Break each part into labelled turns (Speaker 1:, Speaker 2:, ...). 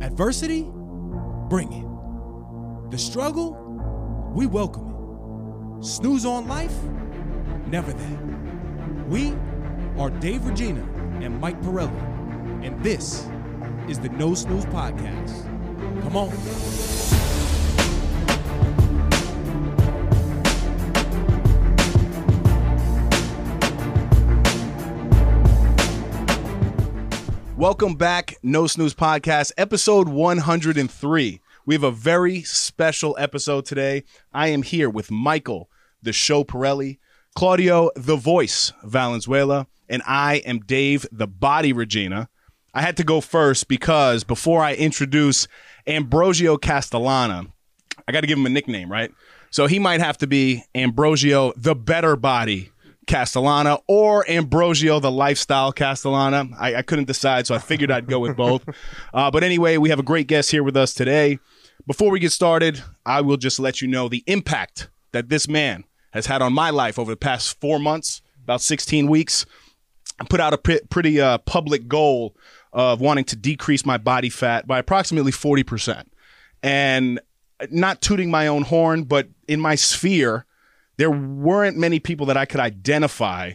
Speaker 1: Adversity, bring it. The struggle, we welcome it. Snooze on life, never that. We are Dave Regina and Mike Pirelli, and this is the No Snooze Podcast. Come on.
Speaker 2: Welcome back, No Snooze Podcast, episode 103. We have a very special episode today. I am here with Michael, the show Pirelli, Claudio, the voice Valenzuela, and I am Dave, the body Regina. I had to go first because before I introduce Ambrosio Castellana, I got to give him a nickname, right? So he might have to be Ambrosio the Better Body Castellana or Ambrosio the Lifestyle Castellana. I, I couldn't decide, so I figured I'd go with both. Uh, but anyway, we have a great guest here with us today. Before we get started, I will just let you know the impact that this man has had on my life over the past four months, about 16 weeks. I put out a pre- pretty uh, public goal of wanting to decrease my body fat by approximately 40%. And not tooting my own horn, but in my sphere, there weren't many people that I could identify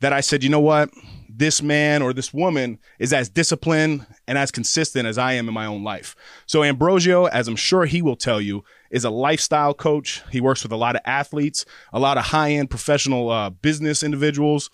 Speaker 2: that I said, you know what? This man or this woman is as disciplined and as consistent as I am in my own life. So, Ambrosio, as I'm sure he will tell you, is a lifestyle coach. He works with a lot of athletes, a lot of high end professional uh, business individuals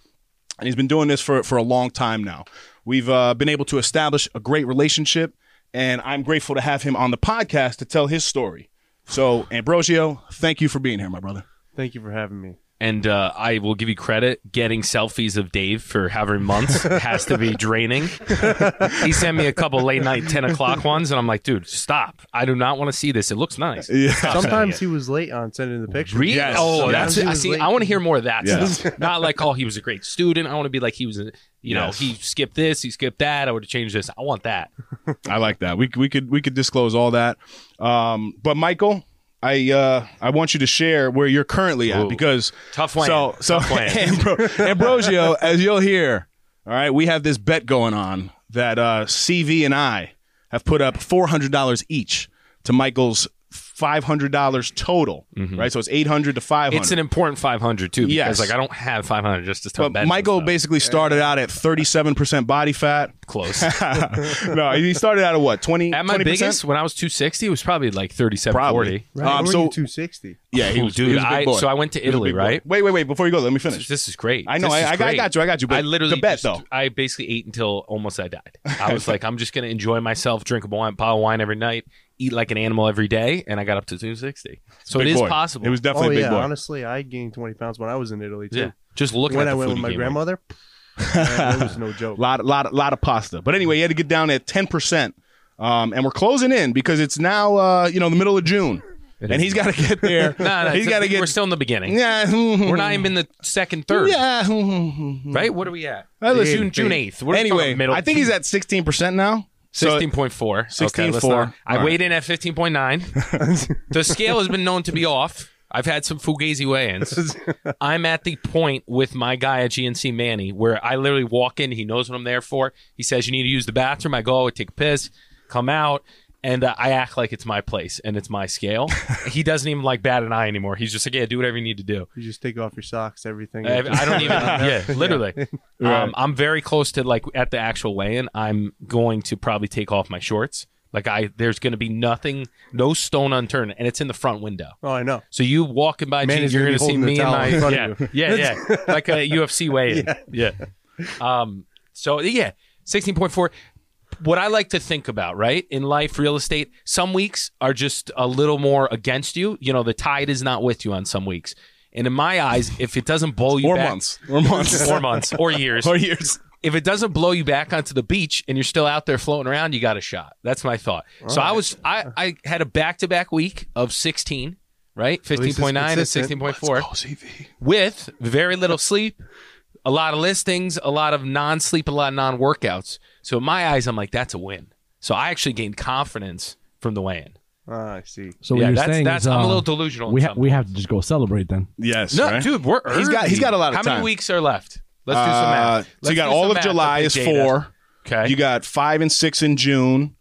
Speaker 2: and he's been doing this for for a long time now. We've uh, been able to establish a great relationship, and I'm grateful to have him on the podcast to tell his story. So, Ambrosio, thank you for being here, my brother.
Speaker 3: Thank you for having me.
Speaker 4: And uh, I will give you credit. Getting selfies of Dave for however many months has to be draining. he sent me a couple late night, ten o'clock ones, and I'm like, dude, stop! I do not want to see this. It looks nice.
Speaker 2: Yeah.
Speaker 3: Sometimes he was late on sending the picture.
Speaker 4: Really? Oh,
Speaker 3: Sometimes
Speaker 4: that's
Speaker 3: he
Speaker 4: I
Speaker 3: was
Speaker 4: see.
Speaker 3: late.
Speaker 4: I want to hear more of that
Speaker 2: Yeah.
Speaker 4: stuff. Not like, oh, he was a great student. I want to be like, he was, a, you know,
Speaker 2: Yes.
Speaker 4: he skipped this, he skipped that. I would have changed this. I want that.
Speaker 2: I like that. We we could we could disclose all that. Um, but Michael, I uh, I want you to share where you're currently at
Speaker 4: Ooh.
Speaker 2: because
Speaker 4: Tough land.
Speaker 2: So so
Speaker 4: Tough land.
Speaker 2: Ambro- Ambrosio, as you'll hear, all right, we have this bet going on that uh, CV and I have put up four hundred dollars each to Michael's five hundred dollars total. Right, so it's eight hundred to five
Speaker 4: Mm-hmm. It's an
Speaker 2: hundred.
Speaker 4: important 500 too, because
Speaker 2: Yes.
Speaker 4: like I don't have 500 just to start.
Speaker 2: But Michael basically started out at thirty-seven percent body fat.
Speaker 4: close.
Speaker 2: no, he started out at what twenty?
Speaker 4: At my
Speaker 2: 20%?
Speaker 4: biggest, when I was 260, it was probably like 37,
Speaker 2: Probably.
Speaker 4: 40.
Speaker 3: Right,
Speaker 2: Um,
Speaker 3: or
Speaker 2: so-
Speaker 3: you 260.
Speaker 2: Yeah, he
Speaker 4: Ooh,
Speaker 2: was,
Speaker 4: dude,
Speaker 2: He was a big
Speaker 4: I-
Speaker 2: boy.
Speaker 4: so I went to
Speaker 2: He was a
Speaker 4: Italy,
Speaker 2: big boy.
Speaker 4: right?
Speaker 2: Wait, wait, wait. Before you go, let me finish.
Speaker 4: This is great.
Speaker 2: I know,
Speaker 4: This
Speaker 2: I-
Speaker 4: is
Speaker 2: I got- I
Speaker 4: great.
Speaker 2: got you, I got you, but
Speaker 4: I literally
Speaker 2: the bet,
Speaker 4: just-
Speaker 2: though.
Speaker 4: I basically ate until almost I died. I was like, I'm just gonna enjoy myself, drink a wine, bottle of wine every night, eat like an animal every day, and I got up to 260. So it
Speaker 2: Big
Speaker 4: is
Speaker 2: boy.
Speaker 4: possible.
Speaker 2: It was
Speaker 3: Oh
Speaker 2: definitely a
Speaker 3: yeah,
Speaker 2: big boy.
Speaker 3: honestly, I gained 20 pounds when I was in Italy too.
Speaker 4: yeah. Just looking
Speaker 3: When I
Speaker 4: at the
Speaker 3: went
Speaker 4: food
Speaker 3: with
Speaker 4: you
Speaker 3: my
Speaker 4: gave me.
Speaker 3: grandmother, man, it was no joke.
Speaker 2: lot, lot, lot of pasta. But anyway, you had to get down at ten percent, um, and we're closing in because it's now uh, you know the middle of June, and he's got to get there.
Speaker 4: No, no,
Speaker 2: he's
Speaker 4: it's-
Speaker 2: got to
Speaker 4: We're
Speaker 2: get.
Speaker 4: still in the beginning.
Speaker 2: yeah, hmm,
Speaker 4: We're not even in the second, third.
Speaker 2: Yeah. hmm,
Speaker 4: Right? What are we at?
Speaker 2: Hey, listen,
Speaker 4: June, June 8th. We're
Speaker 2: anyway,
Speaker 4: talking middle.
Speaker 2: I think he's at sixteen percent now. So-
Speaker 4: 16.4.
Speaker 2: 16.4.
Speaker 4: Okay, I
Speaker 2: All right.
Speaker 4: weighed in at 15.9. the scale has been known to be off. I've had some fugazi weigh-ins. I'm at the point with my guy at GNC Manny where I literally walk in. He knows what I'm there for. He says, you need to use the bathroom. I go, I take a piss, come out. And uh, I act like it's my place and it's my scale. he doesn't even like bat an eye anymore. He's just like, yeah, do whatever you need to do.
Speaker 3: You just take off your socks, everything.
Speaker 4: I, I don't even. yeah, literally. Um, I'm very close to like at the actual weigh-in. I'm going to probably take off my shorts. Like I, there's going to be nothing, no stone unturned, and it's in the front window.
Speaker 3: Oh, I know.
Speaker 4: So you walking by,
Speaker 3: Man
Speaker 4: Gene,
Speaker 3: is
Speaker 4: you're
Speaker 3: gonna
Speaker 4: going
Speaker 3: be
Speaker 4: to see
Speaker 3: holding the
Speaker 4: me
Speaker 3: towel
Speaker 4: and
Speaker 3: in front
Speaker 4: my yeah,
Speaker 3: of you.
Speaker 4: yeah, yeah, like a UFC weigh-in. Yeah. Um. So yeah, sixteen point four. What I like to think about, right, in life, real estate, some weeks are just a little more against you. You know, the tide is not with you on some weeks. And in my eyes, if it doesn't blow you
Speaker 2: or
Speaker 4: back,
Speaker 2: months, or months,
Speaker 4: or months, or years,
Speaker 2: or years.
Speaker 4: if it doesn't blow you back onto the beach and you're still out there floating around, you got a shot. That's my thought. so I was I, I had a back to back week of sixteen, right?
Speaker 3: least
Speaker 4: Fifteen
Speaker 3: it's
Speaker 4: point nine and
Speaker 3: consistent.
Speaker 4: sixteen point four. With very little sleep, a lot of listings, a lot of non sleep, a lot of non workouts. So in my eyes, I'm like, that's a win. So I actually gained confidence from the weigh in.
Speaker 3: Ah, I see.
Speaker 5: So what
Speaker 4: yeah,
Speaker 5: you're
Speaker 4: that's
Speaker 5: saying
Speaker 4: that's
Speaker 5: is,
Speaker 4: I'm a
Speaker 5: uh,
Speaker 4: little delusional.
Speaker 5: we
Speaker 4: in
Speaker 5: ha-
Speaker 4: some
Speaker 5: we
Speaker 4: ways.
Speaker 5: have to just go celebrate then.
Speaker 2: Yes,
Speaker 4: no,
Speaker 2: right?
Speaker 4: dude, we're
Speaker 2: He's got-
Speaker 4: early.
Speaker 2: he's got a lot of
Speaker 4: How
Speaker 2: time.
Speaker 4: many weeks are left? Let's do some
Speaker 2: Uh,
Speaker 4: math.
Speaker 2: so you
Speaker 4: Let's
Speaker 2: got
Speaker 4: do
Speaker 2: all
Speaker 4: some
Speaker 2: of
Speaker 4: math
Speaker 2: July
Speaker 4: the
Speaker 2: is
Speaker 4: data.
Speaker 2: four.
Speaker 4: Okay,
Speaker 2: You got five and six in June. and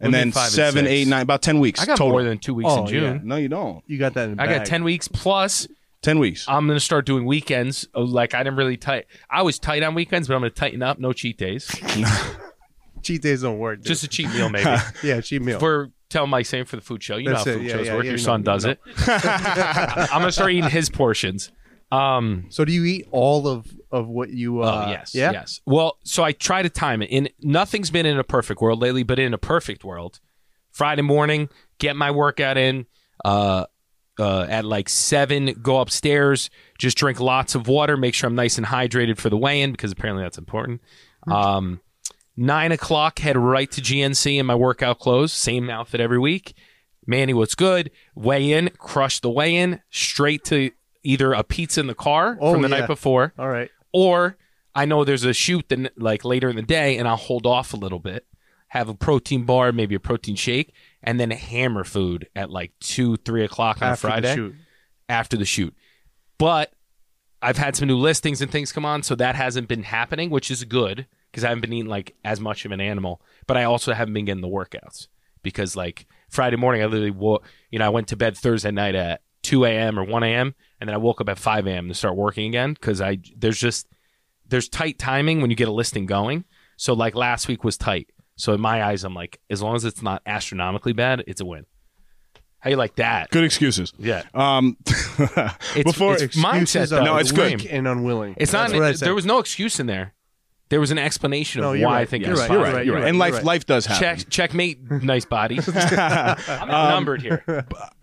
Speaker 4: We'll
Speaker 2: then
Speaker 4: get five and
Speaker 2: seven,
Speaker 4: six.
Speaker 2: eight, nine, about ten weeks.
Speaker 4: I got
Speaker 2: total.
Speaker 4: more than two weeks
Speaker 3: Oh,
Speaker 4: in
Speaker 3: yeah.
Speaker 4: June.
Speaker 2: No, you don't.
Speaker 3: You got that in the
Speaker 4: I got
Speaker 3: bag.
Speaker 4: ten weeks plus.
Speaker 2: Ten weeks.
Speaker 4: I'm gonna start doing weekends. Oh, Like I didn't really tight. I was tight on weekends, but I'm gonna tighten up. No cheat days.
Speaker 3: Cheat days don't work. dude.
Speaker 4: Just a cheat meal, maybe.
Speaker 3: yeah, cheat meal.
Speaker 4: for tell Mike same for the food show. You
Speaker 3: That's
Speaker 4: know how
Speaker 3: it.
Speaker 4: food
Speaker 3: Yeah,
Speaker 4: shows
Speaker 3: yeah,
Speaker 4: work.
Speaker 3: yeah,
Speaker 4: Your
Speaker 3: you
Speaker 4: son
Speaker 3: know,
Speaker 4: does
Speaker 3: you
Speaker 4: it. I'm gonna start eating his portions. Um.
Speaker 3: so do you eat all of of what you? Uh,
Speaker 4: oh yes.
Speaker 3: Yeah.
Speaker 4: Yes. Well, so I try to time it. In nothing's been in a perfect world lately, but in a perfect world, Friday morning, get my workout in. Uh. Uh, at like seven, go upstairs, just drink lots of water, make sure I'm nice and hydrated for the weigh-in because apparently that's important.
Speaker 3: Mm-hmm.
Speaker 4: Um, nine o'clock, head right to GNC in my workout clothes, same outfit every week. Manny, what's good? Weigh in, crush the weigh in, straight to either a pizza in the car
Speaker 3: Oh,
Speaker 4: from the
Speaker 3: yeah.
Speaker 4: night before,
Speaker 3: All right.
Speaker 4: or I know there's a shoot the, n- like later in the day, and I'll hold off a little bit, have a protein bar, maybe a protein shake, and then hammer food at like two, three o'clock on a
Speaker 3: After the
Speaker 4: Friday
Speaker 3: shoot.
Speaker 4: after the shoot. But I've had some new listings and things come on, so that hasn't been happening, which is good because I haven't been eating like as much of an animal. But I also haven't been getting the workouts because like Friday morning, I literally woke, you know, I went to bed Thursday night at 2 a.m. or 1 a.m. and then I woke up at 5 a.m. to start working again because I there's just there's tight timing when you get a listing going. So like last week was tight. So in my eyes, I'm like, as long as it's not astronomically bad, it's a win. How you like that?
Speaker 2: Good excuses.
Speaker 4: Yeah.
Speaker 2: Um,
Speaker 4: It's,
Speaker 2: before
Speaker 4: it's mindset,
Speaker 3: Excuses
Speaker 4: though.
Speaker 3: are
Speaker 2: No, it's
Speaker 3: weak
Speaker 2: good.
Speaker 3: and unwilling.
Speaker 4: It's
Speaker 3: That's
Speaker 4: not.
Speaker 3: what I said.
Speaker 4: there was no excuse in there. There was an explanation
Speaker 3: No,
Speaker 4: of
Speaker 3: you're
Speaker 4: why I
Speaker 3: right.
Speaker 4: think
Speaker 3: You're
Speaker 4: it was
Speaker 3: right.
Speaker 4: fine.
Speaker 2: you're right. You're
Speaker 3: You're
Speaker 2: right.
Speaker 3: right,
Speaker 2: And life,
Speaker 3: you're right.
Speaker 2: life does happen.
Speaker 4: Check, checkmate. Nice body. I'm outnumbered here.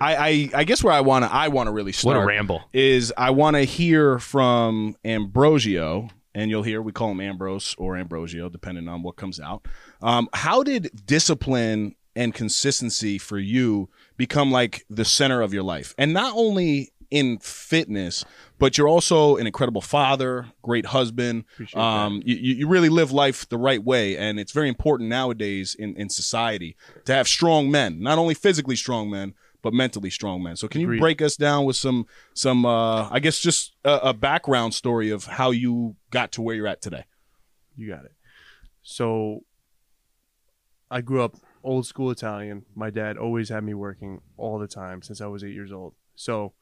Speaker 2: I, I, I guess where I want to, I want to really
Speaker 4: What
Speaker 2: start.
Speaker 4: a ramble.
Speaker 2: Is I want to hear from Ambrosio, and you'll hear we call him Ambrose or Ambrosio, depending on what comes out. Um, how did discipline and consistency for you become like the center of your life, and not only in fitness, but you're also an incredible father, great husband.
Speaker 3: Appreciate
Speaker 2: Um, you, you you really live life the right way, and it's very important nowadays in, in society to have strong men, not only physically strong men, but mentally strong men. So, can you
Speaker 3: Agreed.
Speaker 2: break us down with some some uh, I guess just a, a background story of how you got to where you're at today?
Speaker 3: You got it. So I grew up old school Italian. My dad always had me working all the time since I was eight years old. So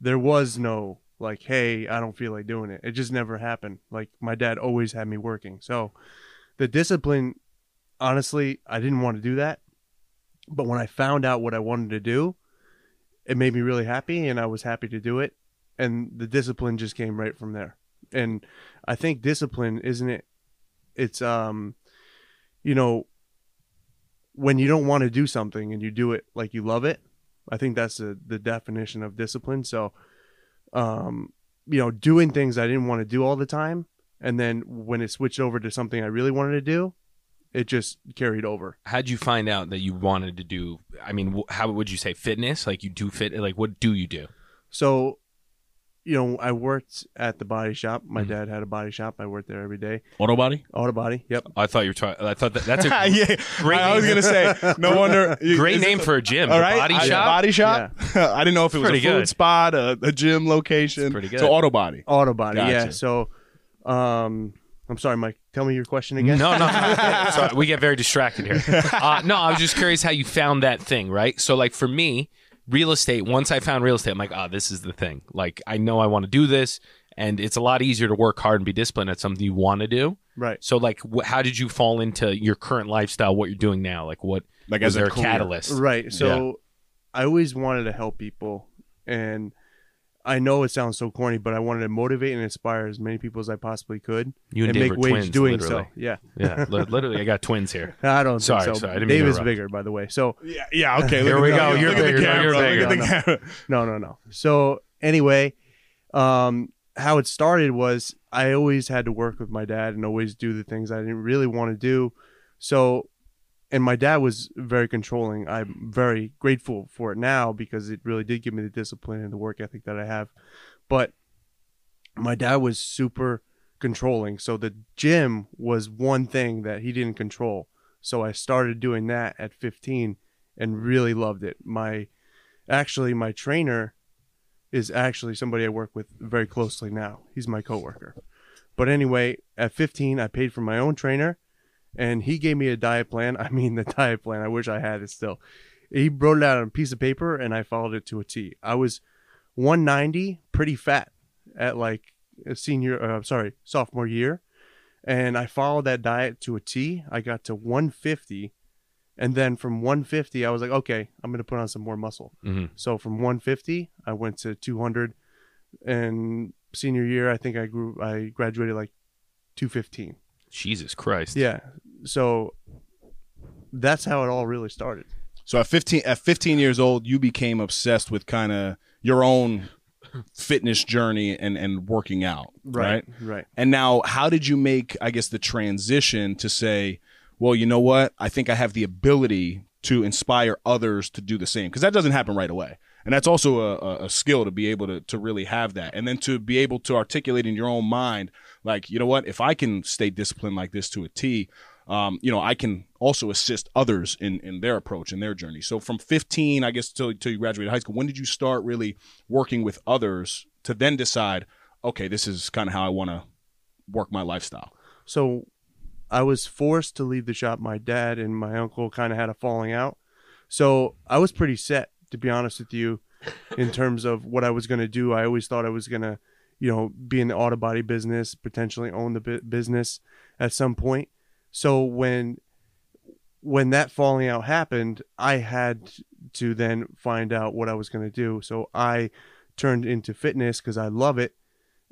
Speaker 3: there was no like, hey, I don't feel like doing it. It just never happened. Like my dad always had me working. So the discipline, honestly, I didn't want to do that. But when I found out what I wanted to do, it made me really happy and I was happy to do it. And the discipline just came right from there. And I think discipline, isn't it? It's um you know when you don't want to do something and you do it like you love it. I think that's the the definition of discipline. So um you know, doing things I didn't want to do all the time and then when it switched over to something I really wanted to do, it just carried over.
Speaker 4: How'd you find out that you wanted to do? I mean, wh- how would you say fitness? Like you do fit? Like what do you do?
Speaker 3: So you know, I worked at the body shop. My
Speaker 4: Mhm.
Speaker 3: dad had a body shop. I worked there every day.
Speaker 2: Auto body?
Speaker 3: Auto body. Yep.
Speaker 4: I thought you were talking. I thought that that's a
Speaker 2: yeah,
Speaker 4: Great
Speaker 2: I was
Speaker 4: name.
Speaker 2: gonna say. No wonder.
Speaker 4: great
Speaker 2: Is it
Speaker 4: name
Speaker 2: the-
Speaker 4: for a gym.
Speaker 2: All
Speaker 4: The
Speaker 2: right,
Speaker 4: Body
Speaker 2: I-
Speaker 4: shop.
Speaker 2: Body shop. I didn't know if it was
Speaker 4: Pretty
Speaker 2: a food
Speaker 4: good.
Speaker 2: spot, a, a gym location.
Speaker 4: It's pretty good.
Speaker 2: So auto body.
Speaker 3: Auto body. Yeah.
Speaker 2: Gotcha.
Speaker 3: So, um, I'm sorry, Mike. Tell me your question
Speaker 4: No,
Speaker 3: again.
Speaker 4: no, no. Sorry, we get very distracted here. Uh, no, I was just curious how you found that thing, right? So, like for me, real estate. Once I found real estate, I'm like, oh, this is the thing. Like, I know I want to do this, and it's a lot easier to work hard and be disciplined at something you want to do.
Speaker 3: Right.
Speaker 4: So, like, wh- how did you fall into your current lifestyle? What you're doing now? Like, what
Speaker 2: Like
Speaker 4: was
Speaker 2: as
Speaker 4: there
Speaker 2: a
Speaker 4: a
Speaker 2: career.
Speaker 4: catalyst?
Speaker 3: Right. So, I always wanted to help people, and I know it sounds so corny, but I wanted to motivate and inspire as many people as I possibly could,
Speaker 4: You and,
Speaker 3: and
Speaker 4: Dave
Speaker 3: make
Speaker 4: are
Speaker 3: waves
Speaker 4: twins,
Speaker 3: doing
Speaker 4: literally.
Speaker 3: so. Yeah.
Speaker 4: Yeah, li- literally, I got twins here.
Speaker 3: I don't.
Speaker 4: Sorry,
Speaker 3: Think so.
Speaker 4: sorry, I didn't mean to
Speaker 3: Dave is
Speaker 4: interrupt.
Speaker 3: bigger, by the way. So
Speaker 2: Yeah, yeah, okay. look
Speaker 4: Here
Speaker 2: at
Speaker 4: we
Speaker 2: the-
Speaker 4: go,
Speaker 2: look
Speaker 4: you're
Speaker 2: at the
Speaker 4: bigger,
Speaker 2: camera,
Speaker 4: you're
Speaker 2: look
Speaker 4: bigger.
Speaker 2: at the camera.
Speaker 3: No, no, no. So anyway, um, how it started was I always had to work with my dad and always do the things I didn't really want to do. So, and my dad was very controlling. I'm very grateful for it now because it really did give me the discipline and the work ethic that I have. But my dad was super controlling. So the gym was one thing that he didn't control. So I started doing that at 15 and really loved it. My actually my trainer is actually somebody I work with very closely now. He's my coworker. But anyway, at 15 I paid for my own trainer and he gave me a diet plan. I mean, the diet plan. I wish I had it still. He wrote it out on a piece of paper, and I followed it to a T. I was 190, pretty fat, at like a senior. Uh, sorry, sophomore year, and I followed that diet to a T. I got to 150, and then from 150, I was like, okay, I'm gonna put on some more muscle.
Speaker 4: Mhm.
Speaker 3: So from 150, I went to 200, and senior year, I think I grew. I graduated like 215.
Speaker 4: Jesus Christ.
Speaker 3: Yeah. So that's how it all really started.
Speaker 2: So at 15 at 15 years old, you became obsessed with kind of your own fitness journey and and working out, right?
Speaker 3: Right.
Speaker 2: And now how did you make I guess the transition to say, well, you know what? I think I have the ability to inspire others to do the same because that doesn't happen right away. And that's also a, a, a skill to be able to, to really have that. And then to be able to articulate in your own mind, like, you know what, if I can stay disciplined like this to a T, um, you know, I can also assist others in, in their approach and their journey. So from 15, I guess, till, till you graduated high school, when did you start really working with others to then decide, okay, this is kind of how I want to work my lifestyle?
Speaker 3: So I was forced to leave the shop. My dad and my uncle kind of had a falling out. So I was pretty set, to be honest with you, in terms of what I was going to do. I always thought I was going to, you know, be in the auto body business, potentially own the bu- business at some point. So when when that falling out happened, I had to then find out what I was going to do. So I turned into fitness because I love it,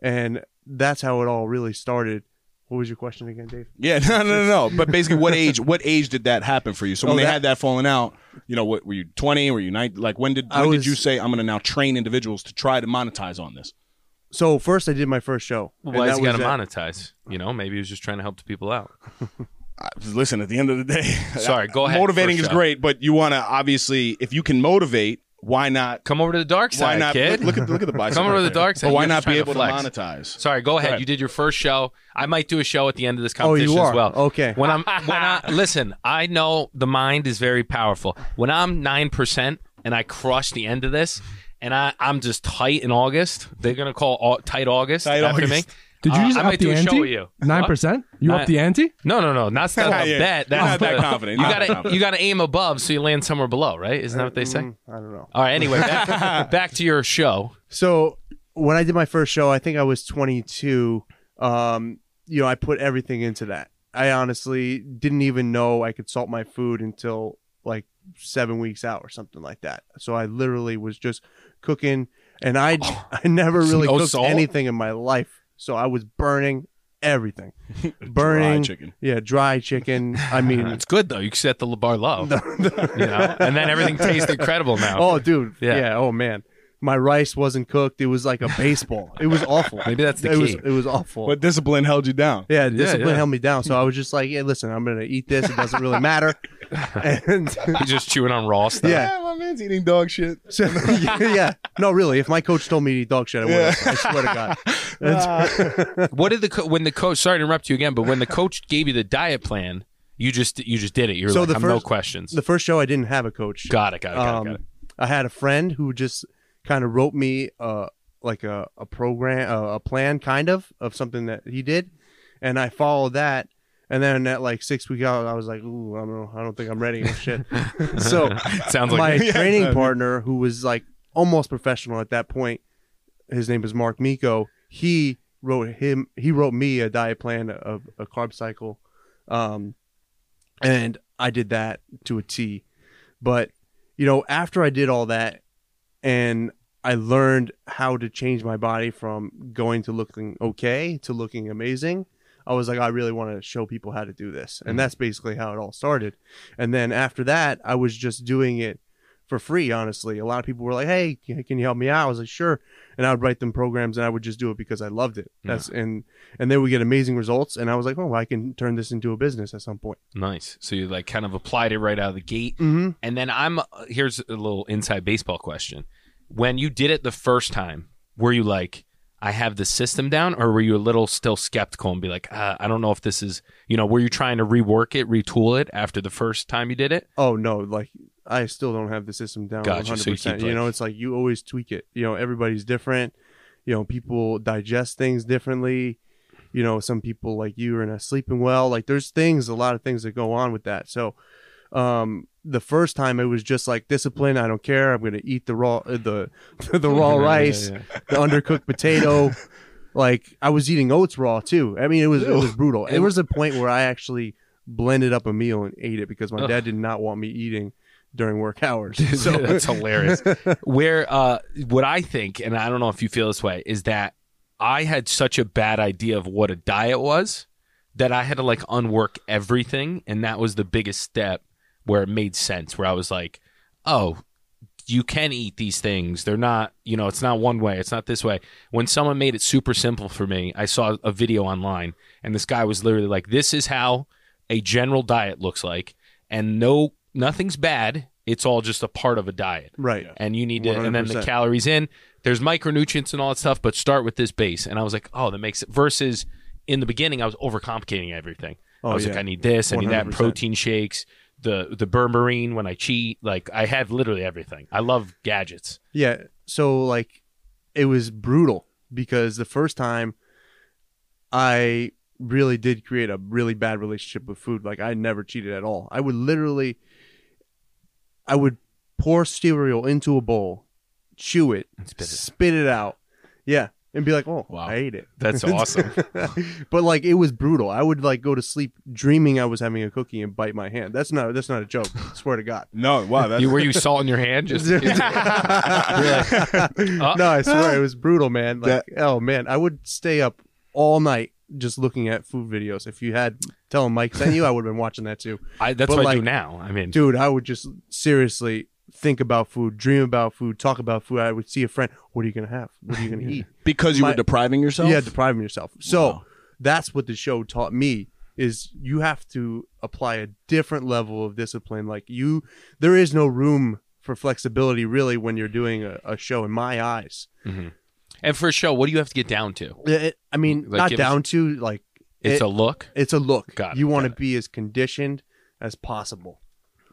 Speaker 3: and that's how it all really started. What was your question again, Dave?
Speaker 2: Yeah, no, no, no. no. But basically, what age? What age did that happen for you? So when
Speaker 3: Oh,
Speaker 2: they
Speaker 3: that-
Speaker 2: had that falling out, you know, what were you twenty? Were you nine? Like when did
Speaker 3: I
Speaker 2: when did
Speaker 3: was-
Speaker 2: you say I'm going to now train individuals to try to monetize on this?
Speaker 3: So first, I did my first show. and
Speaker 4: Why
Speaker 3: that
Speaker 4: has he got to
Speaker 3: was at-
Speaker 4: monetize? You know, maybe he was just trying to help the people out.
Speaker 2: I- listen, at the end of the day,
Speaker 4: Sorry, go ahead.
Speaker 2: Motivating
Speaker 4: First
Speaker 2: is
Speaker 4: shot.
Speaker 2: great, but you want to obviously, if you can motivate, why not?
Speaker 4: Come over to the dark side,
Speaker 2: Why not?
Speaker 4: kid.
Speaker 2: Look, look at look at the bicycle.
Speaker 4: Come over to the
Speaker 2: right
Speaker 4: dark
Speaker 2: there.
Speaker 4: side.
Speaker 2: But why
Speaker 4: You're
Speaker 2: not
Speaker 4: just
Speaker 2: be able
Speaker 4: trying
Speaker 2: to
Speaker 4: to flex.
Speaker 2: monetize?
Speaker 4: Sorry, go ahead. You did your first show. I might do a show at the end of this competition
Speaker 3: you
Speaker 4: as
Speaker 3: are?
Speaker 4: well.
Speaker 3: Okay.
Speaker 4: When I'm when I listen, I know the mind is very powerful. When I'm nine percent and I crush the end of this, and I I'm just tight in August. They're gonna call au- tight August
Speaker 2: Tight
Speaker 4: after
Speaker 2: August.
Speaker 4: me.
Speaker 5: Did you
Speaker 4: Uh,
Speaker 5: just
Speaker 4: I
Speaker 5: up
Speaker 4: might
Speaker 5: the
Speaker 4: do a
Speaker 5: ante?
Speaker 4: show with you.
Speaker 5: Nine percent? You
Speaker 4: Nine-
Speaker 5: up the ante?
Speaker 4: No, no, no, not
Speaker 2: Yeah,
Speaker 4: that
Speaker 2: yeah.
Speaker 4: a bet.
Speaker 2: You're
Speaker 4: That's
Speaker 2: not that
Speaker 4: the-
Speaker 2: confident.
Speaker 4: You
Speaker 2: Not that
Speaker 4: gotta
Speaker 2: confident.
Speaker 4: you gotta aim above so you land somewhere below, right? Isn't that what they say?
Speaker 3: Mm, I don't know.
Speaker 4: All right. Anyway, back, back to your show.
Speaker 3: So when I did my first show, I think I was 22. Um, you know, I put everything into that. I honestly didn't even know I could salt my food until like seven weeks out or something like that. So I literally was just cooking, and I
Speaker 4: Oh.
Speaker 3: I never really
Speaker 2: No
Speaker 3: cooked
Speaker 2: salt?
Speaker 3: anything in my life. So I was burning everything,
Speaker 2: Fried
Speaker 3: burning
Speaker 2: chicken.
Speaker 3: Yeah, dry chicken. I mean,
Speaker 4: It's good though. You can set the bar low, you know, and then everything tastes incredible now.
Speaker 3: oh dude,
Speaker 4: Yeah.
Speaker 3: yeah. Oh man, my rice wasn't cooked. It was like a baseball. it was awful.
Speaker 4: Maybe that's the
Speaker 3: it was
Speaker 4: key.
Speaker 3: it was awful.
Speaker 2: But discipline held you down.
Speaker 3: Yeah, discipline
Speaker 4: yeah.
Speaker 3: held me down. So I was just like, yeah, listen, I'm gonna eat this. It doesn't really matter. And
Speaker 4: He's just chewing on raw stuff.
Speaker 3: yeah,
Speaker 2: my man's eating dog shit.
Speaker 3: so, yeah, no, really. If my coach told me to eat dog shit, I would. have I swear to God.
Speaker 4: What did the co- when the coach? Sorry to interrupt you again, but when the coach gave you the diet plan, you just you just did it. You're
Speaker 3: So
Speaker 4: like,
Speaker 3: the
Speaker 4: I'm no
Speaker 3: first-
Speaker 4: questions.
Speaker 3: The first show, I didn't have a coach.
Speaker 4: got it. Got it. Got it. Got it.
Speaker 3: Um, I had a friend who just kind of wrote me uh, like a, a program, uh, a plan kind of, of something that he did. And I followed that. And then at like six weeks out, I was like, ooh, I don't, know, I don't think I'm ready or shit. so
Speaker 4: Sounds like
Speaker 3: my
Speaker 2: Yeah,
Speaker 3: training
Speaker 2: no, no.
Speaker 3: partner, who was like almost professional at that point, his name is Mark Miko. He wrote him. He wrote me a diet plan of a carb cycle, um, and I did that to a T. But you know, after I did all that, and I learned how to change my body from going to looking okay to looking amazing. I was like, I really want to show people how to do this. And that's basically how it all started. And then after that, I was just doing it for free, honestly. A lot of people were like, Hey, can can you help me out? I was like, Sure. And I would write them programs and I would just do it because I loved it. That's and and they would get amazing results. And I was like, Oh, I can turn this into a business at some point.
Speaker 4: nice. So you like kind of applied it right out of the gate,
Speaker 3: Mm-hmm.
Speaker 4: and then I'm uh, here's a little inside baseball question. When you did it the first time, were you like? I have the system down, or were you a little still skeptical and be like, uh, I don't know if this is, you know, were you trying to rework it, retool it after the first time you did it?
Speaker 3: Oh no, like I still don't have the system down one
Speaker 4: Gotcha,
Speaker 3: hundred
Speaker 4: so you keep,
Speaker 3: percent. You know,
Speaker 4: like-
Speaker 3: it's like you always tweak it. You know, everybody's different. You know, people digest things differently. you know, some people like you are not sleeping well. Like there's things, a lot of things that go on with that. So, um, the first time it was just like discipline. I don't care. I'm gonna eat the raw, uh, the the raw
Speaker 4: Yeah, yeah,
Speaker 3: rice,
Speaker 4: yeah.
Speaker 3: the undercooked potato. Like I was eating oats raw too. I mean, it was it was brutal. There was a point where I actually blended up a meal and ate it because my
Speaker 4: Ugh.
Speaker 3: dad did not want me eating during work hours.
Speaker 4: So
Speaker 3: So
Speaker 4: that's hilarious. Where uh, what I think, and I don't know if you feel this way, is that I had such a bad idea of what a diet was that I had to like unwork everything, and that was the biggest step where it made sense. Where I was like, oh. You can eat these things. They're not, you know, it's not one way. It's not this way. When someone made it super simple for me, I saw a video online and this guy was literally like, this is how a general diet looks like. And no, nothing's bad. It's all just a part of a diet
Speaker 3: right.
Speaker 4: and you need to and then the
Speaker 3: 100%.
Speaker 4: calories in there's micronutrients and all that stuff but start with this base and i was like oh that makes it versus in the beginning i was overcomplicating everything
Speaker 3: Oh,
Speaker 4: i was like
Speaker 3: yeah.
Speaker 4: i need this i need that
Speaker 3: 100%.
Speaker 4: protein shakes the the berberine when i cheat like i have literally everything i love gadgets
Speaker 3: Yeah. So like it was brutal because the first time I really did create a really bad relationship with food. Like I never cheated at all. I would literally I would pour cereal into a bowl, chew it,
Speaker 4: spit it.
Speaker 3: out. Yeah. And be like, oh,
Speaker 4: Wow.
Speaker 3: I ate it.
Speaker 4: that's awesome
Speaker 3: but like it was brutal. I would like go to sleep dreaming I was having a cookie and bite my hand. That's not that's not a joke. swear to God.
Speaker 2: No, wow, that's
Speaker 4: you were you salt in your hand just
Speaker 3: no, I swear it was brutal, man. Like, oh man, I would stay up all night just looking at food videos. If you had tell him Mike sent you, I would have been watching that too,
Speaker 4: I, that's
Speaker 3: But
Speaker 4: what i do
Speaker 3: like-
Speaker 4: now i mean
Speaker 3: dude. I would just seriously think about food, dream about food, talk about food. I would see a friend. What are you gonna have? What are you gonna eat?
Speaker 2: because you
Speaker 3: My-
Speaker 2: were depriving yourself.
Speaker 3: Yeah, depriving yourself. So
Speaker 2: Wow.
Speaker 3: that's what the show taught me is you have to apply a different level of discipline. Like you, there is no room for flexibility really when you're doing a, a show. In my eyes,
Speaker 4: and for a show what do you have to get down to
Speaker 3: Yeah, it, I mean,
Speaker 4: Like,
Speaker 3: not
Speaker 4: give us-
Speaker 3: down to like
Speaker 4: it's
Speaker 3: it-
Speaker 4: a look
Speaker 3: it's a look.
Speaker 4: Got it,
Speaker 3: you
Speaker 4: got
Speaker 3: want to
Speaker 4: it.
Speaker 3: be as conditioned as possible.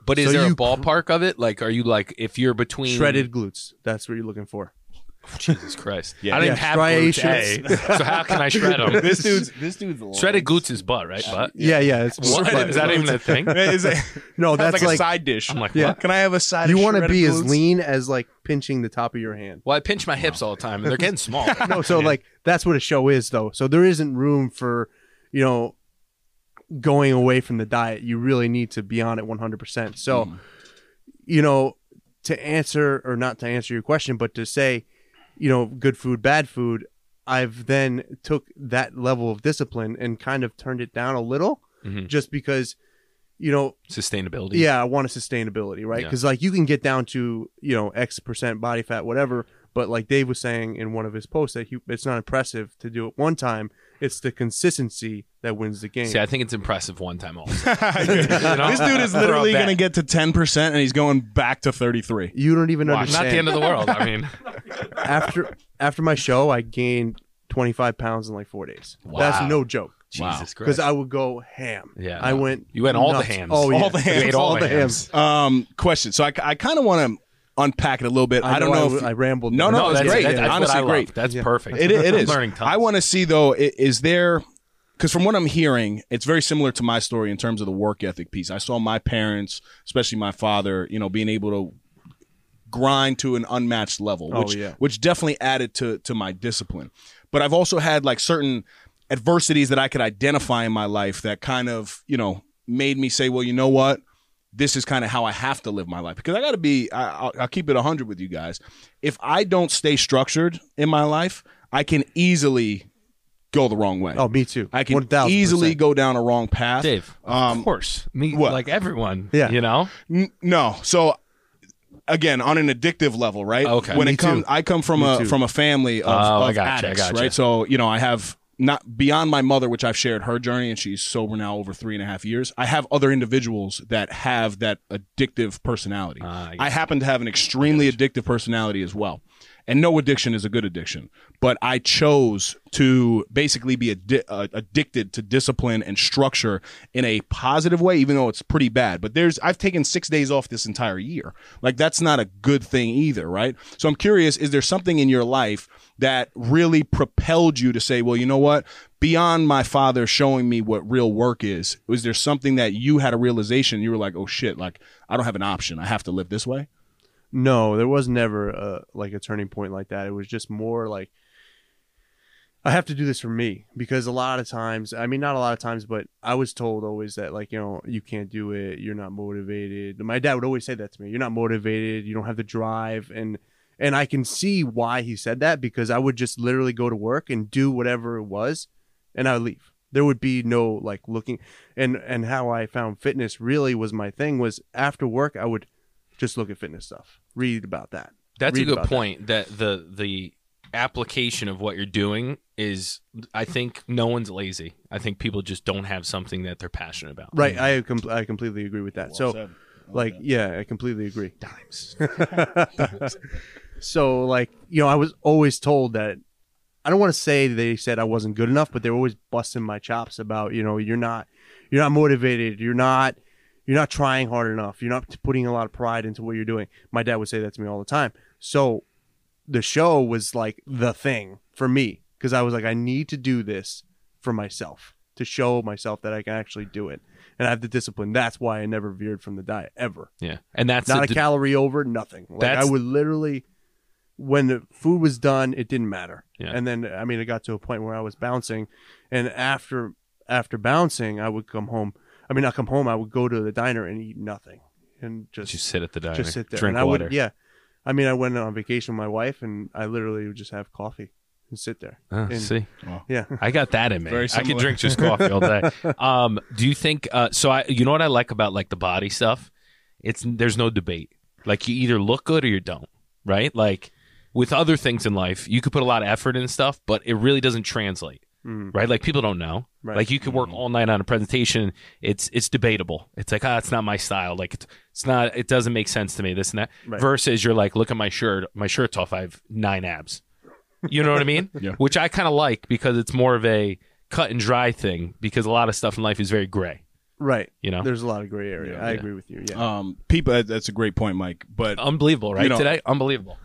Speaker 4: but is
Speaker 3: so
Speaker 4: there a
Speaker 3: you-
Speaker 4: ballpark of it like are you like if you're between
Speaker 3: Shredded glutes. That's what you're looking for.
Speaker 4: Jesus Christ.
Speaker 2: Yeah.
Speaker 4: I didn't
Speaker 3: Yeah,
Speaker 4: have glutes
Speaker 3: striations.
Speaker 4: A, so how can I shred them?
Speaker 2: this dude's this dude's long.
Speaker 4: Shredded glutes is butt, right? Butt.
Speaker 3: Yeah, yeah. it's,
Speaker 4: What?
Speaker 3: but-
Speaker 4: Is that even a thing?
Speaker 2: Is it-
Speaker 3: no,
Speaker 2: that's
Speaker 3: that's,
Speaker 2: like, a
Speaker 3: like,
Speaker 2: side dish.
Speaker 4: I'm like,
Speaker 3: Yeah.
Speaker 4: what?
Speaker 2: can I have a side?
Speaker 3: you
Speaker 2: want to
Speaker 3: be as
Speaker 2: glutes?
Speaker 3: lean as like pinching the top of your hand.
Speaker 4: Well, I pinch my hips all the time, and they're getting small.
Speaker 3: No, Oh, so like that's what a show is though. So there isn't room for, you know, going away from the diet. You really need to be on it 100%. So,
Speaker 2: Mm-hmm.
Speaker 3: you know, to answer or not to answer your question, but to say, you know, good food, bad food, I've then took that level of discipline and kind of turned it down a little
Speaker 4: Mhm.
Speaker 3: just because you know,
Speaker 4: sustainability.
Speaker 3: yeah, I want a sustainability, right?
Speaker 4: Yeah.
Speaker 3: Because like you can get down to you know X percent body fat, whatever. But like Dave was saying in one of his posts, that he, it's not impressive to do it one time. It's the consistency that wins the game.
Speaker 4: See, I think it's impressive one time also.
Speaker 2: this dude is
Speaker 4: Throw
Speaker 2: literally
Speaker 4: back.
Speaker 2: going to get to ten percent, and he's going back to thirty three.
Speaker 3: you don't even
Speaker 4: Wow, not
Speaker 3: understand.
Speaker 4: the end of the world. I mean,
Speaker 3: after after my show, I gained 25 pounds in like four days.
Speaker 4: Wow.
Speaker 3: That's no joke. Because
Speaker 4: Jesus Christ.
Speaker 3: I would go ham.
Speaker 4: Yeah,
Speaker 3: I
Speaker 4: no.
Speaker 3: went.
Speaker 4: You went all the
Speaker 3: nuts.
Speaker 4: hams.
Speaker 3: Oh yeah,
Speaker 2: All the hams.
Speaker 4: You ate all the hams.
Speaker 2: Um, question. So I, I kind of want to unpack it a little bit. I, don't know.
Speaker 3: I,
Speaker 2: if
Speaker 3: I rambled.
Speaker 2: No,
Speaker 3: there.
Speaker 2: no,
Speaker 4: that's
Speaker 2: it's great.
Speaker 4: That's, that's
Speaker 2: Honestly,
Speaker 4: what I love.
Speaker 2: great.
Speaker 4: That's perfect.
Speaker 2: It, it
Speaker 4: I'm
Speaker 2: is.
Speaker 4: Learning tons.
Speaker 2: I want to see though. i- Is there? Because from what I'm hearing, it's very similar to my story in terms of the work ethic piece. I saw my parents, especially my father, you know, being able to grind to an unmatched level,
Speaker 3: Oh,
Speaker 2: which
Speaker 3: yeah.
Speaker 2: which definitely added to to my discipline. But I've also had like certain adversities that I could identify in my life that kind of you know made me say, well, you know what, this is kind of how I have to live my life because I got to be. I, I'll, I'll keep it hundred with you guys. If I don't stay structured in my life, I can easily go the wrong way.
Speaker 3: Oh, me too.
Speaker 2: I can
Speaker 3: 1000%.
Speaker 2: easily go down a wrong path.
Speaker 4: Dave. of
Speaker 2: um,
Speaker 4: course, me
Speaker 2: what?
Speaker 4: like everyone.
Speaker 3: Yeah.
Speaker 4: you know.
Speaker 2: N- no. So again, on an addictive level, right?
Speaker 4: Okay.
Speaker 2: When
Speaker 3: Me
Speaker 2: it comes,
Speaker 3: too.
Speaker 2: I come from
Speaker 3: Me
Speaker 2: a
Speaker 3: too.
Speaker 2: from a family of,
Speaker 4: Oh, I
Speaker 2: of
Speaker 4: gotcha, I
Speaker 2: addicts,
Speaker 4: gotcha.
Speaker 2: right? So you know, I have not beyond my mother, which I've shared her journey, and she's sober now over three and a half years. I have other individuals that have that addictive personality.
Speaker 4: Ah, I
Speaker 2: I happen to have an extremely addictive personality as well. and no addiction is a good addiction but i chose to basically be addi- uh, addicted to discipline and structure in a positive way even though it's pretty bad but there's i've taken six days off this entire year like that's not a good thing either right so i'm curious is there something in your life that really propelled you to say well you know what beyond my father showing me what real work is was there something that you had a realization you were like oh shit like i don't have an option i have to live this way
Speaker 3: No, there was never a like a turning point like that. It was just more like I have to do this for me because a lot of times, I mean not a lot of times, but I was told always that like, you know, you can't do it, you're not motivated. My dad would always say that to me. You're not motivated, you don't have the drive and and I can see why he said that because I would just literally go to work and do whatever it was and I would leave. There would be no like looking and and how I found fitness really was my thing was after work I would just look at fitness stuff. Read about that.
Speaker 4: That's a
Speaker 3: Read
Speaker 4: good
Speaker 3: about that.
Speaker 4: point. That. the the application of what you're doing is, I think, no one's lazy. I think people just don't have something that they're passionate about.
Speaker 3: Right. I com- I completely agree with that. so like yeah, I completely agree. Dimes. so like, you know, I was always told that I don't want to say they said I wasn't good enough, but they were always busting my chops about, you know, you're not you're not motivated, you're not you're not trying hard enough, you're not putting a lot of pride into what you're doing. My dad would say that to me all the time. So the show was like the thing for me because I was like, I need to do this for myself to show myself that I can actually do it, and I have the discipline. That's why I never veered from the diet ever.
Speaker 4: Yeah, and that's
Speaker 3: Not
Speaker 4: the-
Speaker 3: a calorie over, nothing. Like I
Speaker 4: That's-
Speaker 3: would literally, when the food was done, it didn't matter.
Speaker 4: Yeah.
Speaker 3: And then I mean, it got to a point where I was bouncing, and after after bouncing, I would come home. I mean, not come home. I would go to the diner and eat nothing, and just
Speaker 4: just sit at the diner,
Speaker 3: just sit there.
Speaker 4: drink
Speaker 3: and I
Speaker 4: water.
Speaker 3: would, yeah. I mean, I went on vacation with my wife, and I literally would just have coffee and sit there.
Speaker 4: Oh,
Speaker 3: And-
Speaker 4: see,
Speaker 3: Yeah,
Speaker 4: I got that in me.
Speaker 2: Very
Speaker 4: I could
Speaker 2: similar.
Speaker 4: drink just coffee all day. um, do you think? Uh, so I, you know what I like about like the body stuff? It's there's no debate. Like you either look good or you don't. Right? Like with other things in life, you could put a lot of effort in stuff, but it really doesn't translate.
Speaker 3: Mm.
Speaker 4: Right? Like people don't know.
Speaker 3: Right.
Speaker 4: Like you could work all night on a presentation. It's it's debatable. It's like ah, it's not my style. Like it's, it's not. It doesn't make sense to me. This and that.
Speaker 3: Right.
Speaker 4: Versus you're like, look at my shirt. My shirt's off. I have nine abs. You know what I mean?
Speaker 2: Yeah.
Speaker 4: Which I kind of like because it's more of a cut and dry thing because a lot of stuff in life is very gray.
Speaker 3: right.
Speaker 4: You know,
Speaker 3: There's a lot of gray area. I
Speaker 4: Yeah.
Speaker 3: agree with you. Yeah.
Speaker 2: um people that- that's a great point mike but
Speaker 4: unbelievable, right?
Speaker 2: You know-
Speaker 4: Today, unbelievable.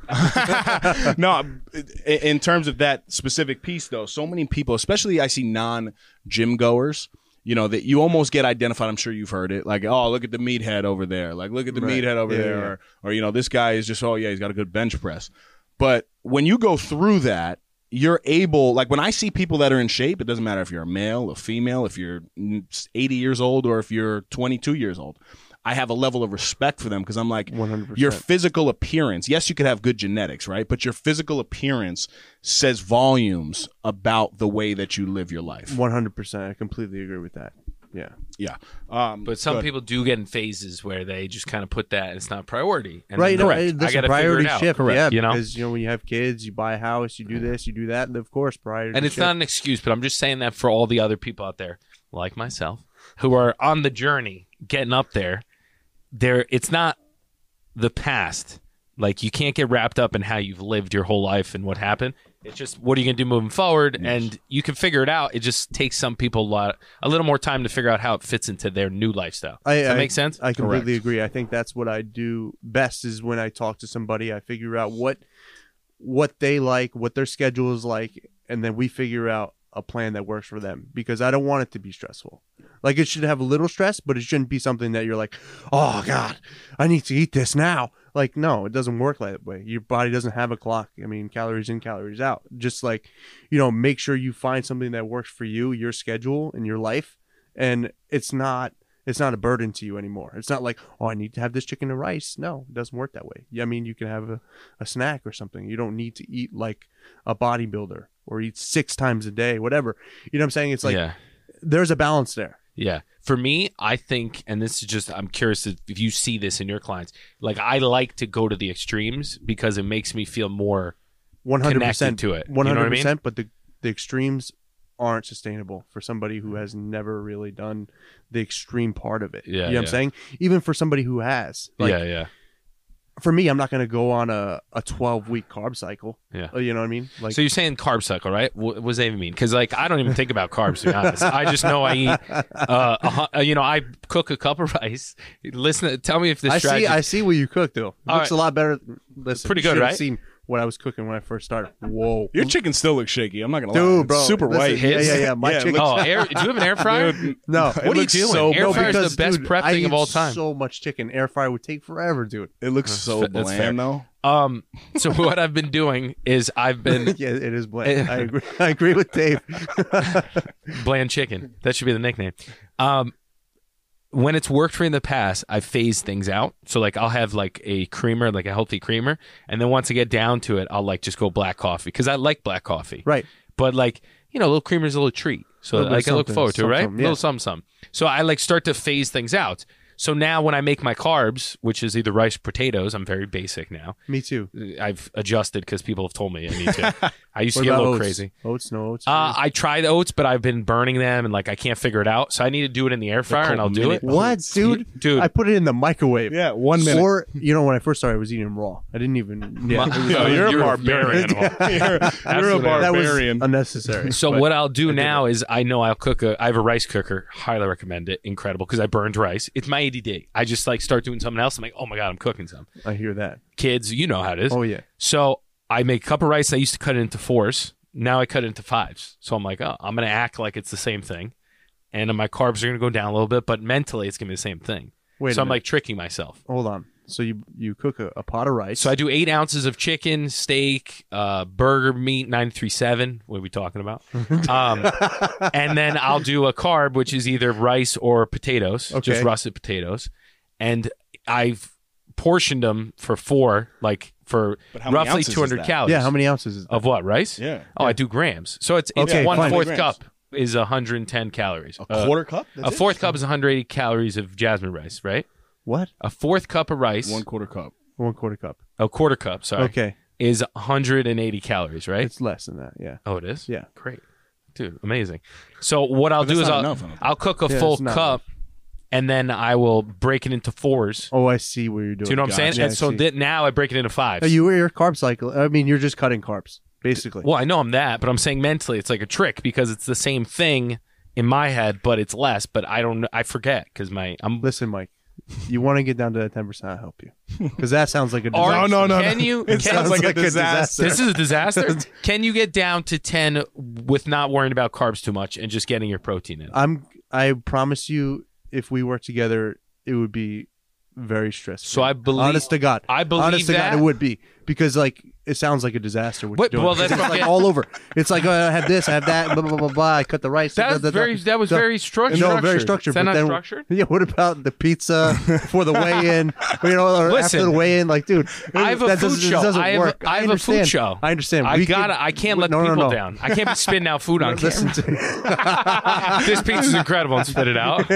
Speaker 2: no, in, in terms of that specific piece, though, so many people, especially I see non gym goers, you know, that you almost get identified. I'm sure you've heard it. Like, oh, look at the meathead over there. Like, look at the
Speaker 3: Right.
Speaker 2: meathead over
Speaker 3: Yeah,
Speaker 2: there.
Speaker 3: yeah.
Speaker 2: Or, or, you know, this guy is just, oh, yeah, he's got a good bench press. But when you go through that, you're able, like, when I see people that are in shape, it doesn't matter if you're a male, a female, if you're mm, 80 years old, or if you're 22 years old. I have a level of respect for them because I'm like,
Speaker 3: 100%.
Speaker 2: your physical appearance yes you could have good genetics right but your physical appearance says volumes about the way that you live your life
Speaker 3: One hundred percent. I completely agree with that. Yeah.
Speaker 2: yeah um
Speaker 4: But some
Speaker 2: good.
Speaker 4: people do get in phases where they just kind of put that. It's not priority. And
Speaker 3: right.
Speaker 4: then-
Speaker 3: No,
Speaker 4: Correct.
Speaker 3: I,
Speaker 4: I got to figure
Speaker 3: priority
Speaker 4: it out.
Speaker 3: shift.
Speaker 4: Correct.
Speaker 3: Yeah.
Speaker 4: You know,
Speaker 3: because you know when you have kids, you buy a house, you do this, you do that, and of course priority.
Speaker 4: and it's
Speaker 3: shift.
Speaker 4: not an excuse, but I'm just saying that for all the other people out there, like myself, who are on the journey, getting up there. There, it's not the past. Like you can't get wrapped up in how you've lived your whole life and what happened. It's just what are you going to do moving forward, and you can figure it out. It just takes some people a lot, a little more time to figure out how it fits into their new lifestyle.
Speaker 3: I,
Speaker 4: Does that
Speaker 3: I-
Speaker 4: make sense?
Speaker 3: I completely agree. I think that's what I do best is when I talk to somebody, I figure out what what they like, what their schedule is like, and then we figure out a plan that works for them because I don't want it to be stressful. Like it should have a little stress, but it shouldn't be something that you're like, "Oh god, I need to eat this now." Like no, it doesn't work that way. Your body doesn't have a clock. I mean, calories in, calories out. Just like, you know, make sure you find something that works for you, your schedule and your life, and it's not it's not a burden to you anymore. It's not like, oh, I need to have this chicken and rice. No, it doesn't work that way. Yeah, I mean, you can have a, a snack or something. You don't need to eat like a bodybuilder or eat six times a day, whatever. You know what I'm saying? It's like
Speaker 4: yeah.
Speaker 3: there's a balance there.
Speaker 4: Yeah. For me, I think, and this is just, I'm curious if if you see this in your clients. Like, I like to go to the extremes because it makes me feel more.
Speaker 3: 100%
Speaker 4: Connected to it. You know
Speaker 3: One
Speaker 4: what I mean?
Speaker 3: hundred percent. But the the extremes aren't sustainable for somebody who has never really done the extreme part of it.
Speaker 4: Yeah,
Speaker 3: you know what I'm
Speaker 4: yeah.
Speaker 3: saying? Even for somebody who has, like,
Speaker 4: yeah.
Speaker 3: for me, I'm not going to go on a, a 12 week carb cycle.
Speaker 4: Yeah.
Speaker 3: Uh, You know what I mean? Like,
Speaker 4: so you're saying carb cycle, right? What, what does that even mean? Because like I don't even think about carbs. To be honest, I just know I eat. Uh, a hu- uh, you know, I cook a cup of rice. Listen, tell me if this
Speaker 3: I
Speaker 4: strategy.
Speaker 3: see. I see what you cooked though. It
Speaker 4: All
Speaker 3: looks
Speaker 4: right.
Speaker 3: a lot better. Listen,
Speaker 4: Pretty
Speaker 3: you
Speaker 4: good,
Speaker 3: should've
Speaker 4: right?
Speaker 3: Seen what I was cooking when I first started. Whoa,
Speaker 2: Your chicken still looks shaky. I'm not gonna lie.
Speaker 3: dude,
Speaker 2: It's
Speaker 3: bro,
Speaker 2: super
Speaker 3: listen,
Speaker 2: white.
Speaker 3: Yeah, yeah, yeah. My
Speaker 2: Yeah, it
Speaker 3: chicken.
Speaker 4: oh, air, do you have an air fryer?
Speaker 3: no,
Speaker 2: it
Speaker 4: what are you
Speaker 2: looks
Speaker 4: doing?
Speaker 2: so
Speaker 4: air
Speaker 2: no,
Speaker 4: fryer is
Speaker 3: because,
Speaker 4: the best
Speaker 3: dude,
Speaker 4: prep
Speaker 3: I
Speaker 4: thing of
Speaker 3: eat
Speaker 4: all time.
Speaker 3: So much chicken. Air fryer would take forever, dude.
Speaker 2: It looks so
Speaker 4: fa- Oh, that's fair.
Speaker 2: bland though.
Speaker 4: Um, so what I've been doing is I've been
Speaker 3: yeah, it is bland. I agree. I agree with Dave.
Speaker 4: bland chicken. That should be the nickname. Um, when it's worked for me in the past, I phase things out. So like I'll have like a creamer, like a healthy creamer, and then once I get down to it, I'll like just go black coffee because I like black coffee.
Speaker 3: right.
Speaker 4: But like you know, a little creamer is a little treat. So
Speaker 3: Little bit
Speaker 4: like I look
Speaker 3: something,
Speaker 4: forward to it, right?
Speaker 3: something, yeah.
Speaker 4: Little something, something. So I like start to phase things out. So now when I make my carbs, which is either rice, potatoes, I'm very basic now.
Speaker 3: Me too.
Speaker 4: I've adjusted because people have told me I need to. I used to
Speaker 3: What
Speaker 4: get a
Speaker 3: about
Speaker 4: little
Speaker 3: oats?
Speaker 4: crazy.
Speaker 3: Oats, no oats.
Speaker 4: Uh, I tried oats, but I've been burning them and like I can't figure it out. So I need to do it in the air fryer and I'll
Speaker 2: called
Speaker 4: do
Speaker 2: minute
Speaker 4: it.
Speaker 3: what, dude?
Speaker 4: Dude.
Speaker 3: I put it in the microwave.
Speaker 2: Yeah, one minute.
Speaker 3: Or you know, when I first started, I was eating them raw. I didn't even. Yeah, it was-
Speaker 2: No, you're a
Speaker 4: you're a-
Speaker 2: barbarian.
Speaker 4: you're an
Speaker 2: you're, you're a
Speaker 4: Absolutely.
Speaker 3: that was
Speaker 2: barbarian.
Speaker 3: unnecessary.
Speaker 4: So
Speaker 3: But-
Speaker 4: what I'll do now is I know I'll cook a. I have a rice cooker. Highly recommend it. Incredible because I burned rice. It's my ADD. I just like start doing something else. I'm like, oh my god, I'm cooking some.
Speaker 3: I hear that.
Speaker 4: Kids, you know how it is.
Speaker 3: Oh yeah.
Speaker 4: So I make a cup of rice. I used to cut it into fours. Now I cut it into fives. So I'm like, oh, I'm gonna act like it's the same thing, and my carbs are gonna go down a little bit, but mentally it's gonna be the same thing.
Speaker 3: Wait.
Speaker 4: so
Speaker 3: a
Speaker 4: I'm
Speaker 3: minute.
Speaker 4: like tricking myself.
Speaker 3: hold on. So you you cook a, a pot of rice.
Speaker 4: So I do eight ounces of chicken, steak, uh, burger meat, nine three seven. What are we talking about? Um, and then I'll do a carb, which is either rice or potatoes,
Speaker 3: Okay.
Speaker 4: just russet potatoes. And I've portioned them for four, like for
Speaker 2: But how many
Speaker 4: roughly
Speaker 2: ounces is
Speaker 4: two hundred
Speaker 2: that?
Speaker 4: calories.
Speaker 3: yeah. How many ounces is that?
Speaker 4: of what rice?
Speaker 2: Yeah.
Speaker 4: Oh, I do grams. So it's it's
Speaker 3: Okay,
Speaker 4: one
Speaker 3: fine.
Speaker 4: fourth
Speaker 2: Grams.
Speaker 4: cup is hundred and ten calories.
Speaker 2: A quarter cup.
Speaker 4: Uh, a
Speaker 2: That's it?
Speaker 4: fourth cup is 180 calories of jasmine rice, right?
Speaker 3: What?
Speaker 4: A fourth cup of rice,
Speaker 2: One quarter cup.
Speaker 3: One quarter cup.
Speaker 4: a quarter cup, sorry,
Speaker 3: Okay.
Speaker 4: is 180 calories, right?
Speaker 3: It's less than that. Yeah.
Speaker 4: Oh, it is.
Speaker 3: Yeah.
Speaker 4: great, dude, amazing. So what I'll
Speaker 2: But that's
Speaker 4: do is
Speaker 2: not
Speaker 4: I'll,
Speaker 2: enough, I don't think.
Speaker 4: I'll cook a
Speaker 3: Yeah,
Speaker 4: full
Speaker 3: it's not
Speaker 4: cup, and then I will break it into fours.
Speaker 3: Oh, I see what you're doing.
Speaker 4: do you know what I'm saying?
Speaker 3: Yeah, I
Speaker 4: and so
Speaker 3: see.
Speaker 4: that now I break it into fives.
Speaker 3: Oh, you were your carb cycle. I mean, you're just cutting carbs, basically.
Speaker 4: well, I know I'm that, but I'm saying mentally it's like a trick because it's the same thing in my head, but it's less. But I don't. I forget because my I'm.
Speaker 3: Listen, Mike. You want to get down to that ten percent? I'll help you, because that sounds like a
Speaker 4: Or-
Speaker 3: disaster.
Speaker 2: no, no,
Speaker 4: Can
Speaker 2: no.
Speaker 4: you?
Speaker 2: It
Speaker 4: can-
Speaker 2: sounds like,
Speaker 3: like
Speaker 2: a
Speaker 3: a
Speaker 2: disaster.
Speaker 4: this is a disaster. Can you get down to ten with not worrying about carbs too much and just getting your protein in?
Speaker 3: I'm. I promise you, if we work together, it would be very stressful.
Speaker 4: So I believe.
Speaker 3: honest to God,
Speaker 4: I believe
Speaker 3: honest to
Speaker 4: that.
Speaker 3: God, it would be because like it sounds like a disaster. What,
Speaker 4: What-
Speaker 3: you're doing.
Speaker 4: well, that's
Speaker 3: it's
Speaker 4: what-
Speaker 3: like all over. It's like oh, I have this, I have that, blah blah blah blah. I cut the rice.
Speaker 4: that
Speaker 3: da,
Speaker 4: was
Speaker 3: da, da.
Speaker 4: very. That was
Speaker 3: So-
Speaker 4: very structured.
Speaker 3: No, very structured.
Speaker 4: Is that
Speaker 3: but
Speaker 4: not
Speaker 3: then,
Speaker 4: structured?
Speaker 3: Yeah. What about the pizza for the weigh-in? You know, or after
Speaker 4: Listen,
Speaker 3: the weigh-in, like, dude,
Speaker 4: I have a
Speaker 3: that
Speaker 4: food
Speaker 3: doesn't,
Speaker 4: show.
Speaker 3: This doesn't
Speaker 4: I have,
Speaker 3: work.
Speaker 4: A, I have
Speaker 3: understand.
Speaker 4: a food show.
Speaker 3: I understand.
Speaker 4: I
Speaker 3: We
Speaker 4: gotta.
Speaker 3: can-
Speaker 4: I can't let
Speaker 3: no, no,
Speaker 4: people
Speaker 3: no.
Speaker 4: down. I can't be spitting out food on
Speaker 3: Listen
Speaker 4: camera.
Speaker 3: to
Speaker 4: this pizza's incredible and spit it out.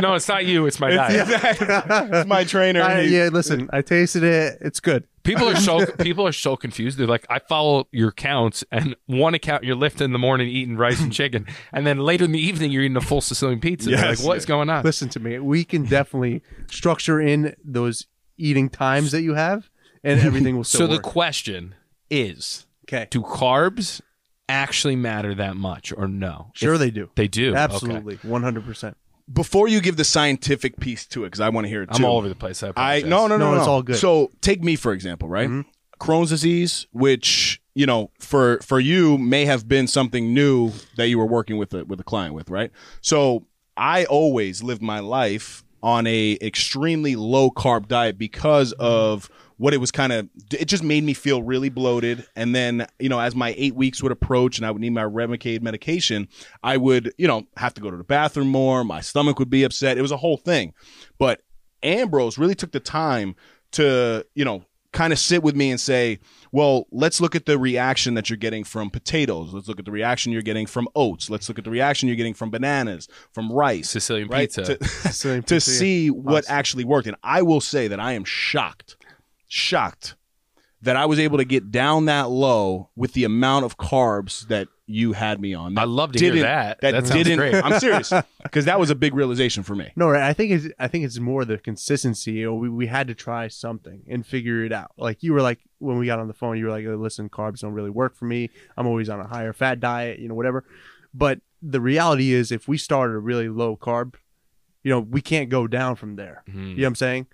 Speaker 4: no, it's not you. It's my diet.
Speaker 2: It's my trainer.
Speaker 3: I,
Speaker 2: He-
Speaker 3: yeah, listen. I tasted it. It's good.
Speaker 4: People are so people are so confused. They're like, I follow your counts, and one account you're lifting in the morning eating rice and chicken, and then later in the evening you're eating a full Sicilian pizza. They're
Speaker 2: Yes.
Speaker 4: like, what's going on?
Speaker 3: Listen to me. We can definitely structure in those eating times that you have, and everything will
Speaker 4: So
Speaker 3: still
Speaker 4: the
Speaker 3: work.
Speaker 4: question is,
Speaker 3: okay.
Speaker 4: do carbs actually matter that much, or no?
Speaker 3: Sure,
Speaker 4: If-
Speaker 3: they do.
Speaker 4: they do. Okay.
Speaker 3: Absolutely, one hundred percent.
Speaker 2: Before you give the scientific piece to it, because I want to hear it
Speaker 4: I'm
Speaker 2: too.
Speaker 4: all over the place. I,
Speaker 2: I
Speaker 4: apologize.
Speaker 2: no no no
Speaker 3: No,
Speaker 2: no.
Speaker 3: it's all good. Mm-hmm.
Speaker 2: So take me for example, right? Crohn's disease, which you know for for you may have been something new that you were working with a, with a client with, right? So I always lived my life on a extremely low carb diet because of
Speaker 3: Mm-hmm.
Speaker 2: what it was kind of it just made me feel really bloated and then you know as my 8 weeks would approach and I would need my Remicade medication I would you know have to go to the bathroom more my stomach would be upset it was a whole thing but Ambrose really took the time to, you know, kind of sit with me and say, well, let's look at the reaction that you're getting from potatoes. Let's look at the reaction you're getting from oats. Let's look at the reaction you're getting from bananas, from rice,
Speaker 4: Sicilian
Speaker 2: right?
Speaker 4: pizza.
Speaker 2: To,
Speaker 3: Sicilian
Speaker 2: to
Speaker 3: pizza, yeah.
Speaker 2: see what actually worked. And I will say that I am shocked, shocked that I was able to get down that low with the amount of carbs that you had me on.
Speaker 4: I
Speaker 2: That
Speaker 4: love to hear
Speaker 2: didn't-
Speaker 4: that.
Speaker 2: That,
Speaker 4: That sounds
Speaker 2: didn't.
Speaker 4: great. Mm-hmm.
Speaker 2: I'm serious. because that was a big realization for me.
Speaker 3: No, right. I think it's I think it's more the consistency. You know, we, we had to try something and figure it out. Like you were like when we got on the phone, you were like, "Listen, carbs don't really work for me. I'm always on a higher fat diet, you know, whatever." But the reality is, if we started a really low carb, you know, we can't go down from there.
Speaker 4: Mhm.
Speaker 3: You know what I'm saying?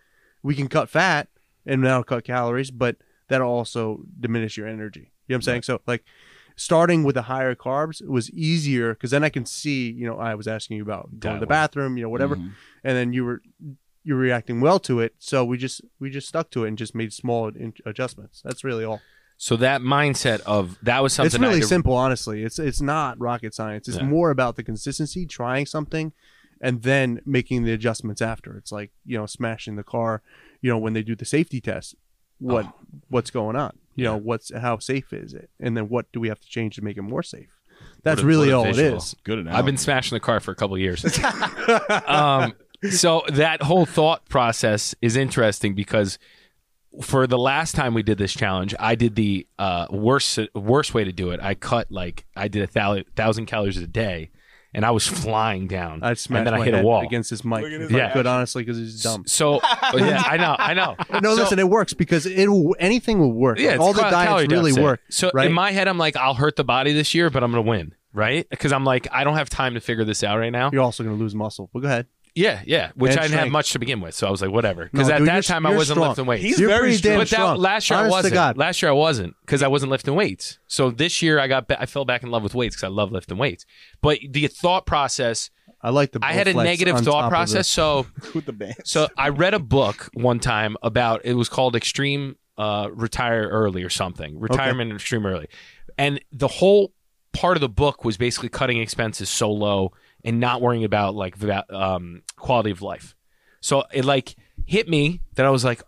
Speaker 3: We can cut fat and that'll cut calories, but that'll also diminish your energy. You know what I'm saying? So like starting with the higher carbs was easier because then I can see, you know, I was asking you about going to the
Speaker 2: Dialogue.
Speaker 3: bathroom, you know, whatever.
Speaker 2: Mhm.
Speaker 3: And then you were you were reacting well to it. So we just we just stuck to it and just made small in- adjustments. That's really all.
Speaker 4: So that mindset of that was something
Speaker 3: it's really
Speaker 4: I had to-
Speaker 3: simple, honestly. It's it's not rocket science. It's
Speaker 4: Yeah.
Speaker 3: more about the consistency, trying something, and then making the adjustments after. It's like you know, smashing the car. You know, when they do the safety test, what
Speaker 4: Oh.
Speaker 3: what's going on? You know, what's how safe is it, and then what do we have to change to make it more safe? That's
Speaker 4: a-
Speaker 3: really
Speaker 4: what a
Speaker 3: all it
Speaker 4: visual.
Speaker 3: is.
Speaker 2: Good enough.
Speaker 4: I've been smashing the car for a couple of years. um, so that whole thought process is interesting because for the last time we did this challenge, I did the uh, worst worst way to do it. I cut like I did a thou- thousand calories a day, and I was flying down.
Speaker 3: I smashed
Speaker 4: and then
Speaker 3: my
Speaker 4: I hit
Speaker 3: head
Speaker 4: a wall.
Speaker 3: against his mic.
Speaker 2: Look at his
Speaker 3: if I
Speaker 4: Yeah.
Speaker 3: could honestly because he's dumb.
Speaker 4: So oh, yeah, I know, I know.
Speaker 3: No,
Speaker 4: So-
Speaker 3: listen, it works because it will anything will work.
Speaker 4: Yeah,
Speaker 3: Like,
Speaker 4: it's
Speaker 3: all the
Speaker 4: cal- calorie
Speaker 3: diets really
Speaker 4: deficit.
Speaker 3: work.
Speaker 4: So
Speaker 3: right?
Speaker 4: in my head, I'm like, I'll hurt the body this year, but I'm gonna win, right? Because I'm like, I don't have time to figure this out right now.
Speaker 3: You're also going to lose muscle. But go ahead.
Speaker 4: Yeah, yeah. Which
Speaker 3: And
Speaker 4: I didn't have
Speaker 3: strength.
Speaker 4: much to begin with, so I was like, whatever. Because
Speaker 3: No,
Speaker 4: at
Speaker 3: dude,
Speaker 4: that
Speaker 3: you're-
Speaker 4: time, I
Speaker 3: you're
Speaker 4: wasn't
Speaker 3: strong.
Speaker 4: lifting weits.
Speaker 2: He's
Speaker 3: You're
Speaker 2: very
Speaker 3: pretty
Speaker 2: strong.
Speaker 3: damn
Speaker 4: but that,
Speaker 3: strong.
Speaker 4: last year
Speaker 3: Honest
Speaker 4: I
Speaker 3: to
Speaker 4: wasn't.
Speaker 3: God.
Speaker 4: Last year I wasn't because I wasn't lifting weights. So this year I got ba- I fell back in love with weights because I love lifting weights. But the thought process,
Speaker 3: I like the.
Speaker 4: I had a
Speaker 3: Bowflex
Speaker 4: negative
Speaker 3: on top
Speaker 4: thought
Speaker 3: of
Speaker 4: process.
Speaker 3: this.
Speaker 4: So
Speaker 2: with the band.
Speaker 4: so I read a book one time about it was called Extreme uh, Retire Early or something. Retirement and Extreme Early. And the whole part of the book was basically cutting expenses so low and not worrying about like va- um, quality of life. So it like hit me that I was like,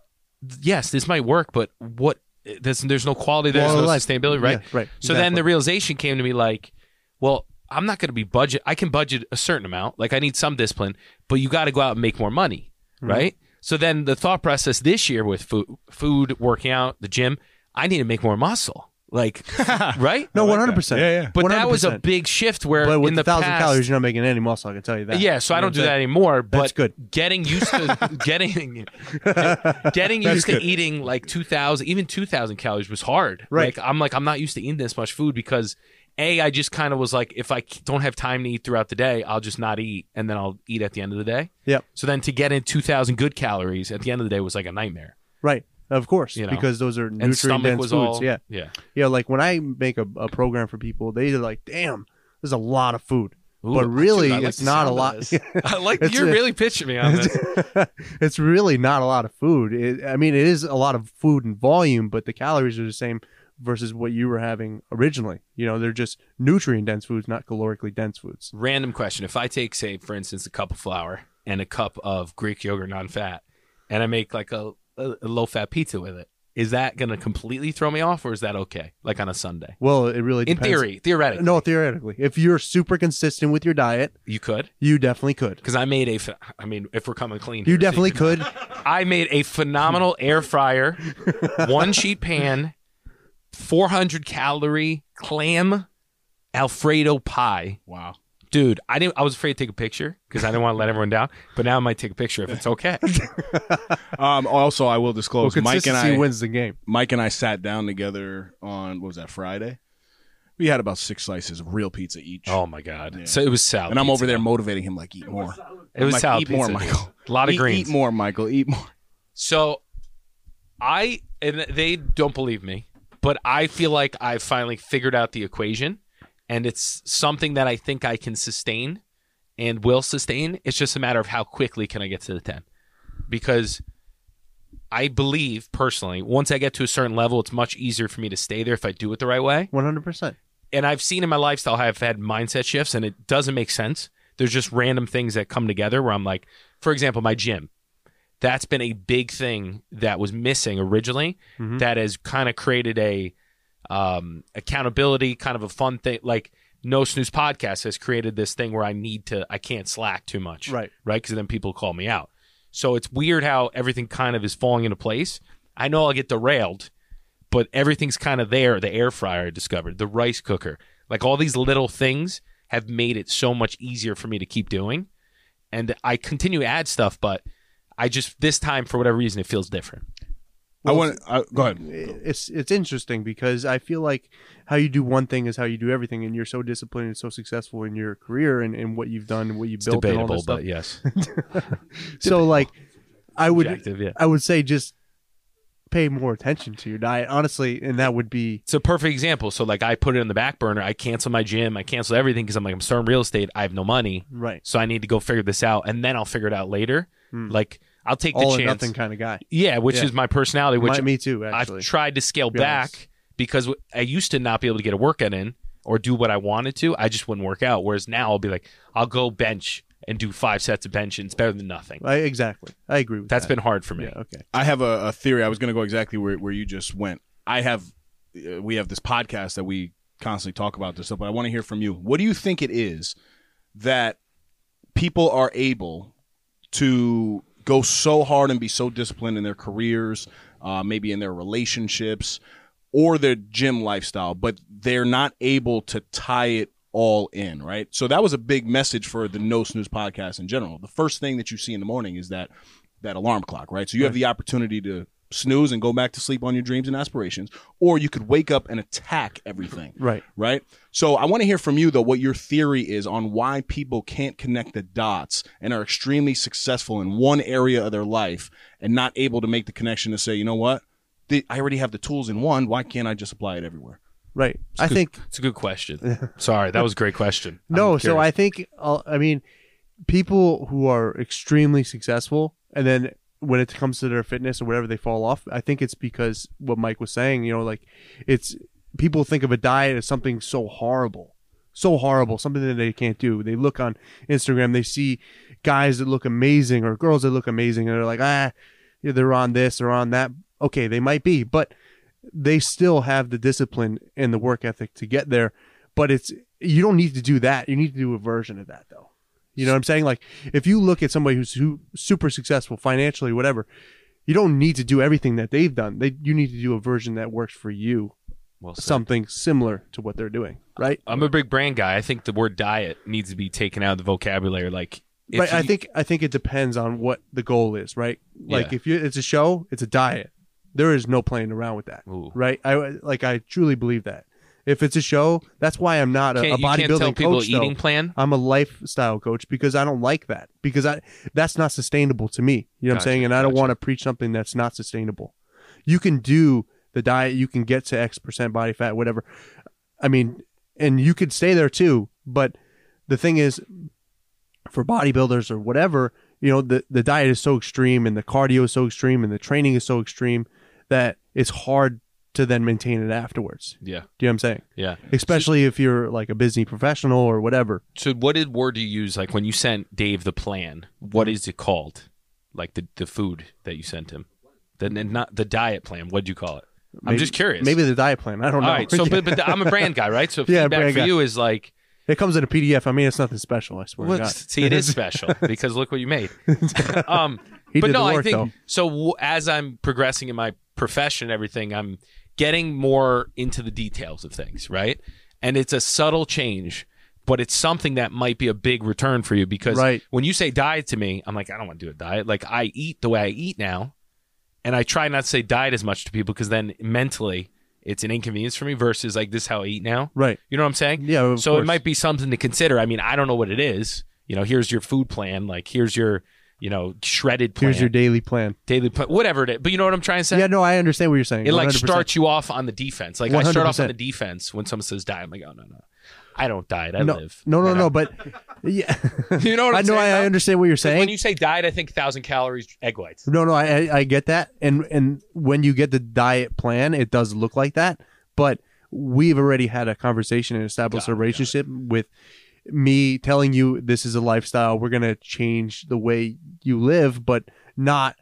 Speaker 4: yes, this might work, but what? There's, there's no quality, there's
Speaker 3: Quality
Speaker 4: no
Speaker 3: of life.
Speaker 4: sustainability, right?
Speaker 3: Yeah, right.
Speaker 4: So then the realization came to me like, well, I'm not going to be budget. I can budget a certain amount. Like I need some discipline, but you got to go out and make more money,
Speaker 3: Mm-hmm.
Speaker 4: right? So then the thought process this year with food, food, working out, the gym, I need to make more muscle, like, right?
Speaker 3: no, one hundred percent.
Speaker 2: Yeah, yeah.
Speaker 4: But that was a big shift where
Speaker 3: But with
Speaker 4: in the
Speaker 3: a thousand
Speaker 4: past,
Speaker 3: calories, you're not making any muscle. I can tell you that.
Speaker 4: yeah, so I
Speaker 3: You know
Speaker 4: don't do
Speaker 3: what
Speaker 4: that
Speaker 3: I'm
Speaker 4: anymore. But
Speaker 3: That's good.
Speaker 4: Getting used to getting getting used to eating like two thousand, even two thousand calories was hard.
Speaker 3: Right.
Speaker 4: Like, I'm like I'm not used to eating this much food because a I just kind of was like if I c- don't have time to eat throughout the day, I'll just not eat and then I'll eat at the end of the day.
Speaker 3: Yep.
Speaker 4: So then to get in two thousand good calories at the end of the day was like a nightmare.
Speaker 3: Right. Of course,
Speaker 4: You know.
Speaker 3: because those are
Speaker 4: And
Speaker 3: nutrient
Speaker 4: stomach
Speaker 3: dense
Speaker 4: was
Speaker 3: foods.
Speaker 4: all
Speaker 3: Yeah,
Speaker 4: yeah.
Speaker 3: yeah. Like when I make a, a program for people, they are like, "Damn, there's a lot of food,"
Speaker 4: Ooh,
Speaker 3: but
Speaker 4: dude,
Speaker 3: really,
Speaker 4: I like
Speaker 3: it's
Speaker 4: the
Speaker 3: not a
Speaker 4: sound of
Speaker 3: lot.
Speaker 4: this. I like
Speaker 3: It's
Speaker 4: you're
Speaker 3: a-
Speaker 4: really pitching me on this.
Speaker 3: it's really not a lot of food. It, I mean, it is a lot of food and volume, but the calories are the same versus what you were having originally. You know, they're just nutrient dense foods, not calorically dense foods.
Speaker 4: Random question. If I take, say, for instance, a cup of flour and a cup of Greek yogurt non fat, and I make like a, a, low fat pizza with it, is that going to completely throw me off or is that okay? Like on a Sunday?
Speaker 3: Well, it really
Speaker 4: In
Speaker 3: depends.
Speaker 4: theory, theoretically,
Speaker 3: No, theoretically, if you're super consistent with your diet,
Speaker 4: you could.
Speaker 3: you definitely could.
Speaker 4: Because I made a, ph- I mean, if we're coming clean,
Speaker 3: You
Speaker 4: here, so
Speaker 3: definitely Hmm.
Speaker 4: can-
Speaker 3: could.
Speaker 4: I made a phenomenal air fryer, one sheet pan, 400 calorie clam Alfredo pie.
Speaker 2: Wow.
Speaker 4: Dude, I didn't. I was afraid to take a picture because I didn't want to let everyone down. But now I might take a picture if it's okay.
Speaker 2: Um, also, I will
Speaker 3: Well,
Speaker 2: disclose Mike
Speaker 3: consistency
Speaker 2: and I.
Speaker 3: wins the game.
Speaker 2: Mike and I sat down together on what was that Friday? We had about six slices of real pizza each.
Speaker 4: Oh my god!
Speaker 2: Yeah.
Speaker 4: So it was salad.
Speaker 2: and I'm
Speaker 4: pizza.
Speaker 2: over there motivating him like eat more.
Speaker 4: It was
Speaker 2: Mike,
Speaker 4: salad
Speaker 2: eat
Speaker 4: pizza.
Speaker 2: more, Michael.
Speaker 4: A lot of
Speaker 2: eat,
Speaker 4: greens.
Speaker 2: Eat more, Michael. Eat more.
Speaker 4: So I and they don't believe me, but I feel like I finally figured out the equation, and it's something that I think I can sustain and will sustain. It's just a matter of how quickly can I get to the ten, because. I believe personally, once I get to a certain level, it's much easier for me to stay there if I do it the right way.
Speaker 3: One hundred percent.
Speaker 4: and I've seen in my lifestyle how I've had mindset shifts and it doesn't make sense. There's just random things that come together where I'm like, for example, my gym. That's been a big thing that was missing originally
Speaker 3: Mhm.
Speaker 4: that has kind of created a um, accountability, kind of a fun thing. Like No Snooze Podcast has created this thing where I need to, I can't slack too much
Speaker 3: Right.
Speaker 4: right? Because then people call me out. So it's weird how everything kind of is falling into place. I know I'll get derailed, but everything's kind of there. The air fryer I discovered, the rice cooker, like all these little things have made it so much easier for me to keep doing. and I continue to add stuff, but I just this time for whatever reason it feels different.
Speaker 2: I want. I, go ahead.
Speaker 3: it's it's interesting because I feel like how you do one thing is how you do everything, and you're so disciplined and so successful in your career and, and what you've done, what you have
Speaker 4: It's
Speaker 3: built, and all
Speaker 4: debatable,
Speaker 3: this stuff.
Speaker 4: but yes,
Speaker 3: so like, I would
Speaker 4: objective. Yeah,
Speaker 3: I would say just pay more attention to your diet, honestly, and that would be
Speaker 4: it's a perfect example. So like I put it on the back burner. I cancel my gym. I cancel everything because I'm like I'm starting real estate. I have no money,
Speaker 3: right.
Speaker 4: so I need to go figure this out, and then I'll figure it out later.
Speaker 3: Hmm.
Speaker 4: Like I'll take the
Speaker 3: All or
Speaker 4: chance.
Speaker 3: nothing kind of guy.
Speaker 4: Yeah, which
Speaker 3: Yeah.
Speaker 4: is my personality, which
Speaker 3: My- me too, actually.
Speaker 4: I've tried to scale
Speaker 3: Yes.
Speaker 4: back because w- I used to not be able to get a workout in or do what I wanted to. I just wouldn't work out. Whereas now I'll be like, I'll go bench and do five sets of bench, and it's better than nothing.
Speaker 3: I, exactly. I agree with
Speaker 4: That's
Speaker 3: that.
Speaker 4: been hard for me.
Speaker 3: yeah. Okay.
Speaker 2: I have a, a theory. I was going to go exactly where, where you just went. I have, uh, we have this podcast that we constantly talk about this stuff, but I want to hear from you. What do you think it is that people are able to go so hard and be so disciplined in their careers, uh, maybe in their relationships or their gym lifestyle, but they're not able to tie it all in, right? So that was a big message for the No Snooze podcast in general. The first thing that you see in the morning is that that alarm clock, right? So you have the opportunity to snooze and go back to sleep on your dreams and aspirations, or you could wake up and attack everything
Speaker 3: Right.
Speaker 2: right? So I want to hear from you though what your theory is on why people can't connect the dots and are extremely successful in one area of their life and not able to make the connection to say, you know what, the, I already have the tools in one. Why can't I just apply it everywhere?
Speaker 3: Right. I think
Speaker 4: It's a good question. Sorry, that was a great question.
Speaker 3: no.
Speaker 4: I'm
Speaker 3: So
Speaker 4: curious.
Speaker 3: I think I'll- I mean, people who are extremely successful, and then when it comes to their fitness or whatever, they fall off. I think it's because what Mike was saying. You know, like it's people think of a diet as something so horrible, so horrible, something that they can't do. They look on Instagram, they see guys that look amazing or girls that look amazing, and they're like, ah, yeah, they're on this or on that. Okay, they might be, but they still have the discipline and the work ethic to get there. But it's you don't need to do that. You need to do a version of that though. You know what I'm saying? Like if you look at somebody who's who, super successful financially, whatever, you don't need to do everything that they've done. They you need to do a version that works for you,
Speaker 4: well, said.
Speaker 3: something similar to what they're doing, right?
Speaker 4: I'm a big brand guy. I think the word diet needs to be taken out of the vocabulary. Like, if
Speaker 3: right. I
Speaker 4: you-
Speaker 3: think I think it depends on what the goal is, right? Like
Speaker 4: Yeah.
Speaker 3: if you it's a show, it's a diet. There is no playing around with that,
Speaker 4: Ooh.
Speaker 3: right? I like I truly believe that. If it's a show, that's why I'm not a, a
Speaker 4: can't, you can't tell
Speaker 3: bodybuilding
Speaker 4: people
Speaker 3: coach. though.
Speaker 4: eating plan.
Speaker 3: I'm a lifestyle coach because I don't like that because I that's not sustainable to me. You know what
Speaker 4: Gotcha,
Speaker 3: I'm saying? And I don't
Speaker 4: gotcha.
Speaker 3: want to preach something that's not sustainable. You can do the diet, you can get to X percent body fat, whatever. I mean, and you could stay there too, but the thing is for bodybuilders or whatever, you know, the the diet is so extreme and the cardio is so extreme and the training is so extreme that it's hard to then maintain it afterwards.
Speaker 4: Yeah,
Speaker 3: Do you know what I'm saying?
Speaker 4: yeah.
Speaker 3: Especially if you're like a busy professional or whatever.
Speaker 4: So, what did word you use? Like when you sent Dave the plan, what is it called? Like the, the food that you sent him, the the- not the diet plan. What'd you call it? I'm
Speaker 3: Maybe-
Speaker 4: just curious.
Speaker 3: Maybe the diet plan. I don't
Speaker 4: All
Speaker 3: know.
Speaker 4: right. So, but, but I'm a brand guy, right? So
Speaker 3: Yeah,
Speaker 4: feedback
Speaker 3: brand
Speaker 4: for
Speaker 3: guy.
Speaker 4: you is like,
Speaker 3: it comes in a PDF. I mean, it's nothing special. I swear to
Speaker 4: well,
Speaker 3: God.
Speaker 4: see, it is special because look what you made. Um,
Speaker 3: He
Speaker 4: but
Speaker 3: did
Speaker 4: no,
Speaker 3: the
Speaker 4: I
Speaker 3: work,
Speaker 4: think
Speaker 3: though.
Speaker 4: so. W- as I'm progressing in my profession, and everything I'm getting more into the details of things, right? And it's a subtle change, but it's something that might be a big return for you because
Speaker 3: Right.
Speaker 4: when you say diet to me, I'm like, I don't want to do a diet. Like I eat the way I eat now, and I try not to say diet as much to people because then mentally it's an inconvenience for me. Versus like this is how I eat now.
Speaker 3: Right.
Speaker 4: You know what I'm saying?
Speaker 3: Yeah, of
Speaker 4: so it
Speaker 3: course.
Speaker 4: might be something to consider. I mean, I don't know what it is. You know, here's your food plan. Like, here's your, you know, shredded plan,
Speaker 3: Here's your daily plan.
Speaker 4: daily plan, whatever it is. But you know what I'm trying to say?
Speaker 3: Yeah, no, I understand what you're saying.
Speaker 4: it like
Speaker 3: 100%.
Speaker 4: starts you off on the defense. Like, I start off on
Speaker 3: 100%.
Speaker 4: the defense when someone says diet. I'm like, oh, no, no. I don't diet. I
Speaker 3: No,
Speaker 4: live.
Speaker 3: no, no,
Speaker 4: And
Speaker 3: no.
Speaker 4: I-
Speaker 3: But yeah,
Speaker 4: You know what
Speaker 3: I
Speaker 4: I'm
Speaker 3: know.
Speaker 4: saying,
Speaker 3: I, I
Speaker 4: though?
Speaker 3: understand what you're
Speaker 4: So when
Speaker 3: saying.
Speaker 4: you say diet, I think 1,000 calories, egg whites.
Speaker 3: no, no, I, I I get that. And and when you get the diet plan, it does look like that. But we've already had a conversation and established
Speaker 4: Got
Speaker 3: a
Speaker 4: it, got it.
Speaker 3: relationship with me telling you this is a lifestyle. We're gonna change the way you live, but not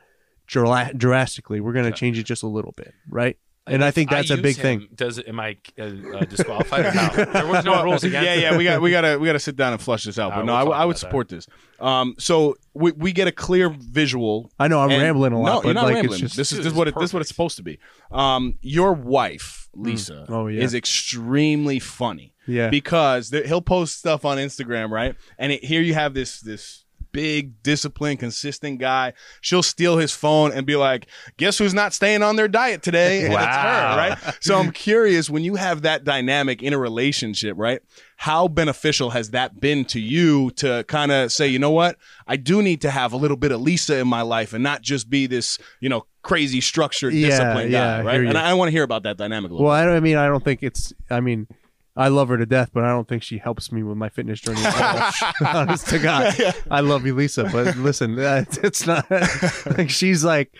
Speaker 3: dra- drastically. We're gonna change it just a little bit, right? And I think that's a
Speaker 4: use
Speaker 3: big
Speaker 4: him.
Speaker 3: thing.
Speaker 4: Does am I uh, uh, disqualified? Or no? There was no rules against.
Speaker 2: yeah, yeah, we got we gotta we gotta sit down and flush this out.
Speaker 4: All
Speaker 2: But
Speaker 4: right,
Speaker 2: no,
Speaker 4: we'll
Speaker 2: I w-
Speaker 4: talk
Speaker 2: I, would support
Speaker 4: about that.
Speaker 2: this. Um, so we, we get a clear visual.
Speaker 3: I know I'm
Speaker 2: and-
Speaker 3: rambling a lot.
Speaker 2: No, you're
Speaker 3: but
Speaker 2: not
Speaker 3: like,
Speaker 2: rambling.
Speaker 3: It's just,
Speaker 2: this is this
Speaker 4: Dude,
Speaker 2: is
Speaker 4: it's
Speaker 2: what it, this is what it's
Speaker 4: perfect.
Speaker 2: supposed to be. Um, your wife Lisa
Speaker 3: Oh, yeah.
Speaker 2: is extremely funny.
Speaker 3: yeah.
Speaker 2: because there, he'll post stuff on Instagram, right? And it, here you have this this big, disciplined, consistent guy. She'll steal his phone and be like, "Guess who's not staying on their diet today?" And it's
Speaker 4: Wow.
Speaker 2: her, right? So I'm curious when you have that dynamic in a relationship, right? How beneficial has that been to you to kind of say, you know what, I do need to have a little bit of Lisa in my life and not just be this, you know, crazy structured,
Speaker 3: Yeah,
Speaker 2: disciplined
Speaker 3: yeah, I
Speaker 2: guy,
Speaker 3: hear
Speaker 2: right?
Speaker 3: you.
Speaker 2: And I want to hear about that dynamic a little.
Speaker 3: Well, I don't I mean I don't think it's I mean I love her to death, but I don't think she helps me with my fitness journey. At all. Honest to God, I love you, Lisa, but listen, that- it's not like she's like.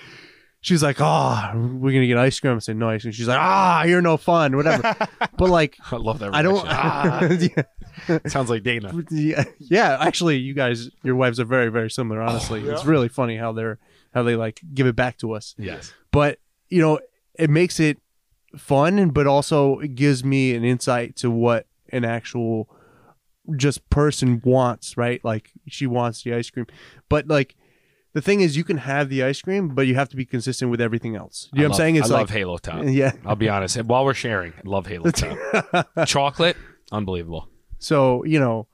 Speaker 3: She's like, oh, we're gonna get ice cream. I said no ice cream. She's like, ah, you're no fun, whatever. But like,
Speaker 4: I love that. Ah,
Speaker 3: I don't. Yeah.
Speaker 4: sounds like Dana.
Speaker 3: yeah, yeah, actually, you guys, your wives are very, very similar. Honestly, it's really funny how they're how they like give it back to us.
Speaker 4: Yes.
Speaker 3: But you know, it makes it fun, but also it gives me an insight to what an actual just person wants. Right? Like she wants the ice cream, but like. The thing is, you can have the ice cream, but you have to be consistent with everything else. You know
Speaker 4: I
Speaker 3: what
Speaker 4: love-
Speaker 3: I'm saying? It's
Speaker 4: I
Speaker 3: like,
Speaker 4: love Halo Top.
Speaker 3: yeah.
Speaker 4: I'll be honest. And while we're sharing, I love Halo Top. Chocolate, unbelievable.
Speaker 3: So you know,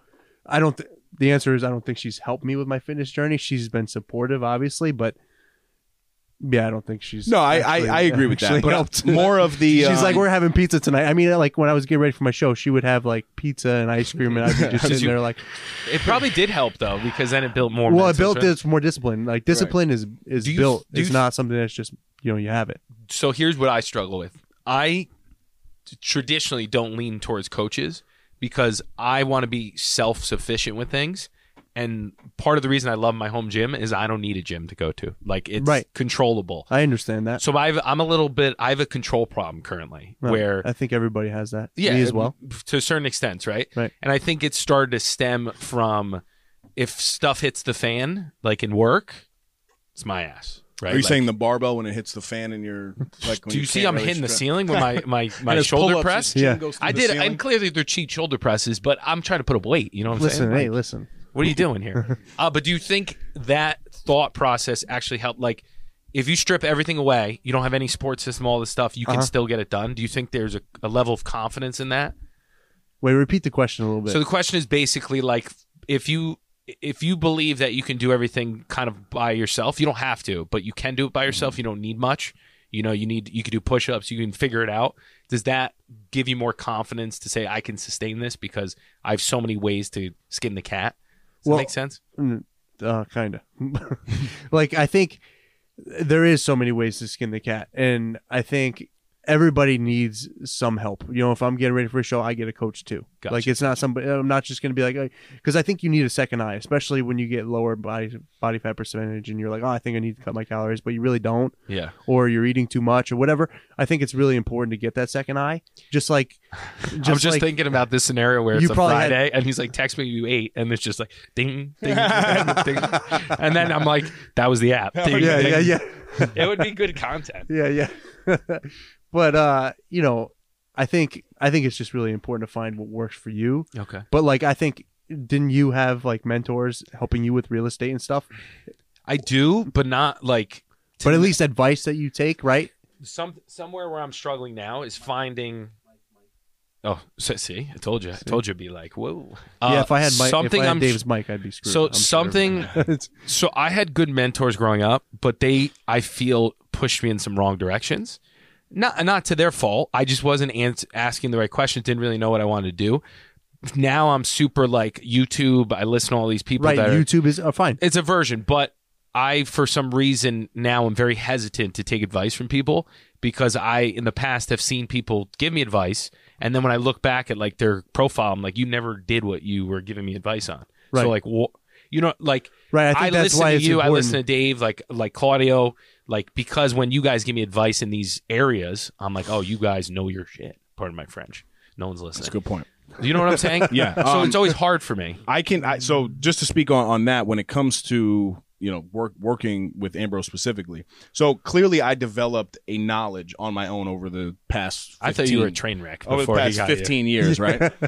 Speaker 3: I don't. Th- the answer is I don't think she's helped me with my fitness journey. She's been supportive, obviously, but yeah, I don't think she's.
Speaker 2: No, I,
Speaker 3: actually-
Speaker 2: I, I agree with that.
Speaker 3: actually
Speaker 2: But
Speaker 3: helped.
Speaker 2: more of the
Speaker 3: She's like,
Speaker 2: um,
Speaker 3: we're having pizza tonight. I mean, uh, like when I was getting ready for my show, she would have like pizza and ice cream, and I'd be just
Speaker 4: Did
Speaker 3: sitting
Speaker 4: you-
Speaker 3: there like,
Speaker 4: It probably did help though, because then it built more.
Speaker 3: well, I
Speaker 4: mental
Speaker 3: built
Speaker 4: strength.
Speaker 3: this more discipline. Like discipline is is
Speaker 4: Do you-
Speaker 3: built.
Speaker 4: do you-
Speaker 3: It's not something that's just you know you have it.
Speaker 4: so here's what I struggle with. I t- traditionally don't lean towards coaches because I want to be self sufficient with things. And part of the reason I love my home gym is I don't need a gym to go to. Like it's
Speaker 3: Right.
Speaker 4: controllable.
Speaker 3: I understand that.
Speaker 4: So I've, I'm a little bit. I have a control problem currently,
Speaker 3: No,
Speaker 4: where
Speaker 3: I think everybody has that.
Speaker 4: yeah,
Speaker 3: me as well.
Speaker 4: to a certain extent, right?
Speaker 3: Right.
Speaker 4: And I think it started to stem from if stuff hits the fan, like in work, it's my ass, right?
Speaker 2: Are you
Speaker 4: Like,
Speaker 2: saying the barbell when it hits the fan and you're like? when
Speaker 4: do you, see
Speaker 2: can't
Speaker 4: I'm
Speaker 2: really
Speaker 4: hitting the
Speaker 2: stra-
Speaker 4: ceiling with my my
Speaker 2: And
Speaker 4: my
Speaker 2: his
Speaker 4: shoulder
Speaker 2: pull-ups, his
Speaker 4: press?
Speaker 2: chin
Speaker 3: Yeah.
Speaker 2: goes through
Speaker 4: I
Speaker 2: the
Speaker 4: did,
Speaker 2: ceiling?
Speaker 4: and clearly they're cheat shoulder presses, but I'm trying to put up weight. You know what I'm
Speaker 3: Listen,
Speaker 4: saying?
Speaker 3: hey,
Speaker 4: Like,
Speaker 3: listen.
Speaker 4: what are you doing here? uh, but do you think that thought process actually helped? Like, if you strip everything away, you don't have any support system, all this stuff, you can
Speaker 3: Uh-huh.
Speaker 4: still get it done. Do you think there's a, a level of confidence in that?
Speaker 3: Wait, repeat the question a little bit.
Speaker 4: So the question is basically like if you if you believe that you can do everything kind of by yourself, you don't have to, but you can do it by yourself. You don't need much. You know, you need you can do push-ups, you can figure it out. Does that give you more confidence to say I can sustain this because I have so many ways to skin the cat? Does
Speaker 3: Well,
Speaker 4: that make sense?
Speaker 3: Mm, uh, kind of. like I think there is so many ways to skin the cat, and I think everybody needs some help. You know, if I'm getting ready for a show, I get a coach too.
Speaker 4: Gotcha.
Speaker 3: Like it's not somebody. I'm not just going to be like because I think you need a second eye, especially when you get lower body body fat percentage, and you're like, oh, I think I need to cut my calories, but you really don't,
Speaker 4: Yeah.
Speaker 3: or you're eating too much, or whatever. I think it's really important to get that second eye, just like just,
Speaker 4: I'm just
Speaker 3: like,
Speaker 4: thinking about this scenario where
Speaker 3: You
Speaker 4: it's a
Speaker 3: probably had-
Speaker 4: Friday and he's like, text me you ate, and it's just like ding, ding, ding, ding. And then I'm like, that was the app. Ding,
Speaker 3: Yeah,
Speaker 4: ding.
Speaker 3: yeah, yeah.
Speaker 4: It would be good content.
Speaker 3: yeah yeah but uh you know i think i think it's just really important to find what works for you
Speaker 4: Okay.
Speaker 3: but like i think didn't you have like mentors helping you with real estate and stuff
Speaker 4: I do, but not like. to
Speaker 3: but at
Speaker 4: me-
Speaker 3: least advice that you take right
Speaker 4: some somewhere where I'm struggling now is finding. Oh, so, see, I told you, I told you, it'd be like, whoa. Uh,
Speaker 3: yeah if i had my
Speaker 4: something,
Speaker 3: if I had
Speaker 4: I'm
Speaker 3: dave's mic i'd be screwed
Speaker 4: so
Speaker 3: I'm sure.
Speaker 4: something.
Speaker 3: It's-
Speaker 4: So I had good mentors growing up, but they, I feel, pushed me in some wrong directions. Not not to their fault. I just wasn't ans- asking the right questions. Didn't really know what I wanted to do. Now I'm super like YouTube. I listen to all these people.
Speaker 3: right
Speaker 4: that are-
Speaker 3: youtube is oh, fine
Speaker 4: it's a version, but I, for some reason, now am very hesitant to take advice from people because I, in the past, have seen people give me advice, and then when I look back at like their profile, I'm like, you never did what you were giving me advice on.
Speaker 3: Right.
Speaker 4: So like, wha- you know, like
Speaker 3: right i think
Speaker 4: I,
Speaker 3: that's
Speaker 4: listen
Speaker 3: why
Speaker 4: to
Speaker 3: it's
Speaker 4: you,
Speaker 3: important
Speaker 4: I listen to Dave, like like Claudio, like because when you guys give me advice in these areas, I'm like, oh, you guys know your shit. Pardon my French. No one's listening.
Speaker 2: That's a good point.
Speaker 4: You know what I'm saying?
Speaker 2: Yeah,
Speaker 4: So
Speaker 2: um,
Speaker 4: it's always hard for me.
Speaker 2: I can. I, so just to speak on, on that, when it comes to you know work working with Ambrose specifically, so clearly I developed a knowledge on my own over the past. 15,
Speaker 4: I thought you were a train wreck
Speaker 2: over the
Speaker 4: before he
Speaker 2: past
Speaker 4: got here.
Speaker 2: Oh, fifteen years, right?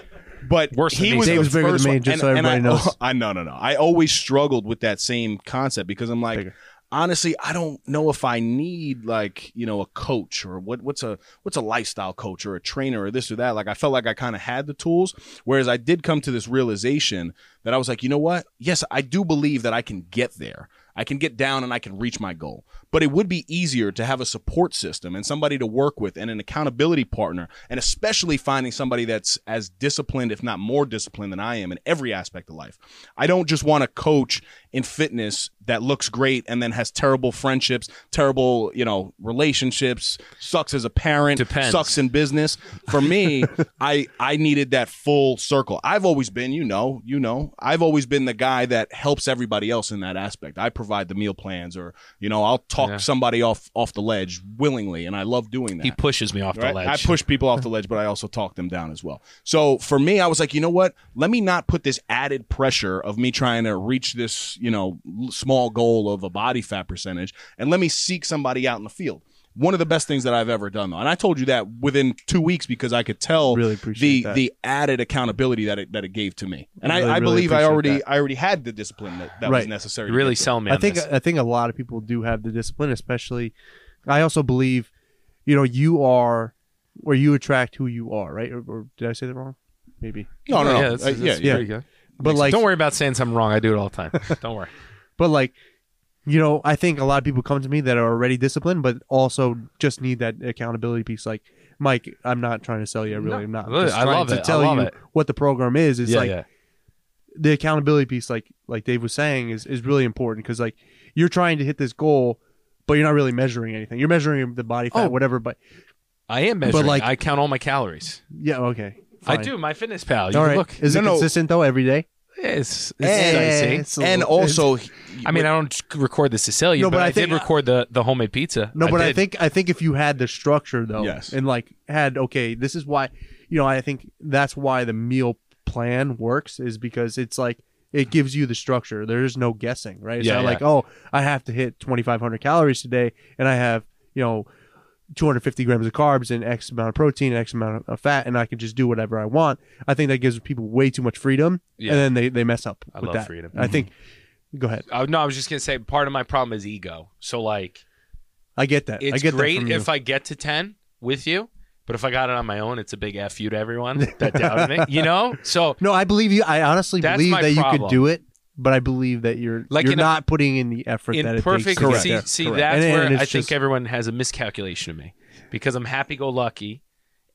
Speaker 2: But
Speaker 4: Worse than
Speaker 2: he
Speaker 4: me.
Speaker 2: was
Speaker 3: Dave's
Speaker 2: the
Speaker 3: bigger than
Speaker 2: first
Speaker 3: me,
Speaker 2: one,
Speaker 3: just
Speaker 2: and,
Speaker 3: so
Speaker 2: and I,
Speaker 3: everybody knows.
Speaker 2: I no no no. I always struggled with that same concept because I'm like. honestly, I don't know if I need like you know a coach or what what's a what's a lifestyle coach or a trainer or this or that. Like I felt like I kind of had the tools. Whereas I did come to this realization that I was like, you know what? Yes, I do believe that I can get there. I can get down and I can reach my goal. But it would be easier to have a support system and somebody to work with and an accountability partner, and especially finding somebody that's as disciplined, if not more disciplined than I am in every aspect of life. I don't just want a coach in fitness that looks great and then has terrible friendships, terrible, you know, relationships, sucks as a parent,
Speaker 4: Depends.
Speaker 2: sucks in business. For me, I I needed that full circle. I've always been, you know, you know, I've always been the guy that helps everybody else in that aspect. I provide the meal plans or, you know, I'll talk
Speaker 4: Yeah.
Speaker 2: somebody off off the ledge willingly and I love doing that.
Speaker 4: He pushes me off
Speaker 2: Right?
Speaker 4: the ledge.
Speaker 2: I push people off the ledge, but I also talk them down as well. So for me, I was like, you know what? Let me not put this added pressure of me trying to reach this, you know, l- small goal of a body fat percentage, and let me seek somebody out in the field. One of the best things that I've ever done, though, and I told you that within two weeks because I could tell
Speaker 3: Really appreciate
Speaker 2: the
Speaker 3: that.
Speaker 2: the added accountability that it that it gave to me, and
Speaker 3: Really,
Speaker 2: I, I
Speaker 3: really
Speaker 2: believe I
Speaker 3: appreciate
Speaker 2: already
Speaker 3: that.
Speaker 2: I already had the discipline that, that was
Speaker 3: Right.
Speaker 2: necessary.
Speaker 4: You
Speaker 2: to
Speaker 4: really
Speaker 2: get there.
Speaker 4: sell me.
Speaker 3: I
Speaker 4: on
Speaker 3: think uh,
Speaker 4: this.
Speaker 3: I think a lot of people do have the discipline, especially. I also believe, you know, you are or you attract who you are, right? Or, or did I say that wrong? Maybe.
Speaker 2: No, no, no.
Speaker 4: Yeah,
Speaker 2: Uh,
Speaker 4: that's-
Speaker 2: Yeah,
Speaker 4: that's
Speaker 2: yeah.
Speaker 4: pretty good.
Speaker 3: But like,
Speaker 4: don't worry about saying something wrong. I do it all the time. Don't worry.
Speaker 3: But like, you know, I think a lot of people come to me that are already disciplined, but also just need that accountability piece. Like, Mike, I'm not trying to sell you. I really am not.
Speaker 4: look,
Speaker 3: Just
Speaker 4: I
Speaker 3: trying
Speaker 4: love
Speaker 3: to
Speaker 4: it. I
Speaker 3: tell
Speaker 4: love
Speaker 3: you
Speaker 4: it.
Speaker 3: what the program is. It's
Speaker 4: yeah,
Speaker 3: like
Speaker 4: yeah.
Speaker 3: the accountability piece, like like Dave was saying, is is really important because like you're trying to hit this goal, but you're not really measuring anything. You're measuring the body fat,
Speaker 4: Oh.
Speaker 3: whatever. But
Speaker 4: I am measuring.
Speaker 3: like-
Speaker 4: I count all my calories.
Speaker 3: yeah, okay,
Speaker 4: I
Speaker 3: fine.
Speaker 4: do. My Fitness Pal. You
Speaker 3: All
Speaker 4: can
Speaker 3: right,
Speaker 4: look.
Speaker 3: is
Speaker 2: No,
Speaker 3: it Eh,
Speaker 2: no.
Speaker 3: consistent though every day?
Speaker 4: It's, it's
Speaker 2: And,
Speaker 4: dicey.
Speaker 3: a
Speaker 2: and
Speaker 3: little-
Speaker 2: also,
Speaker 4: I mean, I don't record this to sell you,
Speaker 3: No,
Speaker 4: but,
Speaker 3: but I
Speaker 4: I,
Speaker 3: think-
Speaker 4: did record the, the homemade pizza.
Speaker 3: No, but I
Speaker 4: did.
Speaker 3: think I think if you had the structure though,
Speaker 2: Yes.
Speaker 3: and like had okay, this is why, you know, I think that's why the meal plan works is because it's like it gives you the structure. There's no guessing, right? It's
Speaker 4: Yeah,
Speaker 3: not
Speaker 4: yeah.
Speaker 3: like oh, I have to hit 2,500 calories today, and I have you know 250 grams of carbs and X amount of protein, and X amount of fat, and I can just do whatever I want. I think that gives people way too much freedom,
Speaker 4: Yeah.
Speaker 3: and then they they mess up
Speaker 4: I
Speaker 3: with
Speaker 4: love
Speaker 3: that.
Speaker 4: freedom.
Speaker 3: I think. Go ahead.
Speaker 4: Uh, no, I was just gonna say part of my problem is ego. So like,
Speaker 3: I get that. I
Speaker 4: it's
Speaker 3: get that
Speaker 4: great
Speaker 3: from you.
Speaker 4: if I get to ten with you, but if I got it on my own, it's a big f you to everyone that doubted me. You know, so
Speaker 3: No, I believe you. I honestly
Speaker 4: That's
Speaker 3: believe
Speaker 4: my
Speaker 3: that you could
Speaker 4: problem.
Speaker 3: do it, but I believe that you're
Speaker 4: Like
Speaker 3: you're
Speaker 4: in a-
Speaker 3: not putting in the effort that
Speaker 4: in
Speaker 3: it takes
Speaker 4: perfect.
Speaker 3: to get
Speaker 2: Correct.
Speaker 4: See,
Speaker 3: there.
Speaker 4: see
Speaker 2: Correct.
Speaker 4: that's
Speaker 3: And- and
Speaker 4: where
Speaker 3: it's
Speaker 4: I think
Speaker 3: just-
Speaker 4: everyone has a miscalculation of me because I'm happy-go-lucky,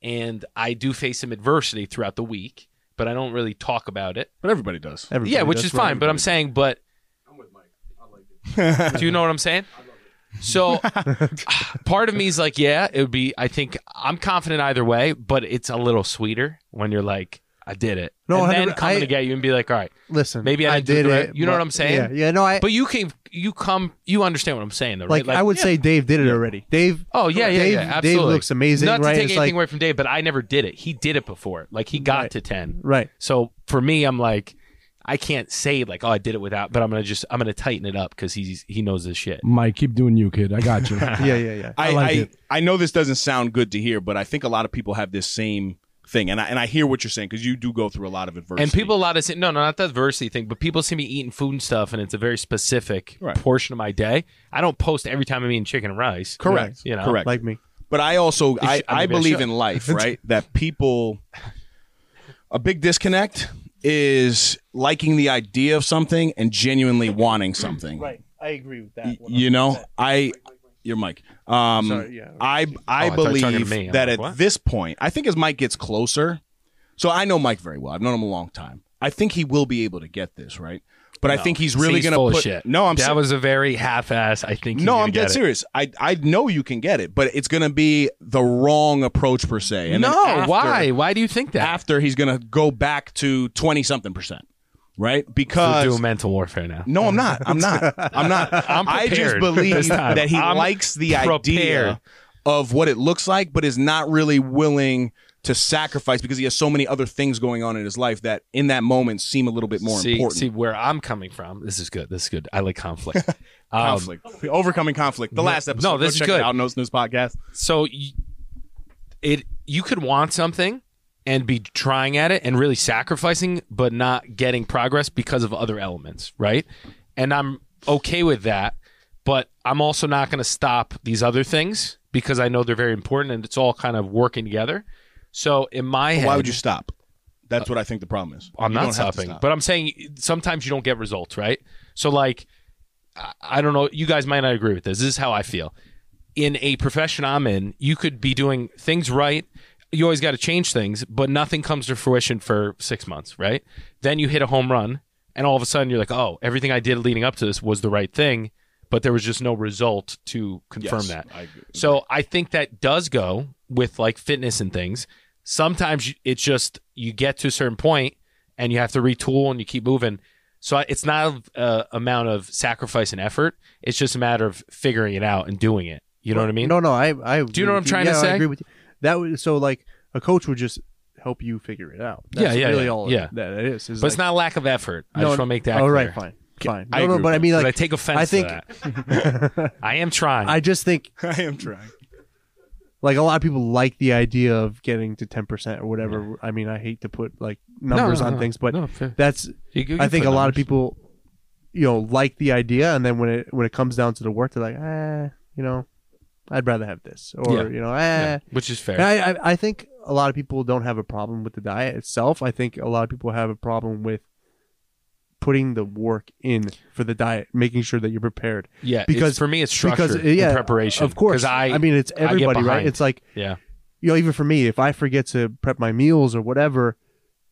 Speaker 4: and I do face some adversity throughout the week, but I don't really talk about it.
Speaker 2: but everybody does.
Speaker 3: Everybody,
Speaker 4: yeah, which
Speaker 3: Mm-hmm. that's
Speaker 4: is
Speaker 3: what
Speaker 4: fine. But I'm saying, but I'm with Mike. I like it. Do you know what I'm saying? So, part of me is like, yeah, it would be. I think I'm confident either way, but it's a little sweeter when you're like, I did it.
Speaker 3: No,
Speaker 4: and then
Speaker 3: 100
Speaker 4: coming
Speaker 3: I-
Speaker 4: to get you and be like, all right.
Speaker 3: everybody- Listen,
Speaker 4: Maybe I didn't do
Speaker 3: did
Speaker 4: it
Speaker 3: it.
Speaker 4: right. You know
Speaker 3: but-
Speaker 4: what I'm saying?
Speaker 3: Yeah, yeah. No, I
Speaker 4: But you can, you come, you understand what I'm saying, though,
Speaker 3: like,
Speaker 4: right?
Speaker 3: I would
Speaker 4: yeah.
Speaker 3: say Dave did it already. Dave.
Speaker 4: Oh yeah, yeah,
Speaker 3: Dave,
Speaker 4: yeah, absolutely.
Speaker 3: Dave looks amazing,
Speaker 4: Not
Speaker 3: right?
Speaker 4: to take
Speaker 3: it's like
Speaker 4: anything away from Dave, but I never did it. He did it before. Like he got
Speaker 3: Right.
Speaker 4: to ten.
Speaker 3: right.
Speaker 4: So for me, I'm like, I can't say like, oh, I did it without, but I'm gonna just, I'm gonna tighten it up because he's he knows this shit.
Speaker 5: Mike, keep doing you, kid. I got you.
Speaker 3: Yeah, yeah, yeah.
Speaker 2: I, I,
Speaker 5: like
Speaker 2: I,
Speaker 5: it.
Speaker 2: know this doesn't sound good to hear, but I think a lot of people have this same thing, and I, and I hear what you're saying because you do go through a lot of adversity.
Speaker 4: And people a lot of say, no, no, not the adversity thing, but people see me eating food and stuff, and it's a very specific
Speaker 2: Right.
Speaker 4: portion of my day. I don't post every time I'm eating chicken and rice.
Speaker 2: correct,
Speaker 4: You know,
Speaker 2: correct.
Speaker 3: like me.
Speaker 2: but I also I,
Speaker 4: should- I
Speaker 2: I
Speaker 4: maybe I
Speaker 2: believe
Speaker 4: should.
Speaker 2: in life, right? that people a big disconnect is liking the idea of something and genuinely wanting something.
Speaker 3: I agree with
Speaker 2: Y- You know, I your mic. Um,
Speaker 3: Sorry, yeah.
Speaker 2: I I
Speaker 4: Oh, I thought you were talking to
Speaker 2: believe
Speaker 4: me. I'm
Speaker 2: that
Speaker 4: like,
Speaker 2: at
Speaker 4: what?
Speaker 2: this point, I think as Mike gets closer, so I know Mike very well. I've known him a long time. I think he will be able to get this right, but I think he's
Speaker 4: See,
Speaker 2: really going
Speaker 4: full
Speaker 2: to
Speaker 4: of
Speaker 2: put.
Speaker 4: shit.
Speaker 2: No, I'm
Speaker 4: that
Speaker 2: se-
Speaker 4: was a very half-ass. I think. he's
Speaker 2: no,
Speaker 4: gonna
Speaker 2: I'm
Speaker 4: get
Speaker 2: dead
Speaker 4: it.
Speaker 2: serious. I I know you can get it, but it's going to be the wrong approach per se. And then
Speaker 4: no,
Speaker 2: after-
Speaker 4: why? Why do you think that?
Speaker 2: After he's going to go back to twenty something percent, right?
Speaker 4: We're
Speaker 2: Because
Speaker 4: doing mental warfare now.
Speaker 2: no, I'm not. I'm not. I'm not.
Speaker 4: I'm
Speaker 2: I just
Speaker 4: prepared
Speaker 2: believe
Speaker 4: this time.
Speaker 2: that he
Speaker 4: I'm
Speaker 2: likes the
Speaker 4: prepared.
Speaker 2: idea of what it looks like, but is not really willing to sacrifice because he has so many other things going on in his life that in that moment seem a little bit more
Speaker 4: see,
Speaker 2: important.
Speaker 4: see where I'm coming from. This is good. This is good. I like conflict. Um,
Speaker 2: conflict, overcoming conflict. The last episode.
Speaker 4: No,
Speaker 2: Go
Speaker 4: this is
Speaker 2: check
Speaker 4: good.
Speaker 2: It out Nose News podcast.
Speaker 4: so y it you could want something and be trying at it and really sacrificing but not getting progress because of other elements right and i'm okay with that But I'm also not going to stop these other things because I know they're very important and it's all kind of working together. So in my head,
Speaker 2: Why would you stop? That's what I think the problem is.
Speaker 4: I'm
Speaker 2: You
Speaker 4: not
Speaker 2: don't have to
Speaker 4: stopping,
Speaker 2: stop.
Speaker 4: but I'm saying sometimes you don't get results, right? So, like, I- I don't know. You guys might not agree with this. This is how I feel. In a profession I'm in, you could be doing things right. You always got to change things, but nothing comes to fruition for six months, right? Then you hit a home run, and all of a sudden you're like, oh, everything I did leading up to this was the right thing, but there was just no result to confirm
Speaker 2: Yes,
Speaker 4: that.
Speaker 2: I agree.
Speaker 4: So I think that does go with like fitness and things. Sometimes you- it's just you get to a certain point and you have to retool and you keep moving. So I- it's not a uh, amount of sacrifice and effort. It's just a matter of figuring it out and doing it. You know what I mean?
Speaker 3: No, no. I, I
Speaker 4: Do you know what I'm trying to
Speaker 3: yeah,
Speaker 4: say?
Speaker 3: I agree with you. That was, so like a coach would just help you figure it out.
Speaker 4: Yeah,
Speaker 3: That's
Speaker 4: yeah,
Speaker 3: Really
Speaker 4: yeah,
Speaker 3: all
Speaker 4: yeah.
Speaker 3: that it is. is
Speaker 4: but
Speaker 3: like,
Speaker 4: it's not lack of effort. I
Speaker 3: no,
Speaker 4: just want to make that.
Speaker 3: All
Speaker 4: clear.
Speaker 3: right, fine, fine.
Speaker 2: I
Speaker 3: No, no,
Speaker 2: agree
Speaker 3: but
Speaker 2: with
Speaker 3: I mean,
Speaker 4: But
Speaker 3: like,
Speaker 4: I take offense.
Speaker 3: I think
Speaker 4: to that. I am trying.
Speaker 3: I just think
Speaker 2: I am trying.
Speaker 3: like a lot of people like the idea of getting to 10% or whatever i mean i hate to put like numbers
Speaker 4: no,
Speaker 3: on
Speaker 4: no.
Speaker 3: things but
Speaker 4: No, fair.
Speaker 3: that's
Speaker 4: You- you
Speaker 3: i
Speaker 4: can
Speaker 3: think
Speaker 4: put
Speaker 3: a lot
Speaker 4: numbers.
Speaker 3: of people you know like the idea and then when it when it comes down to the work they're like ah you know i'd rather have this or
Speaker 4: Yeah.
Speaker 3: you know ah.
Speaker 4: Yeah, which is fair.
Speaker 3: And I, I i think a lot of people don't have a problem with the diet itself i think a lot of people have a problem with putting the work in for the diet making sure that you're prepared
Speaker 4: yeah, because
Speaker 3: because-
Speaker 4: for me it's structure,
Speaker 3: because yeah
Speaker 4: and preparation.
Speaker 3: of course
Speaker 4: 'Cause I,
Speaker 3: i mean it's
Speaker 4: I get
Speaker 3: everybody right
Speaker 4: behind.
Speaker 3: it's like
Speaker 4: yeah,
Speaker 3: you know, even for me, if I forget to prep my meals or whatever,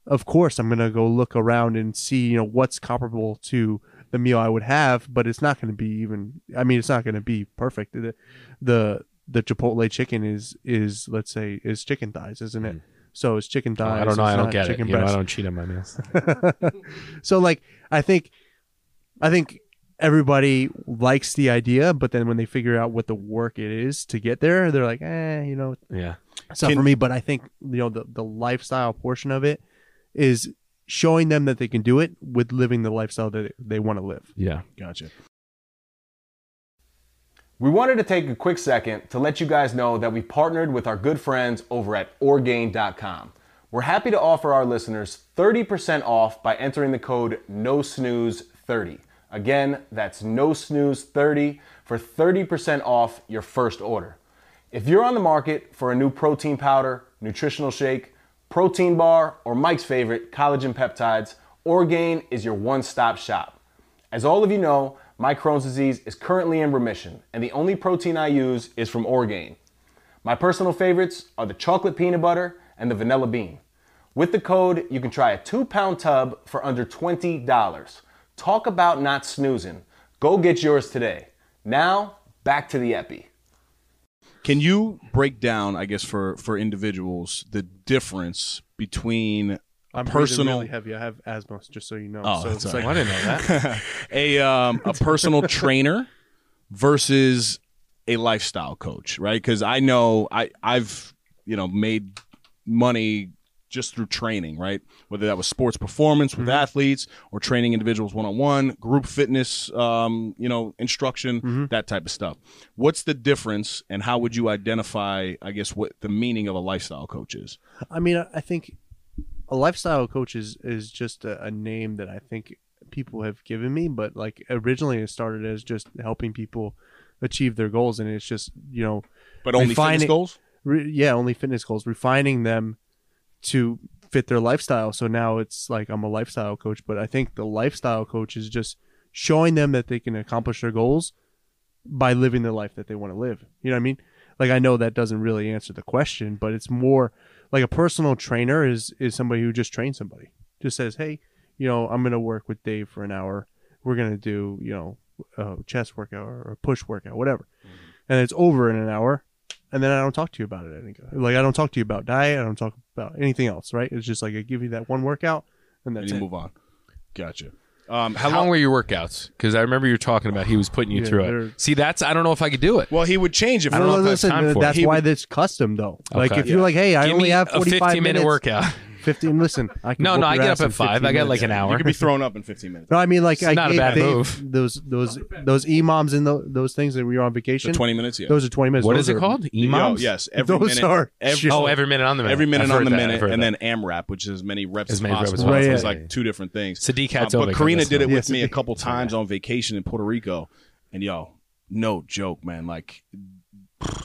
Speaker 3: of course I'm gonna go look around and see, you know, what's comparable to the meal I would have, but it's not gonna be even. I mean, it's not gonna be perfect. The the, the Chipotle chicken is is let's say is chicken thighs, isn't it? So it's chicken thighs.
Speaker 4: Hmm. Oh, I don't know.
Speaker 3: it's
Speaker 4: I don't
Speaker 3: not
Speaker 4: get it.
Speaker 3: chicken
Speaker 4: You know, I
Speaker 3: breast.
Speaker 4: don't cheat on my meals.
Speaker 3: so like, I think, I think everybody likes the idea, but then when they figure out what the work it is to get there, they're like, eh, you know,
Speaker 4: Yeah.
Speaker 3: it's not
Speaker 2: Can-
Speaker 3: for me, but I think you know the the lifestyle portion of it is showing them that they can do it with living the lifestyle that they want to live.
Speaker 4: Yeah.
Speaker 2: Gotcha.
Speaker 6: We wanted to take a quick second to let you guys know that we partnered with our good friends over at Orgain.com. We're happy to offer our listeners 30% off by entering the code NOSNOOZE30. Again, that's NOSNOOZE30 for 30% off your first order. If you're on the market for a new protein powder, nutritional shake, protein bar, or Mike's favorite, collagen peptides, Orgain is your one stop shop. As all of you know, my Crohn's disease is currently in remission, and the only protein I use is from Orgain. My personal favorites are the chocolate peanut butter and the vanilla bean. With the code, you can try a two pound tub for under $20. Talk about not snoozing. Go get yours today. Now, back to the Epi.
Speaker 2: Can you break down, I guess, for for individuals, the difference between
Speaker 3: I'm
Speaker 2: Personal-
Speaker 3: really heavy. I have asthma, just so you know.
Speaker 2: Oh,
Speaker 3: so
Speaker 2: that's
Speaker 3: it's
Speaker 2: all
Speaker 3: like,
Speaker 4: I didn't know that.
Speaker 2: a um, a personal trainer versus a lifestyle coach, right? Because I know I I've you know made money just through training, right? Whether that was sports performance with athletes or training individuals one on one, group fitness, um, you know, instruction, that type of stuff. What's the difference, and how would you identify? I guess what the meaning of a lifestyle coach is.
Speaker 3: I mean, I- I think a lifestyle coach is is just a, a name that I think people have given me, but like originally it started as just helping people achieve their goals, and it's just you know
Speaker 2: But only fitness
Speaker 3: Refining-
Speaker 2: goals.
Speaker 3: re- yeah, only fitness goals, refining them to fit their lifestyle. So now it's like I'm a lifestyle coach, but I think the lifestyle coach is just showing them that they can accomplish their goals by living the life that they want to live. You know what I mean? Like I know that doesn't really answer the question, but it's more like a personal trainer is is somebody who just trains somebody. Just says, "Hey, you know, I'm going to work with Dave for an hour. We're going to do, you know, a chest workout or a push workout, whatever." And it's over in an hour, and then I don't talk to you about it. anymore. Like I don't talk to you about diet. I don't talk about anything else. Right? It's just like I give you that one workout, and
Speaker 2: And
Speaker 3: that's
Speaker 2: you
Speaker 3: it.
Speaker 2: move on. Gotcha. Um,
Speaker 4: How
Speaker 2: how
Speaker 4: long
Speaker 2: long?
Speaker 4: were your workouts? Because I remember you were talking about he was putting you
Speaker 3: Yeah,
Speaker 4: through
Speaker 3: they're-
Speaker 4: it. See, that's I don't know if I could do it.
Speaker 2: Well, he would change it.
Speaker 4: I don't know if I have
Speaker 3: listen,
Speaker 4: time for
Speaker 3: that's
Speaker 4: it. He
Speaker 3: why
Speaker 4: would-
Speaker 3: this custom though. Like
Speaker 4: Okay.
Speaker 3: if you're like, hey, I
Speaker 4: Give
Speaker 3: only
Speaker 4: me
Speaker 3: have
Speaker 4: a
Speaker 3: 45
Speaker 4: fifteen minute
Speaker 3: minutes,
Speaker 4: workout.
Speaker 3: 15. Listen, I can
Speaker 4: No,
Speaker 3: whoop
Speaker 4: no, I
Speaker 3: your
Speaker 4: get
Speaker 3: ass
Speaker 4: up
Speaker 3: in
Speaker 4: at five.
Speaker 3: 15
Speaker 4: I got
Speaker 3: minutes.
Speaker 4: like an
Speaker 2: You
Speaker 4: hour.
Speaker 2: could be thrown up in 15 minutes.
Speaker 3: No, I mean like I
Speaker 4: not a
Speaker 3: they-
Speaker 4: bad
Speaker 3: they-
Speaker 4: move.
Speaker 3: Those those those EMOMs in tho- those things that we were on vacation.
Speaker 2: The 20 minutes, yeah.
Speaker 3: Those are 20 minutes.
Speaker 4: What
Speaker 3: Those
Speaker 4: is it
Speaker 3: are-
Speaker 4: called?
Speaker 2: Oh,
Speaker 4: Emoms.
Speaker 2: yes. Every
Speaker 3: Those
Speaker 2: minute,
Speaker 3: are
Speaker 2: every,
Speaker 3: shit.
Speaker 4: Oh, every minute on the minute.
Speaker 2: every minute
Speaker 4: I've
Speaker 2: on
Speaker 4: heard
Speaker 2: the
Speaker 4: that, I've
Speaker 2: minute,
Speaker 4: heard
Speaker 2: and
Speaker 4: that.
Speaker 2: then AMRAP, which is as many reps
Speaker 4: As
Speaker 2: as,
Speaker 4: many reps
Speaker 2: possible.
Speaker 4: as
Speaker 2: So
Speaker 3: possible.
Speaker 2: It's
Speaker 3: Right,
Speaker 2: like two different things.
Speaker 4: Sadiq
Speaker 2: Uh, but
Speaker 4: Hatzovic
Speaker 2: Karina
Speaker 4: does
Speaker 2: did it
Speaker 4: that.
Speaker 2: with
Speaker 3: Yeah,
Speaker 2: me a
Speaker 3: Sadiq.
Speaker 2: couple times on vacation in Puerto Rico, and yo, no joke, man. Like it-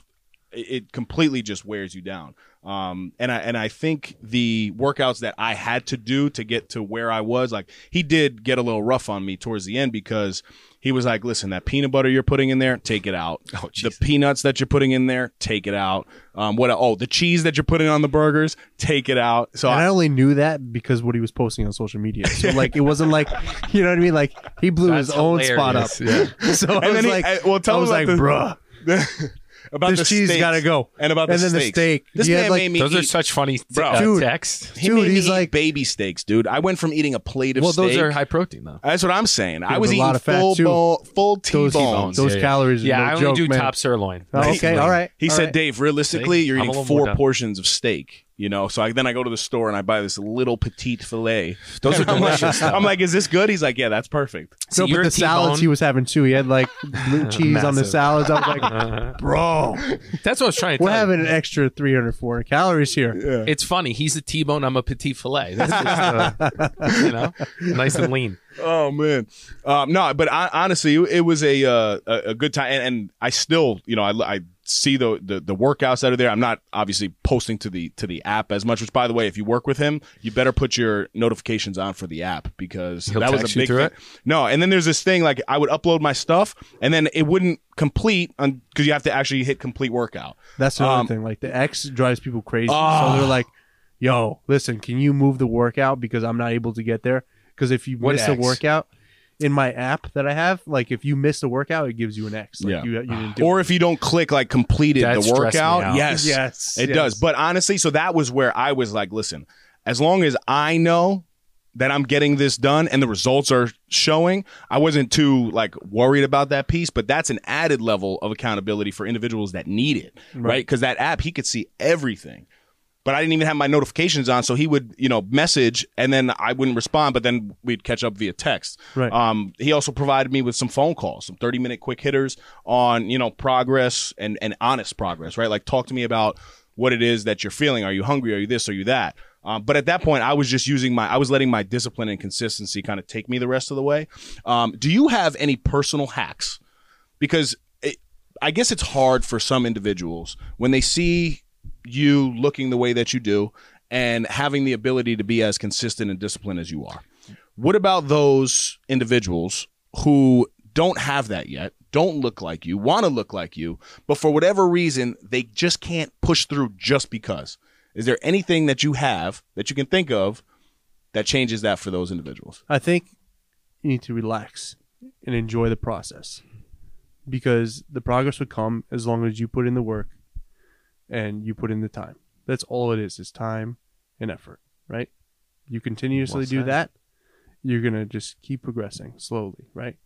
Speaker 2: it completely just wears you down. Um, and I and I think the workouts that I had to do to get to where I was, like he did get a little rough on me towards the end because he was like, "Listen, that peanut butter you're putting in there, take it out. the peanuts that you're putting in there, take it out. Um, what? Oh, the cheese that you're putting on the burgers, take it out." So
Speaker 3: And
Speaker 2: I,
Speaker 3: I only knew that because what he was posting on social media. So like it wasn't like you know what I mean. Like he blew his
Speaker 4: That's
Speaker 3: own spot up.
Speaker 4: hilarious.
Speaker 3: So
Speaker 2: And
Speaker 3: I was
Speaker 2: then he-
Speaker 3: like,
Speaker 2: I- well, tell
Speaker 3: I
Speaker 2: him about
Speaker 3: was like,
Speaker 2: the-
Speaker 3: bruh,
Speaker 2: about
Speaker 3: this
Speaker 2: the
Speaker 3: cheese
Speaker 2: steaks
Speaker 3: gotta go.
Speaker 2: and about
Speaker 3: And
Speaker 2: the
Speaker 3: then the
Speaker 2: steaks.
Speaker 3: steak.
Speaker 2: This
Speaker 3: He
Speaker 2: man
Speaker 3: had, like-
Speaker 2: made me
Speaker 4: Those are
Speaker 2: eat-
Speaker 4: such funny
Speaker 2: Bro.
Speaker 4: uh,
Speaker 3: Dude.
Speaker 4: texts.
Speaker 2: He
Speaker 3: Dude,
Speaker 2: made me
Speaker 3: he's
Speaker 2: eat
Speaker 3: like-
Speaker 2: baby steaks, dude. I went from eating a plate of
Speaker 4: Well,
Speaker 2: steak.
Speaker 4: those are high protein though.
Speaker 2: That's what I'm saying. I
Speaker 3: Dude,
Speaker 2: was
Speaker 3: a
Speaker 2: eating
Speaker 3: lot of fat,
Speaker 2: full
Speaker 3: too.
Speaker 2: bone, full
Speaker 3: those,
Speaker 2: T-bones.
Speaker 3: those
Speaker 4: yeah.
Speaker 3: calories. are
Speaker 4: Yeah,
Speaker 3: no
Speaker 4: I only
Speaker 3: joke,
Speaker 4: do
Speaker 3: man.
Speaker 4: top sirloin.
Speaker 3: Oh, okay, all right.
Speaker 2: He
Speaker 3: all
Speaker 2: said,
Speaker 3: right.
Speaker 2: "Dave, realistically,
Speaker 4: See?
Speaker 2: you're
Speaker 4: I'm a
Speaker 2: eating
Speaker 4: little
Speaker 2: four
Speaker 4: more done.
Speaker 2: portions of steak." You know, so I, then I go to the store and I buy this little petite fillet.
Speaker 4: Those are
Speaker 2: And I'm like-
Speaker 4: delicious, though.
Speaker 2: I'm like, "Is this good?" He's like, "Yeah, that's perfect."
Speaker 4: See,
Speaker 3: No,
Speaker 4: you're
Speaker 3: but
Speaker 4: a
Speaker 3: the salads
Speaker 4: T-bone.
Speaker 3: he was having too. He had like blue cheese on the
Speaker 4: Massive.
Speaker 3: salads. I was like, bro,
Speaker 4: That's what I was trying to
Speaker 3: we're
Speaker 4: tell you.
Speaker 3: having an extra 300, 400 calories here.
Speaker 4: It's funny. He's a T-bone. I'm a petit filet. That's just, uh, you know, nice and lean.
Speaker 2: Oh man, um, no, but I, honestly, it was a uh, a, a good time, and, and I still, you know, I, I see the, the the workouts that are there. I'm not obviously posting to the to the app as much. Which, by the way, if you work with him, you better put your notifications on for the app because
Speaker 4: He'll
Speaker 2: that was a
Speaker 4: text you
Speaker 2: big
Speaker 4: through
Speaker 2: thing.
Speaker 4: it?
Speaker 2: No, and then there's this thing like I would upload my stuff, and then it wouldn't complete because you have to actually hit complete workout.
Speaker 3: That's another
Speaker 2: Um,
Speaker 3: thing. Like the X drives people crazy.
Speaker 2: Ah.
Speaker 3: so they're like, yo, listen, can you move the workout because I'm not able to get there? Because if you
Speaker 4: What
Speaker 3: miss a
Speaker 4: X?
Speaker 3: workout in my app that I have, like if you miss a workout, it gives you an X. Like
Speaker 2: Yeah.
Speaker 3: you, you didn't do
Speaker 2: Or if you don't click like completed
Speaker 4: That
Speaker 2: the
Speaker 4: stressed me
Speaker 2: workout,
Speaker 4: out.
Speaker 2: yes,
Speaker 3: Yes,
Speaker 2: it
Speaker 3: yes.
Speaker 2: does. But honestly, so that was where I was like, listen, as long as I know that I'm getting this done and the results are showing, I wasn't too like worried about that piece. But that's an added level of accountability for individuals that need it, right? Because that app, he could see everything. But I didn't even have my notifications on, so he would, you know, message and then I wouldn't respond. But then we'd catch up via text.
Speaker 3: Right.
Speaker 2: Um, he also provided me with some phone calls, some 30 minute quick hitters on, you know, progress and, and honest progress, right? Like talk to me about what it is that you're feeling. Are you hungry? Are you this? Are you that? Um, but at that point, I was just using my, I was letting my discipline and consistency kind of take me the rest of the way. Um, do you have any personal hacks? Because it, I guess it's hard for some individuals when they see you looking the way that you do and having the ability to be as consistent and disciplined as you are. What about those individuals who don't have that yet, don't look like you, want to look like you, but for whatever reason, they just can't push through just because? Is there anything that you have that you can think of that changes that for those individuals?
Speaker 3: I think you need to relax and enjoy the process because the progress would come as long as you put in the work and you put in the time. That's all it is, is time and effort, right? You continuously
Speaker 4: Well
Speaker 3: do
Speaker 4: said.
Speaker 3: that, you're going to just keep progressing slowly, right?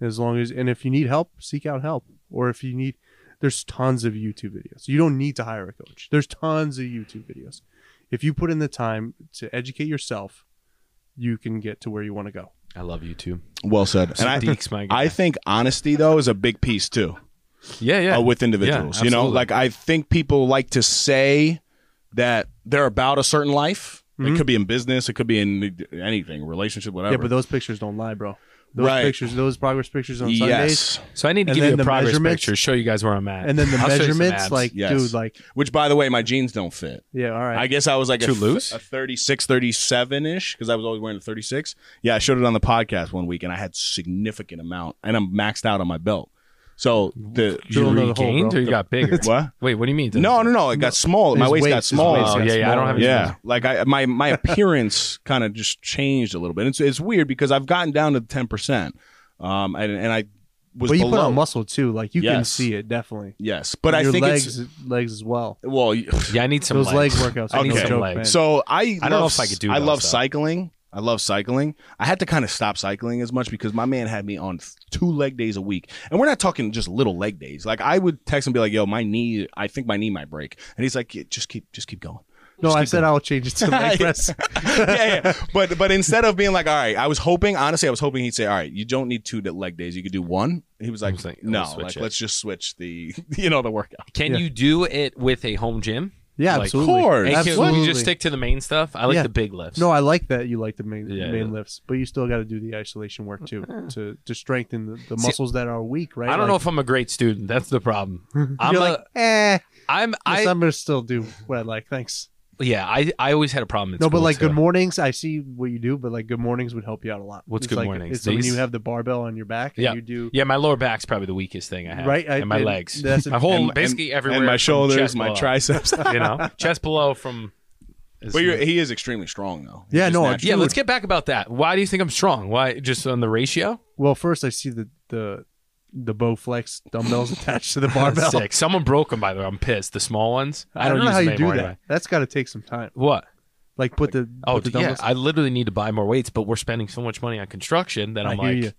Speaker 3: As long as, and if you need help, seek out help. Or if you need, there's tons of YouTube videos. You don't need to hire a coach. There's tons of YouTube videos. If you put in the time to educate yourself, you can get to where you want to go.
Speaker 4: I love you too.
Speaker 2: Well said. And I,
Speaker 4: Sadiq's my guy.
Speaker 2: I think honesty, though, is a big piece, too.
Speaker 4: Yeah, yeah.
Speaker 3: Oh,
Speaker 2: uh, with individuals.
Speaker 4: Yeah,
Speaker 2: you know,
Speaker 4: absolutely.
Speaker 2: like I think people like to say that they're about a certain life.
Speaker 4: Mm-hmm.
Speaker 2: It could be in business, it could be in anything, relationship, whatever.
Speaker 3: Yeah, but those pictures don't lie, bro. Those
Speaker 2: Right.
Speaker 3: pictures, those progress pictures on Sundays,
Speaker 2: yes.
Speaker 4: So I need to
Speaker 3: And
Speaker 4: give you
Speaker 3: then
Speaker 4: a
Speaker 3: the
Speaker 4: progress
Speaker 3: measurements-
Speaker 4: picture, show you guys where I'm at,
Speaker 3: and then the
Speaker 4: I'll show you some
Speaker 3: measurements,
Speaker 4: abs.
Speaker 3: like,
Speaker 2: Yes.
Speaker 3: dude, like,
Speaker 2: Which, by the way, my jeans don't fit.
Speaker 3: yeah, all right.
Speaker 2: I guess I was like a,
Speaker 4: Too
Speaker 2: th-
Speaker 4: loose?
Speaker 2: a 36, 37 ish because I was always wearing a 36. Yeah, I showed it on the podcast one week and I had significant amount and I'm maxed out on my belt. So the.
Speaker 4: you
Speaker 3: drill another hole,
Speaker 4: regained
Speaker 3: bro.
Speaker 4: or you got bigger?
Speaker 2: What?
Speaker 4: Wait, what do you mean?
Speaker 2: No, no, no. It got small. My
Speaker 3: His
Speaker 2: waist,
Speaker 3: waist-
Speaker 2: got
Speaker 3: his
Speaker 2: small.
Speaker 3: waist
Speaker 4: Oh,
Speaker 3: got
Speaker 4: yeah, yeah, I don't
Speaker 3: smaller.
Speaker 4: have any-
Speaker 2: Yeah, like I my my appearance kind of just changed a little bit. It's it's weird because I've gotten down to ten percent, um, and and I was
Speaker 3: But you put
Speaker 2: below.
Speaker 3: on muscle too, like you can
Speaker 2: Yes.
Speaker 3: see it definitely.
Speaker 2: yes, but I
Speaker 3: Your
Speaker 2: think
Speaker 3: legs,
Speaker 2: it's
Speaker 3: legs as well.
Speaker 2: well. y-
Speaker 4: Yeah, I need some
Speaker 3: Those
Speaker 4: legs.
Speaker 3: leg workouts
Speaker 4: I
Speaker 3: are
Speaker 4: need
Speaker 2: no
Speaker 4: some
Speaker 2: joke,
Speaker 4: legs.
Speaker 3: man.
Speaker 2: So I
Speaker 4: I don't know
Speaker 2: love
Speaker 4: if I could do
Speaker 2: I
Speaker 4: those,
Speaker 2: love
Speaker 4: though.
Speaker 2: cycling. I love cycling. I had to kind of stop cycling as much because my man had me on th- two leg days a week, and we're not talking just little leg days. Like I would text and be like, "Yo, my knee. I think my knee might break," and he's like, yeah, "Just keep, just keep going."
Speaker 3: No, I said I'll change it to leg press.
Speaker 2: yeah, yeah. But but instead of being like, all right, I was hoping, honestly, I was hoping he'd say, all right, you don't need two leg days, you could do one. He was like,
Speaker 4: was like,
Speaker 2: no,
Speaker 4: we'll switch
Speaker 2: like
Speaker 4: it.
Speaker 2: let's just switch the you know the workout.
Speaker 4: Can you do it with a home gym?
Speaker 3: Yeah,
Speaker 4: Like,
Speaker 3: absolutely.
Speaker 2: Of course.
Speaker 4: Hey, can
Speaker 3: Absolutely.
Speaker 4: we just stick to the main stuff? I like
Speaker 3: Yeah.
Speaker 4: the big lifts.
Speaker 3: No, I like that you like the main,
Speaker 4: Yeah,
Speaker 3: main
Speaker 4: yeah.
Speaker 3: lifts, but you still got to do the isolation work too to to strengthen the, the muscles that are weak, right?
Speaker 4: I don't know if I'm a great student. That's the problem. I'm
Speaker 3: I'm
Speaker 4: like,
Speaker 3: eh.
Speaker 4: I'm
Speaker 3: I,
Speaker 4: I
Speaker 3: am gonna still do what I like. Thanks.
Speaker 4: yeah. I I always had a problem. At
Speaker 3: no, but
Speaker 4: school,
Speaker 3: like
Speaker 4: too.
Speaker 3: good mornings, I see what you do, but like good mornings would help you out a lot.
Speaker 4: What's
Speaker 3: It's
Speaker 4: good
Speaker 3: like-
Speaker 4: mornings?
Speaker 3: It's when
Speaker 4: These?
Speaker 3: you have the barbell on your back
Speaker 4: Yeah.
Speaker 3: and you do
Speaker 4: Yeah, my lower back's probably the weakest thing I have.
Speaker 3: Right, I-
Speaker 4: and my
Speaker 3: and
Speaker 4: legs.
Speaker 3: that's a-
Speaker 4: my whole
Speaker 2: And- and-
Speaker 4: basically everywhere.
Speaker 2: and my
Speaker 4: from
Speaker 2: shoulders,
Speaker 4: chest
Speaker 2: my
Speaker 4: below.
Speaker 2: triceps.
Speaker 4: You know, chest below from.
Speaker 2: but you're, he is extremely strong though. He's
Speaker 3: Yeah,
Speaker 2: just
Speaker 3: no,
Speaker 2: natural.
Speaker 4: yeah, let's get back about that. Why do you think I'm strong? Why just on the ratio?
Speaker 3: Well, first I see the the the Bowflex dumbbells attached to the barbell.
Speaker 4: Sick. Someone broke them by the way. I'm pissed. The small ones.
Speaker 3: I don't, know
Speaker 4: use
Speaker 3: how
Speaker 4: them
Speaker 3: you do
Speaker 4: anymore
Speaker 3: that.
Speaker 4: anyway.
Speaker 3: That's got to take some time.
Speaker 4: What?
Speaker 3: Like put the
Speaker 4: Oh
Speaker 3: put the
Speaker 4: yeah,
Speaker 3: dumbbells.
Speaker 4: I literally need to buy more weights, but we're spending so much money on construction that
Speaker 3: I
Speaker 4: I'm
Speaker 3: hear
Speaker 4: like.
Speaker 3: you.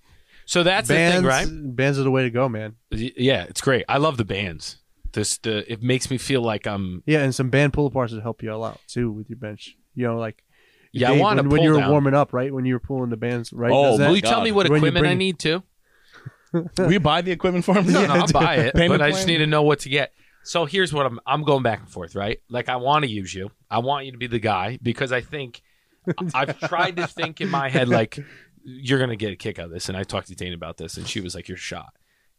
Speaker 4: So that's
Speaker 3: bands,
Speaker 4: the thing,
Speaker 3: bands are the way to go, man.
Speaker 4: right? Yeah, it's great. I love the bands. This the it makes me feel like I'm.
Speaker 3: Yeah, and some band pull aparts would help you all out too with your bench. You know, like
Speaker 4: Yeah, I
Speaker 3: Dave,
Speaker 4: want to
Speaker 3: when,
Speaker 4: pull
Speaker 3: when you were
Speaker 4: down.
Speaker 3: warming up, right? When you were pulling the bands, right?
Speaker 2: Oh,
Speaker 3: Does that-
Speaker 2: my
Speaker 4: Will you tell
Speaker 2: God.
Speaker 4: me what
Speaker 3: When you
Speaker 4: equipment I
Speaker 3: bring-
Speaker 4: need to?
Speaker 2: Will you buy the equipment for him?
Speaker 4: No, no, I'll buy it,
Speaker 2: Payment
Speaker 4: but I
Speaker 2: plan?
Speaker 4: just need to know what to get. So here's what I'm I'm going back and forth, right? Like I want to use you. I want you to be the guy because I think I've tried to think in my head like you're gonna get a kick out of this, and I talked to Dana about this, and she was like, "You're shot."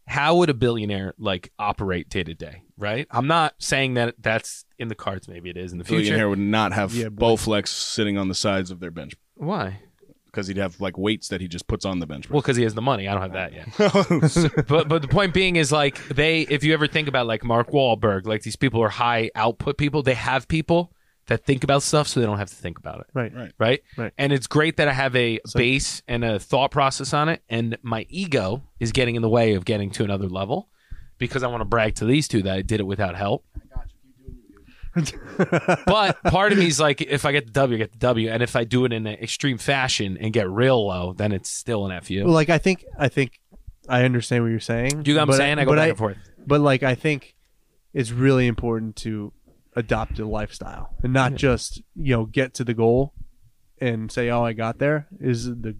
Speaker 4: How would a billionaire like operate day to day? Right? I'm not saying that that's in the cards. Maybe it is in the
Speaker 2: Billionaire
Speaker 4: future.
Speaker 2: would not have
Speaker 3: Yeah, boy.
Speaker 2: Bowflex sitting on the sides of their bench
Speaker 4: Why?
Speaker 2: because he'd have like weights that he just puts on the bench.
Speaker 4: Well, because he has the money. I don't have that yet. So- but but the point being is like they, if you ever think about like Mark Wahlberg, like these people are high output people. They have people that think about stuff, so they don't have to think about it.
Speaker 3: Right.
Speaker 2: Right.
Speaker 4: Right.
Speaker 3: Right.
Speaker 4: And it's great that I have a base and a thought process on it, and my ego is getting in the way of getting to another level because I want to brag to these two that I did it without help. but part of me is like, if I get the W, I get the W, and if I do it in an extreme fashion and get real low, then it's still an fu.
Speaker 3: Well, like I think I think I understand what you're saying.
Speaker 4: Do you know what I'm
Speaker 3: but
Speaker 4: saying? I go
Speaker 3: but
Speaker 4: back and forth.
Speaker 3: But like I think it's really important to adopt a lifestyle and not just you know get to the goal and say oh I got there. Is the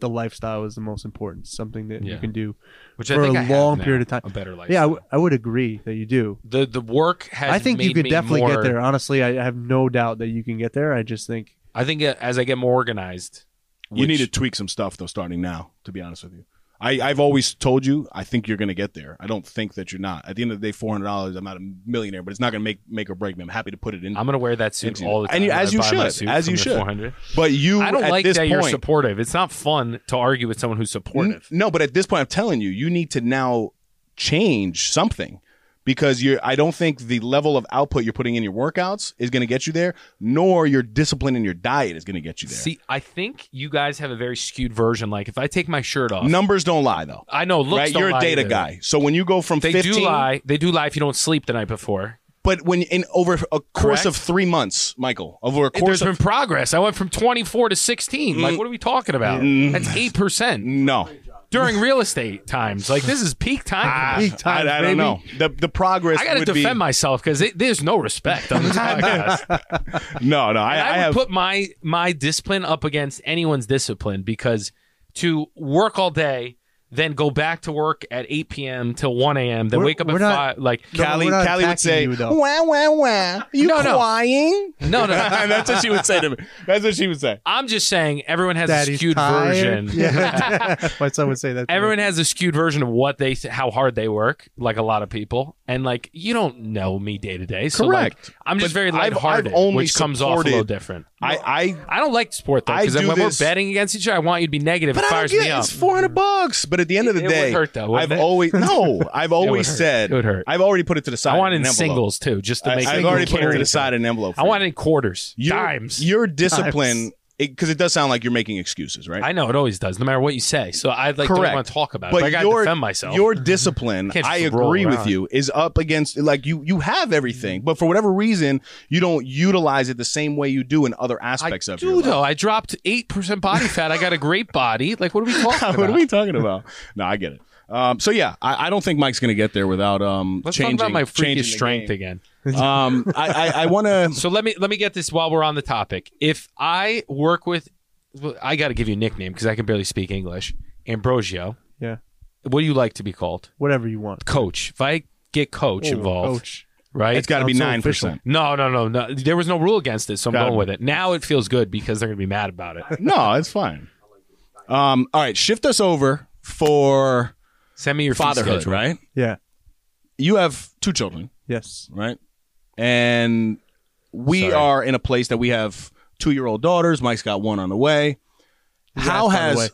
Speaker 3: the lifestyle is the most important. Something that
Speaker 4: Yeah.
Speaker 3: you can do
Speaker 4: which
Speaker 3: for
Speaker 4: I think
Speaker 3: a
Speaker 4: I have
Speaker 3: long
Speaker 4: now,
Speaker 3: period of time.
Speaker 4: A better life.
Speaker 3: Yeah, I, w- I would agree that you do.
Speaker 4: the the work has.
Speaker 3: I think you
Speaker 4: made
Speaker 3: could
Speaker 4: me
Speaker 3: definitely
Speaker 4: more,
Speaker 3: get there. Honestly, I I have no doubt that you can get there. I just think
Speaker 4: I think uh, as I get more organized,
Speaker 2: you need to tweak some stuff though, starting now. To be honest with you, I, I've always told you I think you're going to get there. I don't think that you're not. At the end of the day, four hundred dollars. I'm not a millionaire, but it's not going to make make or break me. I'm happy to put it in.
Speaker 4: I'm gonna wear that suit
Speaker 2: Into-
Speaker 4: all the time.
Speaker 2: and you-
Speaker 4: when
Speaker 2: as
Speaker 4: I
Speaker 2: you
Speaker 4: buy my
Speaker 2: should,
Speaker 4: suit
Speaker 2: as
Speaker 4: from
Speaker 2: you
Speaker 4: the
Speaker 2: should.
Speaker 4: 400.
Speaker 2: but you,
Speaker 4: I don't
Speaker 2: at
Speaker 4: like that
Speaker 2: this
Speaker 4: you're
Speaker 2: point-
Speaker 4: supportive. It's not fun to argue with someone who's supportive.
Speaker 2: N- No, but at this point, I'm telling you, you need to now change something because you're. I don't think the level of output you're putting in your workouts is going to get you there, nor your discipline in your diet is going to get you there.
Speaker 4: See, I think you guys have a very skewed version. Like if I take my shirt off,
Speaker 2: Numbers don't lie, though.
Speaker 4: I know Uh, looks
Speaker 2: right?
Speaker 4: don't
Speaker 2: You're a
Speaker 4: lie
Speaker 2: data
Speaker 4: either.
Speaker 2: guy, so when you go from
Speaker 4: They
Speaker 2: 15,
Speaker 4: do lie. They do lie if you don't sleep the night before.
Speaker 2: but when in over a course
Speaker 4: Correct.
Speaker 2: of three months, Michael, over a Mm.
Speaker 4: There's
Speaker 2: course
Speaker 4: been
Speaker 2: of
Speaker 4: progress. I went from 24 to 16. Like, what are we talking about?
Speaker 2: Mm.
Speaker 4: That's 8%.
Speaker 2: no.
Speaker 4: during real estate times. Like this is peak time. for me.
Speaker 3: Peak times,
Speaker 2: I, I don't
Speaker 3: baby.
Speaker 2: know. The the progress
Speaker 4: I got to
Speaker 2: would be-
Speaker 4: defend myself because there's no respect on this podcast. And
Speaker 2: No, no. I,
Speaker 4: I,
Speaker 2: I
Speaker 4: would
Speaker 2: have
Speaker 4: put my my discipline up against anyone's discipline because to work all day, then go back to work at 8 p.m. till 1 a.m., then
Speaker 3: We're-
Speaker 4: wake up
Speaker 3: we're
Speaker 4: at
Speaker 3: not-
Speaker 4: five. Like
Speaker 3: No,
Speaker 2: Callie.
Speaker 3: we're not
Speaker 2: Callie would
Speaker 3: attacking
Speaker 2: say,
Speaker 3: you, though.
Speaker 2: "Wah wah wah." You
Speaker 4: No, no.
Speaker 2: crying?
Speaker 4: no, no, no.
Speaker 2: And that's what she would say to me. That's what she would say.
Speaker 4: I'm just saying everyone has a
Speaker 3: Daddy's
Speaker 4: skewed
Speaker 3: tired.
Speaker 4: version.
Speaker 3: Yeah, my son would say that. to me.
Speaker 4: Everyone has a skewed version of what they how hard they work, like a lot of people, and like you don't know me day to day. So like,
Speaker 2: Correct.
Speaker 4: I'm just
Speaker 2: But
Speaker 4: very
Speaker 2: I've- I've
Speaker 4: lighthearted,
Speaker 2: only
Speaker 4: which comes off a little
Speaker 2: supported-
Speaker 4: different.
Speaker 2: I, I,
Speaker 4: I don't like sport though
Speaker 2: I
Speaker 4: because
Speaker 2: do
Speaker 4: when
Speaker 2: this-
Speaker 4: we're betting against each other, I want you to be negative.
Speaker 2: but
Speaker 4: it
Speaker 2: I
Speaker 4: fires
Speaker 2: don't get
Speaker 4: me
Speaker 2: it.
Speaker 4: up.
Speaker 2: It's four hundred bucks. But at the end of the
Speaker 4: It would
Speaker 2: day,
Speaker 4: hurt, though, wouldn't
Speaker 2: I've
Speaker 4: it?
Speaker 2: always no. I've always
Speaker 4: hurt.
Speaker 2: said
Speaker 4: It would hurt.
Speaker 2: I've already put it to the side.
Speaker 4: I want
Speaker 2: in
Speaker 4: it in
Speaker 2: an envelope.
Speaker 4: singles too, just to
Speaker 2: I,
Speaker 4: make.
Speaker 2: I've
Speaker 4: people
Speaker 2: already put it
Speaker 4: carry
Speaker 2: to the
Speaker 4: it.
Speaker 2: side in an envelope.
Speaker 4: I want it in quarters,
Speaker 2: your,
Speaker 4: dimes.
Speaker 2: Your discipline, because it does sound like you're making excuses, right?
Speaker 4: I know it always does, no matter what you say. So I Uh, like don't
Speaker 2: Correct.
Speaker 4: want to talk about it.
Speaker 2: but
Speaker 4: I got to
Speaker 2: your,
Speaker 4: defend myself.
Speaker 2: Your discipline,
Speaker 4: Can't just
Speaker 2: I
Speaker 4: roll
Speaker 2: agree with
Speaker 4: around.
Speaker 2: you, is up against like you you have everything, but for whatever reason, you don't utilize it the same way you do in other
Speaker 4: I
Speaker 2: aspects of your
Speaker 4: do
Speaker 2: life.
Speaker 4: though. I dropped eight percent body fat. I got a great body. Like what are we talking about?
Speaker 2: what are we talking about? no, I get it. Um, so yeah, I, I don't think Mike's going to get there without um
Speaker 4: Let's
Speaker 2: changing.
Speaker 4: talk about my
Speaker 2: changing
Speaker 4: freakish
Speaker 2: the
Speaker 4: strength
Speaker 2: game.
Speaker 4: again.
Speaker 2: Um, I, I, I want to.
Speaker 4: So let me let me get this while we're on the topic. If I work with, well, I got to give you a nickname because I can barely speak English. Ambrosio.
Speaker 3: Yeah.
Speaker 4: What do you like to be called?
Speaker 3: whatever you want.
Speaker 4: Coach. If I get coach
Speaker 3: Oh,
Speaker 4: involved,
Speaker 3: Coach.
Speaker 4: right?
Speaker 2: It's got to be nine
Speaker 3: Sounds so
Speaker 2: percent.
Speaker 4: no, no, no, no. There was no rule against it, so I'm
Speaker 2: Got
Speaker 4: going
Speaker 2: it.
Speaker 4: with it. Now it feels good because they're going to be mad about it.
Speaker 2: No, it's fine. Um, all right, shift us over for
Speaker 4: Send me your fee
Speaker 2: fatherhood.
Speaker 4: schedule.
Speaker 2: Right,
Speaker 3: Yeah.
Speaker 2: you have two children,
Speaker 3: Yes.
Speaker 2: right? And we are in a place that we have two-year-old daughters. Mike's got one on the way. How
Speaker 3: Zach's on the
Speaker 2: has
Speaker 3: way.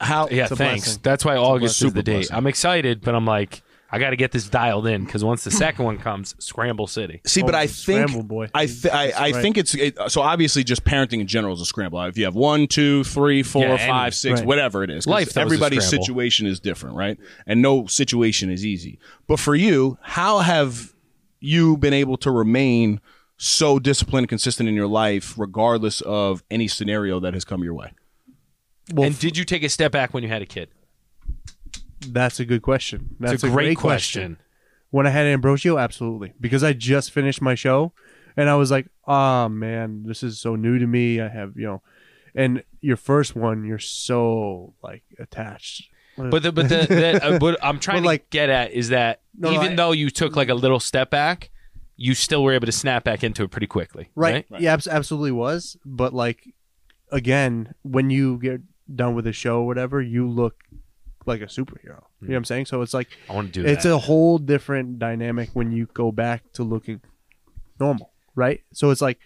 Speaker 2: how?
Speaker 4: Yeah,
Speaker 3: It's a
Speaker 4: thanks.
Speaker 3: blessing.
Speaker 4: That's why August is
Speaker 2: blessing.
Speaker 4: the date.
Speaker 2: Blessing.
Speaker 4: I'm excited, but I'm like, I got to get this dialed in because once the second one comes, Scramble City.
Speaker 2: See, but
Speaker 3: Oh,
Speaker 2: I think
Speaker 3: scramble, boy.
Speaker 2: I th- I, I
Speaker 3: Right.
Speaker 2: think it's it, so obviously just parenting in general is a scramble. If you have one, two, three, four,
Speaker 4: Yeah,
Speaker 2: five, six,
Speaker 4: and-
Speaker 3: right.
Speaker 2: whatever it is, 'cause
Speaker 4: Life, though, is a
Speaker 2: everybody's
Speaker 4: scramble.
Speaker 2: situation is different, right? And no situation is easy. But for you, how have you been able to remain so disciplined and consistent in your life, regardless of any scenario that has come your way?
Speaker 4: and did you take a step back when you had a kid?
Speaker 3: That's a good question. That's
Speaker 4: it's a, great, question.
Speaker 3: When I had Ambrosio, absolutely, because I just finished my show, and I was like, "Ah, man, this is so new to me." I have, you know, and your first one, you're so like attached.
Speaker 4: But the, but the, the uh, what I'm trying
Speaker 3: But,
Speaker 4: to
Speaker 3: like-
Speaker 4: get at is that
Speaker 3: No, no,
Speaker 4: even
Speaker 3: I-
Speaker 4: though you took like a little step back, you still were able to snap back into it pretty quickly,
Speaker 3: right, yeah, abs- absolutely was. But like, again, when you get done with the show, or whatever, you look like a superhero.
Speaker 4: Hmm.
Speaker 3: You know what I'm saying? So it's like
Speaker 4: I want to do
Speaker 3: it's
Speaker 4: that.
Speaker 3: a whole different dynamic when you go back to looking normal right so it's like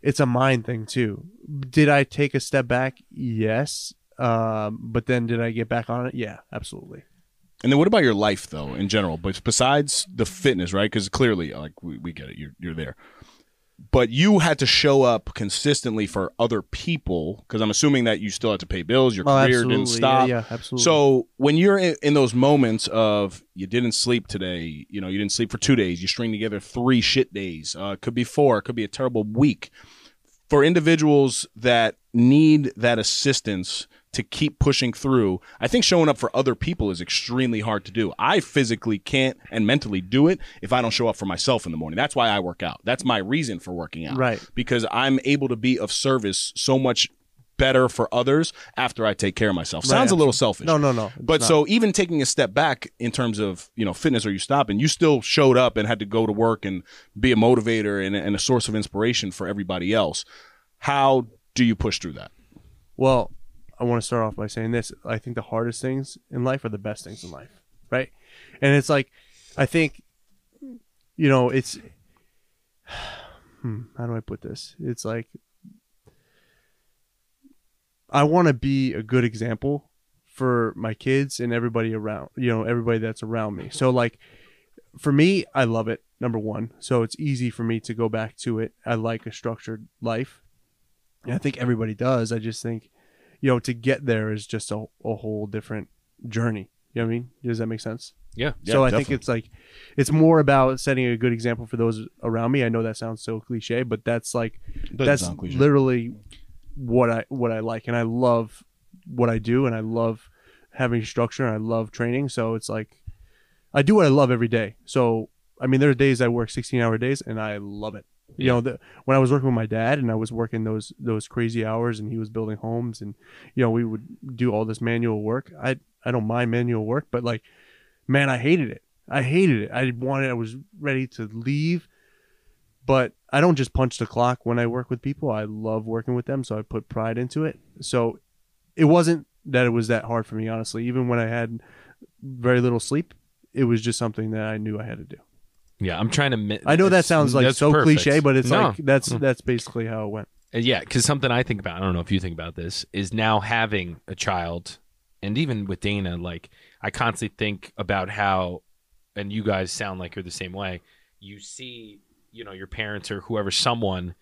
Speaker 3: it's a mind thing too did i take a step back yes um, but then did i get back on it yeah absolutely
Speaker 2: And then what about your life though in general? But besides the fitness, right? Because clearly, like we, we get it, you're you're there. But you had to show up consistently for other people because I'm assuming that you still had to pay bills. Your
Speaker 3: oh
Speaker 2: career
Speaker 3: absolutely
Speaker 2: didn't stop.
Speaker 3: yeah, yeah absolutely
Speaker 2: So when you're in, in those moments of you didn't sleep today, you know you didn't sleep for two days. You string together three shit days. Uh, it could be four. It could be a terrible week. For individuals that need that assistance to keep pushing through, I think showing up for other people is extremely hard to do. I physically can't and mentally do it if I don't show up for myself in the morning. That's why I work out. That's my reason for working out.
Speaker 3: Right.
Speaker 2: Because I'm able to be of service so much better for others after I take care of myself. Sounds a little selfish.
Speaker 3: no no no it's
Speaker 2: But
Speaker 3: not.
Speaker 2: so even taking a step back in terms of you know fitness, or you stopping, you still showed up and had to go to work and be a motivator and, and a source of inspiration for everybody else. How do you push through that?
Speaker 3: Well, I want to start off by saying this. I think the hardest things in life are the best things in life, right? And it's like, I think, you know, it's hmm, how do I put this? It's like I want to be a good example for my kids and everybody around, you know, everybody that's around me. So like for me, I love it. Number one, so it's easy for me to go back to it. I like a structured life. And I think everybody does. I just think, you know, to get there is just a, a whole different journey. You know what I mean? Does that make sense?
Speaker 4: yeah.
Speaker 2: Yeah,
Speaker 3: so I
Speaker 2: definitely.
Speaker 3: think it's like, it's more about setting a good example for those around me. I know that sounds so cliche, but that's like, that's
Speaker 2: sound cliche.
Speaker 3: literally what I what I like, and I love what I do, and I love having structure, and I love training. So it's like, I do what I love every day. So I mean, there are days I work sixteen hour days, and I love it. You know, the, when I was working with my dad, and I was working those those crazy hours, and he was building homes, and you know, we would do all this manual work. I I don't mind manual work, but like, man, I hated it. I hated it. I wanted. I was ready to leave, but I don't just punch the clock when I work with people. I love working with them, so I put pride into it. So it wasn't that it was that hard for me, honestly. Even when I had very little sleep, it was just something that I knew I had to do.
Speaker 4: Yeah, I'm trying to. mi-
Speaker 3: I know that
Speaker 4: it's-
Speaker 3: sounds like
Speaker 4: that's
Speaker 3: so
Speaker 4: perfect.
Speaker 3: cliche, but it's
Speaker 4: No. Mm.
Speaker 3: like that's that's basically how it went.
Speaker 4: Uh, Yeah, because something I think about, I don't know if you think about this, is now having a child, and even with Dana, like I constantly think about how, and you guys sound like you're the same way. You see, you know, your parents or whoever, someone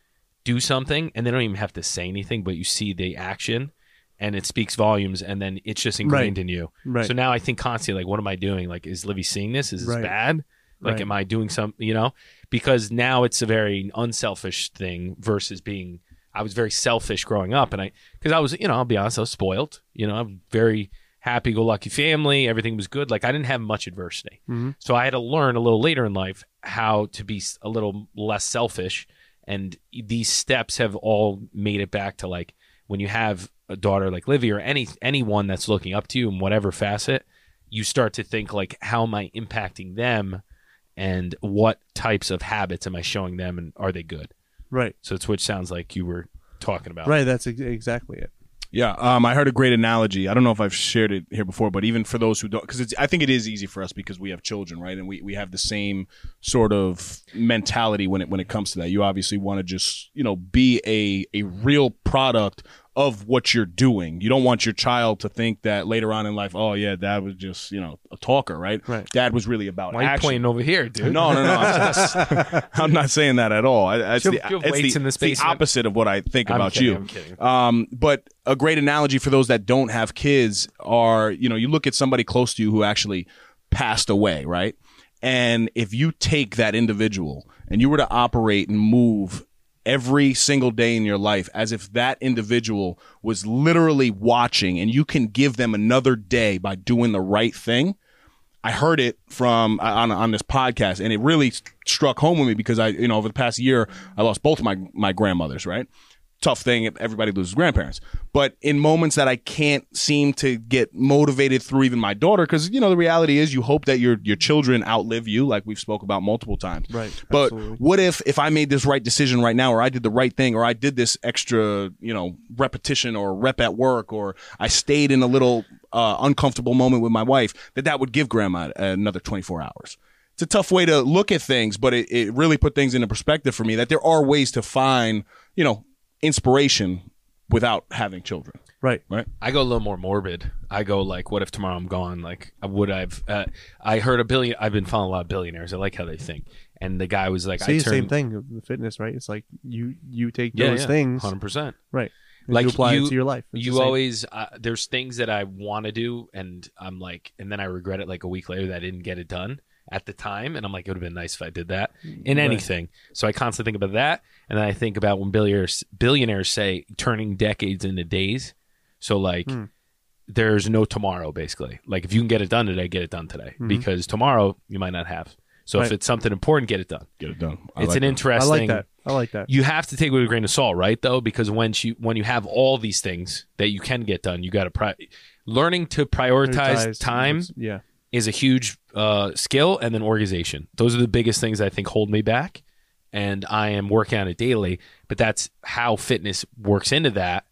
Speaker 4: do something, and they don't even have to say anything, but you see the action, and it speaks volumes, and then it's just ingrained in you.
Speaker 3: Right.
Speaker 4: So now I think constantly, like, what am I doing? Like, is Livy seeing this? Is this
Speaker 3: Right.
Speaker 4: bad? Like,
Speaker 3: Right.
Speaker 4: am I doing some, you know? Because now it's a very unselfish thing versus being, I was very selfish growing up. And I, because I was, you know, I'll be honest, I was spoiled. You know, I'm very happy go lucky family. Everything was good. Like, I didn't have much adversity.
Speaker 3: Mhm.
Speaker 4: So I had to learn a little later in life how to be s- a little less selfish. And e, these steps have all made it back to like when you have a daughter like Livy or any anyone that's looking up to you in whatever facet, you start to think like, how am I impacting them? and what types of habits am I showing them and are they good?
Speaker 3: Right.
Speaker 4: So it's which sounds like you were talking about.
Speaker 3: Right. That's ex- exactly it.
Speaker 2: Yeah, um, I heard a great analogy. I don't know if I've shared it here before, but even for those who don't, because I think it is easy for us because we have children, right? And we, we have the same sort of mentality when it when it comes to that. You obviously want to just you know be a a real product of what you're doing. You don't want your child to think that later on in life, oh yeah, dad was just you know a talker, right?
Speaker 3: Right.
Speaker 2: Dad was really about
Speaker 4: Why are you
Speaker 2: action.
Speaker 4: playing over here, dude?
Speaker 2: No, no, no. I'm, just- I'm not saying that at all. I, I- it's
Speaker 4: You
Speaker 2: the,
Speaker 4: have- you have
Speaker 2: it's
Speaker 4: weights
Speaker 2: the-
Speaker 4: in this
Speaker 2: it's the
Speaker 4: basement.
Speaker 2: opposite of what I think
Speaker 4: I'm
Speaker 2: about
Speaker 4: kidding,
Speaker 2: you.
Speaker 4: I'm kidding.
Speaker 2: Um, but a great analogy for those that don't have kids are, you know, you look at somebody close to you who actually passed away, right? And if you take that individual and you were to operate and move every single day in your life as if that individual was literally watching and you can give them another day by doing the right thing, I heard it from uh, on on this podcast, and it really s- struck home with me because I, you know, over the past year, I lost both my my grandmothers. Right, tough thing. if Everybody loses grandparents, but in moments that I can't seem to get motivated through, even my daughter, because you know the reality is, you hope that your your children outlive you, like we've spoke about multiple times.
Speaker 3: Right,
Speaker 2: But
Speaker 3: absolutely.
Speaker 2: what if if I made this right decision right now, or I did the right thing, or I did this extra, you know, repetition or rep at work, or I stayed in a little uh, uncomfortable moment with my wife, that that would give grandma another 24 hours. It's a tough way to look at things, but it, it really put things into perspective for me that there are ways to find, you know, inspiration without having children.
Speaker 3: Right.
Speaker 2: Right.
Speaker 4: I go a little more morbid. I go like, what if tomorrow I'm gone? Like, would I've? Uh, I heard a billion. I've been following a lot of billionaires. I like how they think. And the guy was like,
Speaker 3: See,
Speaker 4: I
Speaker 3: the
Speaker 4: turned,
Speaker 3: same thing. The fitness, right? It's like you you take
Speaker 4: Yeah,
Speaker 3: those
Speaker 4: yeah,
Speaker 3: things,
Speaker 4: hundred percent.
Speaker 3: right? and
Speaker 4: Like
Speaker 3: you apply
Speaker 4: you-
Speaker 3: it to your life. It's the
Speaker 4: you
Speaker 3: same.
Speaker 4: always uh, there's things that I want to do, and I'm like, and then I regret it like a week later that I didn't get it done at the time, and I'm like, it would have been nice if I did that in anything. So I constantly think about that, and then I think about when billionaires billionaires say turning decades into days. So like.
Speaker 3: Hmm.
Speaker 4: There's no tomorrow, basically. Like if you can get it done today, get it done today, because tomorrow you might not have. So
Speaker 3: Mm-hmm.
Speaker 4: if
Speaker 3: Right.
Speaker 4: it's something important, get it done.
Speaker 2: Get it done.
Speaker 4: it's an
Speaker 3: I like
Speaker 4: interesting
Speaker 3: that. I like that.
Speaker 4: you have to take it with a grain of salt, right? Though, because when you when you have all these things that you can get done, you got to pri- learning to prioritize,
Speaker 3: Prioritize
Speaker 4: time
Speaker 3: what's- Yeah.
Speaker 4: is a huge uh, skill, and then organization. Those are the biggest things I think hold me back, and I am working on it daily. But that's how fitness works into that.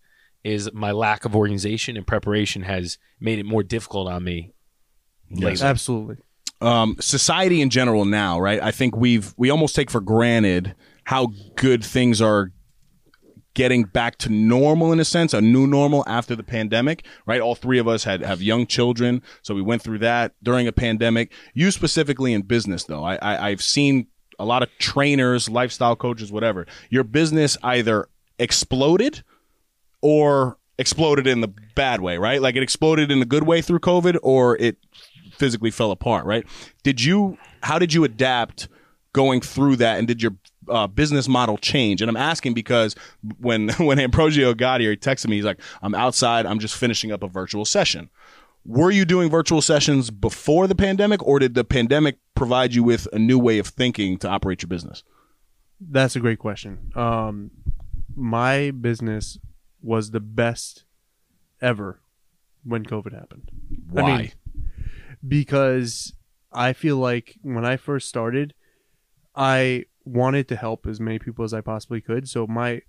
Speaker 4: Is my lack of organization and preparation has made it more difficult on me lately.
Speaker 3: Absolutely.
Speaker 2: um, society in general now, right? I think we've we almost take for granted how good things are getting back to normal in a sense, a new normal after the pandemic, right? All three of us had have young children, so we went through that during a pandemic. You specifically in business, though, I, I I've seen a lot of trainers, lifestyle coaches, whatever. Your business either exploded or exploded in the bad way, right? Like it exploded in the good way through COVID or it physically fell apart, right? Did you, how did you adapt going through that and did your uh, business model change? And I'm asking because when, when Ambrosio got here, he texted me, he's like, I'm outside, I'm just finishing up a virtual session. Were you doing virtual sessions before the pandemic or did the pandemic provide you with a new way of thinking to operate your business?
Speaker 3: That's a great question. Um, my business was the best ever when COVID happened. I mean,
Speaker 2: Why?
Speaker 3: because I feel like when I first started, I wanted to help as many people as I possibly could. So my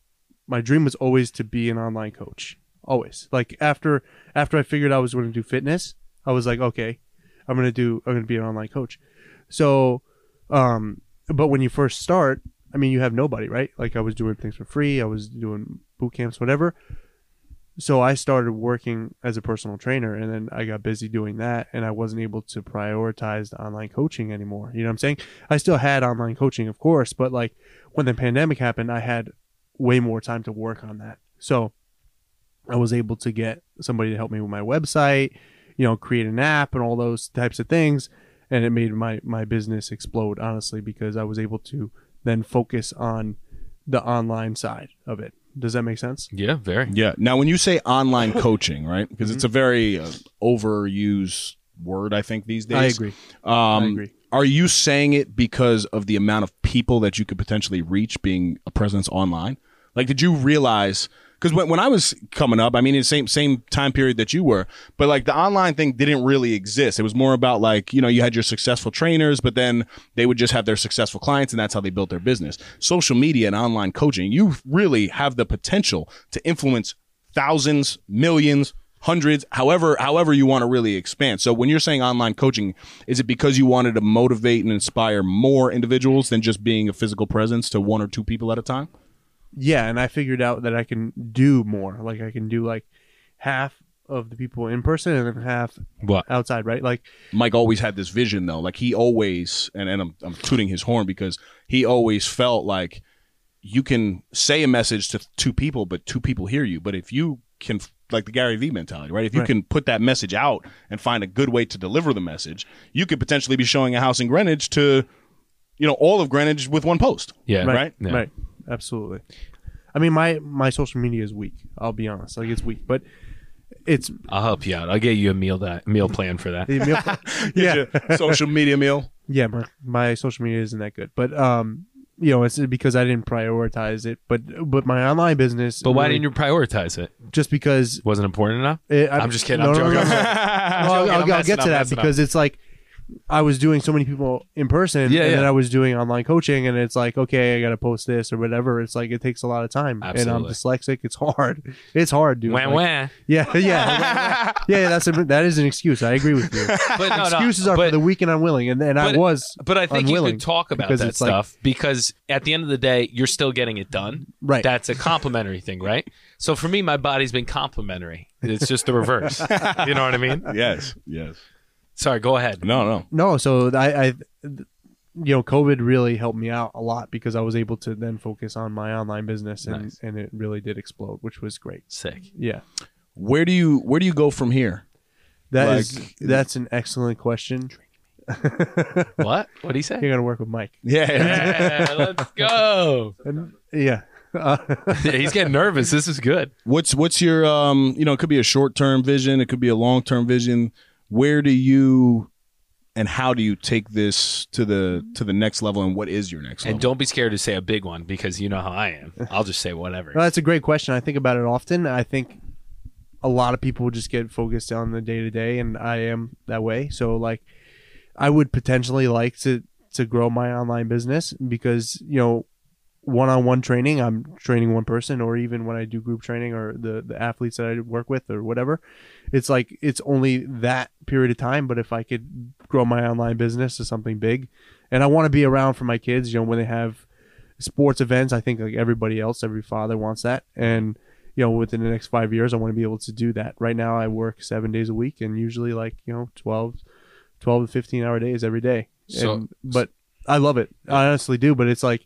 Speaker 3: my dream was always to be an online coach. Always. Like after after I figured I was going to do fitness, I was like, okay, I'm gonna do I'm gonna be an online coach. So um but when you first start, I mean you have nobody, right? Like I was doing things for free, I was doing boot camps, whatever so I started working as a personal trainer and then I got busy doing that and I wasn't able to prioritize the online coaching anymore. You know what I'm saying? I still had online coaching, of course, but like when the pandemic happened, I had way more time to work on that. So I was able to get somebody to help me with my website, you know, create an app and all those types of things. And it made my, my business explode, honestly, because I was able to then focus on the online side of it. Does that make sense?
Speaker 4: Yeah, very.
Speaker 2: Yeah. Now, when you say online coaching, right? Because it's a
Speaker 3: Mm-hmm.
Speaker 2: very uh, overused word, I think these days.
Speaker 3: I agree.
Speaker 2: Um,
Speaker 3: agree.
Speaker 2: Are you saying it because of the amount of people that you could potentially reach being a presence online? Like, did you realize? Because when, when I was coming up, I mean, it's same same time period that you were, but like the online thing didn't really exist. It was more about like you know you had your successful trainers, but then they would just have their successful clients, and that's how they built their business. Social media and online coaching, you really have the potential to influence thousands, millions, hundreds, however, however you want to really expand. So when you're saying online coaching, is it because you wanted to motivate and inspire more individuals than just being a physical presence to one or two people at a time?
Speaker 3: yeah and i figured out that i can do more like i can do like half of the people in person and then half
Speaker 4: What?
Speaker 3: outside right like
Speaker 2: Mike always had this vision though. Like he always and, and I'm I'm tooting his horn because he always felt like you can say a message to two people, but two people hear you. But if you can like the Gary Vee mentality, right? If you
Speaker 3: Right.
Speaker 2: can put that message out and find a good way to deliver the message, you could potentially be showing a house in Greenwich to you know, all of Greenwich with one post.
Speaker 4: Yeah.
Speaker 2: Right.
Speaker 3: right
Speaker 4: Yeah.
Speaker 3: right absolutely i mean my my social media is weak i'll be honest like it's weak but it's
Speaker 4: I'll help you out. I'll get you a meal that meal plan for that.
Speaker 2: Yeah. Social media meal.
Speaker 3: yeah my, my social media isn't that good but um you know it's because i didn't prioritize it but but my online business
Speaker 4: But why
Speaker 3: really-
Speaker 4: didn't you prioritize it?
Speaker 3: just because
Speaker 4: Wasn't important enough?
Speaker 3: It-
Speaker 4: I'm just kidding. I'm joking.
Speaker 3: Well, I'll,
Speaker 4: joking.
Speaker 3: I'll-
Speaker 4: I'm
Speaker 3: I'll
Speaker 4: messing
Speaker 3: get
Speaker 4: up,
Speaker 3: to that
Speaker 4: messing up.
Speaker 3: because it's like I was doing so many people in person,
Speaker 4: Yeah,
Speaker 3: and
Speaker 4: yeah.
Speaker 3: then I was doing online coaching, and it's like, okay, I gotta post this or whatever. It's like it takes a lot of time, and
Speaker 4: Absolutely.
Speaker 3: I'm dyslexic. It's hard. It's hard, dude.
Speaker 4: Wah,
Speaker 3: Like,
Speaker 4: wah.
Speaker 3: Yeah, yeah, yeah. yeah, That's a, that is an excuse. I agree with you.
Speaker 4: But no, no,
Speaker 3: "Ah, Excuses are
Speaker 4: but-
Speaker 3: for the weak and unwilling, and, and I
Speaker 4: but-
Speaker 3: was.
Speaker 4: But I think you
Speaker 3: unwilling
Speaker 4: could talk about
Speaker 3: because
Speaker 4: that
Speaker 3: it's like-
Speaker 4: stuff because at the end of the day, you're still getting it done.
Speaker 3: Right.
Speaker 4: That's a complimentary thing, right? So for me, my body's been complimentary. It's just the reverse. you know what I mean?
Speaker 2: yes. Yes.
Speaker 4: Sorry, go ahead.
Speaker 2: No, no.
Speaker 3: no, so I, I, you know, COVID really helped me out a lot because I was able to then focus on my online business, and
Speaker 4: Nice.
Speaker 3: and it really did explode, which was great.
Speaker 4: Sick.
Speaker 3: Yeah.
Speaker 2: Where do you where do you go from here?
Speaker 3: That is
Speaker 2: Like-
Speaker 3: that's an excellent question.
Speaker 4: What? What do you say?
Speaker 3: You're gonna work with Mike.
Speaker 2: Yeah.
Speaker 4: Yeah, let's go.
Speaker 3: And- yeah, Uh,
Speaker 4: Yeah, he's getting nervous. This is good.
Speaker 2: What's what's your um you know, it could be a short term vision, it could be a long term vision. Where do you and how do you take this to the to the next level and what is your next level?
Speaker 4: And don't be scared to say a big one because you know how I am. I'll just say whatever.
Speaker 3: no, that's a great question. I think about it often. I think a lot of people just get focused on the day to day, and I am that way. So like, I would potentially like to to grow my online business because you know one on one training, I'm training one person, or even when I do group training or the, the athletes that I work with or whatever, it's like it's only that period of time. But if I could grow my online business to something big, and I want to be around for my kids, you know, when they have sports events, I think like everybody else, every father wants that. And, you know, within the next five years, I want to be able to do that. Right now, I work seven days a week and usually like, you know, 12, 12 to 15 hour days every day.
Speaker 4: So-
Speaker 3: and, but I love it. I honestly do. But it's like,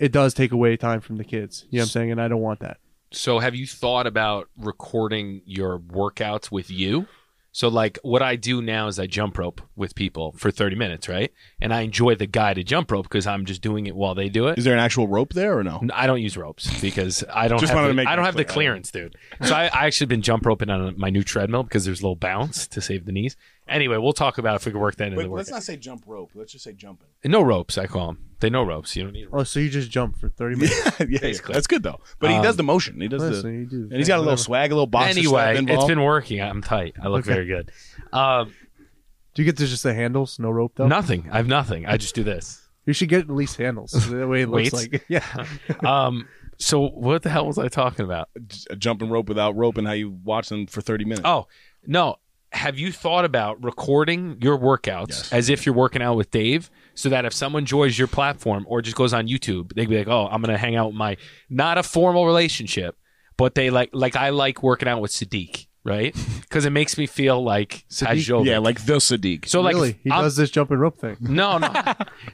Speaker 3: it does take away time from the kids. You know what I'm saying? And I don't want that.
Speaker 4: So, have you thought about recording your workouts with you? So, like, what I do now is I jump rope with people for 30 minutes, right? And I enjoy the guided jump rope because I'm just doing it while they do it.
Speaker 2: is there an actual rope there or no?
Speaker 4: I don't use ropes because I don't
Speaker 2: Just
Speaker 4: have,
Speaker 2: wanted
Speaker 4: the,
Speaker 2: to make
Speaker 4: I don't
Speaker 2: that
Speaker 4: have the
Speaker 2: clear.
Speaker 4: clearance, dude. So I, I actually been jump roping on my new treadmill because there's a little bounce to save the knees. Anyway, we'll talk about if we can work that into the workout.
Speaker 2: say jump rope. Let's just say jumping.
Speaker 4: no ropes, I call them. They no ropes. You don't need.
Speaker 3: Oh, so you just jump for 30 minutes.
Speaker 2: yeah, yeah, that's good though. But he does the motion. He does
Speaker 3: Listen,
Speaker 2: the
Speaker 3: you do the
Speaker 2: and he's got a
Speaker 3: thing,
Speaker 2: little
Speaker 3: whatever.
Speaker 2: swag, a little box.
Speaker 4: Um, Anyway, it's been working. I'm tight. I look very good. Um,
Speaker 3: Do you get to just the handles, no rope though?
Speaker 4: nothing. I have nothing. I just do this.
Speaker 3: You should get at least handles. so That way it looks
Speaker 4: Weights?
Speaker 3: like yeah.
Speaker 4: Um, so what the hell was I talking about?
Speaker 2: a jumping rope without rope and how you watch them for thirty minutes.
Speaker 4: Oh, no. Have you thought about recording your workouts
Speaker 2: Yes.
Speaker 4: as if you're working out with Dave so that if someone joins your platform or just goes on YouTube, they'd be like, "Oh, I'm going to hang out with my not a formal relationship, but they like like I like working out with Sadiq, right? Cuz it makes me feel like
Speaker 3: Sadiq?
Speaker 4: Sadiq,
Speaker 2: Yeah, like the Sadiq.
Speaker 4: Oh, so like
Speaker 3: really,
Speaker 4: if
Speaker 3: he
Speaker 4: I'm-
Speaker 3: does this jumping rope thing.
Speaker 4: No, no.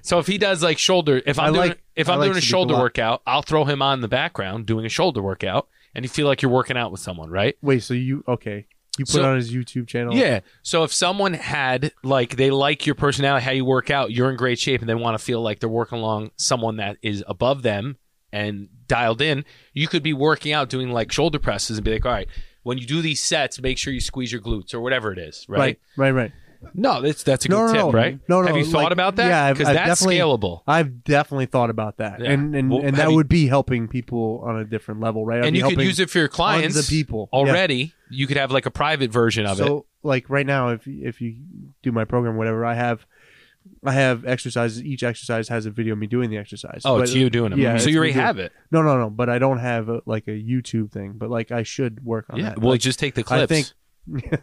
Speaker 4: so if he does like shoulder, if I'm
Speaker 3: I
Speaker 4: doing,
Speaker 3: like-
Speaker 4: if
Speaker 3: I
Speaker 4: I'm
Speaker 3: like
Speaker 4: doing a
Speaker 3: Sadiq a
Speaker 4: shoulder
Speaker 3: lot.
Speaker 4: workout, I'll throw him on in the background doing a shoulder workout, and you feel like you're working out with someone, right?
Speaker 3: Wait, so you okay? You put
Speaker 4: So-
Speaker 3: it on his YouTube channel?
Speaker 4: Yeah. So if someone had like they like your personality, how you work out, you're in great shape, and they want to feel like they're working along someone that is above them and dialed in, you could be working out doing like shoulder presses and be like, all right, when you do these sets, make sure you squeeze your glutes or whatever it is, right?
Speaker 3: right, right, right.
Speaker 4: No, that's that's a good tip, right?
Speaker 3: No, no.
Speaker 4: Have you thought
Speaker 3: like-
Speaker 4: about that?
Speaker 3: Yeah, I've-
Speaker 4: because
Speaker 3: I've
Speaker 4: that's
Speaker 3: definitely-
Speaker 4: scalable.
Speaker 3: I've definitely thought about that,
Speaker 4: Yeah.
Speaker 3: and and,
Speaker 4: Well,
Speaker 3: and
Speaker 4: have
Speaker 3: that
Speaker 4: you-
Speaker 3: would be helping people on a different level, right? I'd
Speaker 4: and
Speaker 3: be
Speaker 4: you could
Speaker 3: helping
Speaker 4: use it for your clients
Speaker 3: tons of people Yeah.
Speaker 4: already. You could have like a private version of
Speaker 3: so, like right now, if if you do my program, whatever, I have, I have exercises. Each exercise has a video of me doing the exercise.
Speaker 4: it. Oh, it's
Speaker 3: But-
Speaker 4: you doing it.
Speaker 3: yeah,
Speaker 4: so
Speaker 3: it's
Speaker 4: you
Speaker 3: me
Speaker 4: already
Speaker 3: doing
Speaker 4: have it.
Speaker 3: No, no, no. But I don't have a, like a YouTube thing. But like I should work on
Speaker 4: Yeah.
Speaker 3: that.
Speaker 4: Well,
Speaker 3: Like,
Speaker 4: just take the clips.
Speaker 3: I think.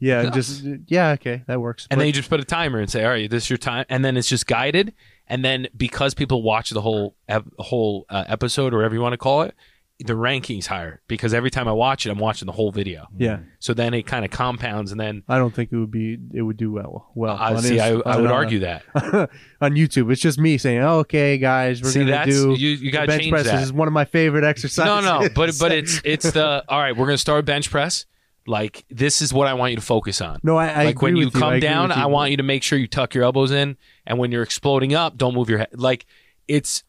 Speaker 3: yeah, just yeah, okay, that works.
Speaker 4: and
Speaker 3: But-
Speaker 4: then you just put a timer and say, "All right, this is your time," and then it's just guided. And then because people watch the whole ep- whole uh, episode or whatever you want to call it, the rankings higher because every time I watch it, I'm watching the whole video.
Speaker 3: yeah,
Speaker 4: So then it kind of compounds, and then
Speaker 3: I don't think it would be it would do well. Well,
Speaker 4: I
Speaker 3: on
Speaker 4: see. I,
Speaker 3: Inst-
Speaker 4: I
Speaker 3: on,
Speaker 4: would
Speaker 3: uh,
Speaker 4: argue that.
Speaker 3: on YouTube. It's just me saying, "Okay, guys, we're
Speaker 4: See,
Speaker 3: gonna
Speaker 4: that's
Speaker 3: do
Speaker 4: you. You got to
Speaker 3: bench
Speaker 4: change
Speaker 3: presses.
Speaker 4: that.
Speaker 3: Is one of my favorite exercises."
Speaker 4: No, no, but but it's it's the all right. We're gonna start bench press. Like this is what I want you to focus on.
Speaker 3: no. I, I
Speaker 4: like when
Speaker 3: agree
Speaker 4: you
Speaker 3: with
Speaker 4: come
Speaker 3: I agree
Speaker 4: down,
Speaker 3: with you.
Speaker 4: I want you to make sure you tuck your elbows in, and when you're exploding up, don't move your head. Like it's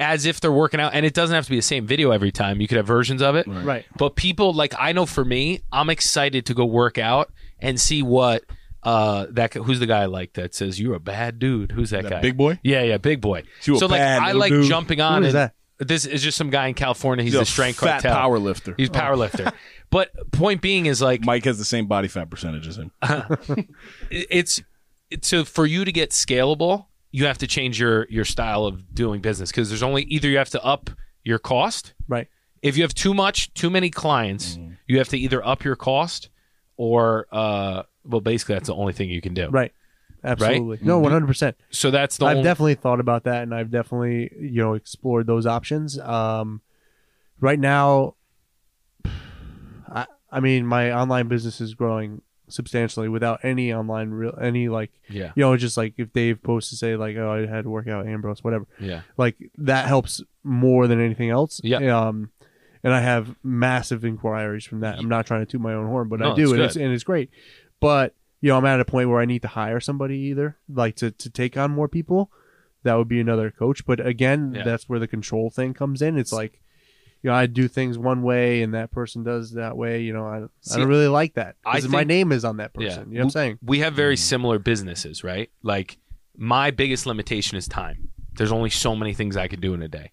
Speaker 4: as if they're working out, and it doesn't have to be the same video every time. You could have versions of it,
Speaker 3: right.
Speaker 4: but people like I know for me, I'm excited to go work out and see what uh that guy- who's the guy I like that says you're a bad dude. Who's that,
Speaker 2: That
Speaker 4: guy?
Speaker 2: big boy?
Speaker 4: Yeah, yeah, big boy.
Speaker 2: You a
Speaker 4: so like
Speaker 2: bad
Speaker 4: I
Speaker 2: little
Speaker 4: like
Speaker 2: dude.
Speaker 4: jumping on
Speaker 3: Who is
Speaker 4: and-
Speaker 3: that?
Speaker 4: This is just some guy in California. He's
Speaker 2: He's
Speaker 4: the
Speaker 2: a
Speaker 4: strength
Speaker 2: fat
Speaker 4: cartel.
Speaker 2: power lifter.
Speaker 4: He's a power lifter. But point being is like
Speaker 2: Mike has the same body fat percentage as him.
Speaker 4: it's it's- so for you to get scalable, you have to change your your style of doing business because there's only either you have to up your cost.
Speaker 3: Right.
Speaker 4: If you have too much, too many clients, you have to either up your cost or uh well basically that's the only thing you can do.
Speaker 3: Right. Absolutely.
Speaker 4: Mm-hmm.
Speaker 3: No, one hundred percent.
Speaker 4: So that's the
Speaker 3: I've
Speaker 4: only
Speaker 3: definitely thought about that, and I've definitely you know explored those options. Um, right now, I I mean my online business is growing substantially without any online real any like
Speaker 4: yeah.
Speaker 3: you know just like if Dave posts to say like oh I had to work out Ambrose whatever
Speaker 4: Yeah.
Speaker 3: like that helps more than anything else.
Speaker 4: Yeah.
Speaker 3: Um, and I have massive inquiries from that. I'm not trying to toot my own horn, but
Speaker 4: No,
Speaker 3: I
Speaker 4: that's
Speaker 3: do, and
Speaker 4: good.
Speaker 3: it's and it's great. But you know, I'm at a point where I need to hire somebody either, like to to take on more people. That would be another coach. But again,
Speaker 4: Yeah.
Speaker 3: that's where the control thing comes in. It's like. You know, I do things one way, and that person does that way. You know, I, I
Speaker 4: See,
Speaker 3: don't really like that.
Speaker 4: I
Speaker 3: 'Cause my
Speaker 4: think-
Speaker 3: name is on that
Speaker 4: Yeah.
Speaker 3: person. You know what I'm saying?
Speaker 4: we have very similar businesses, right? Like my biggest limitation is time. There's only so many things I could do in a day.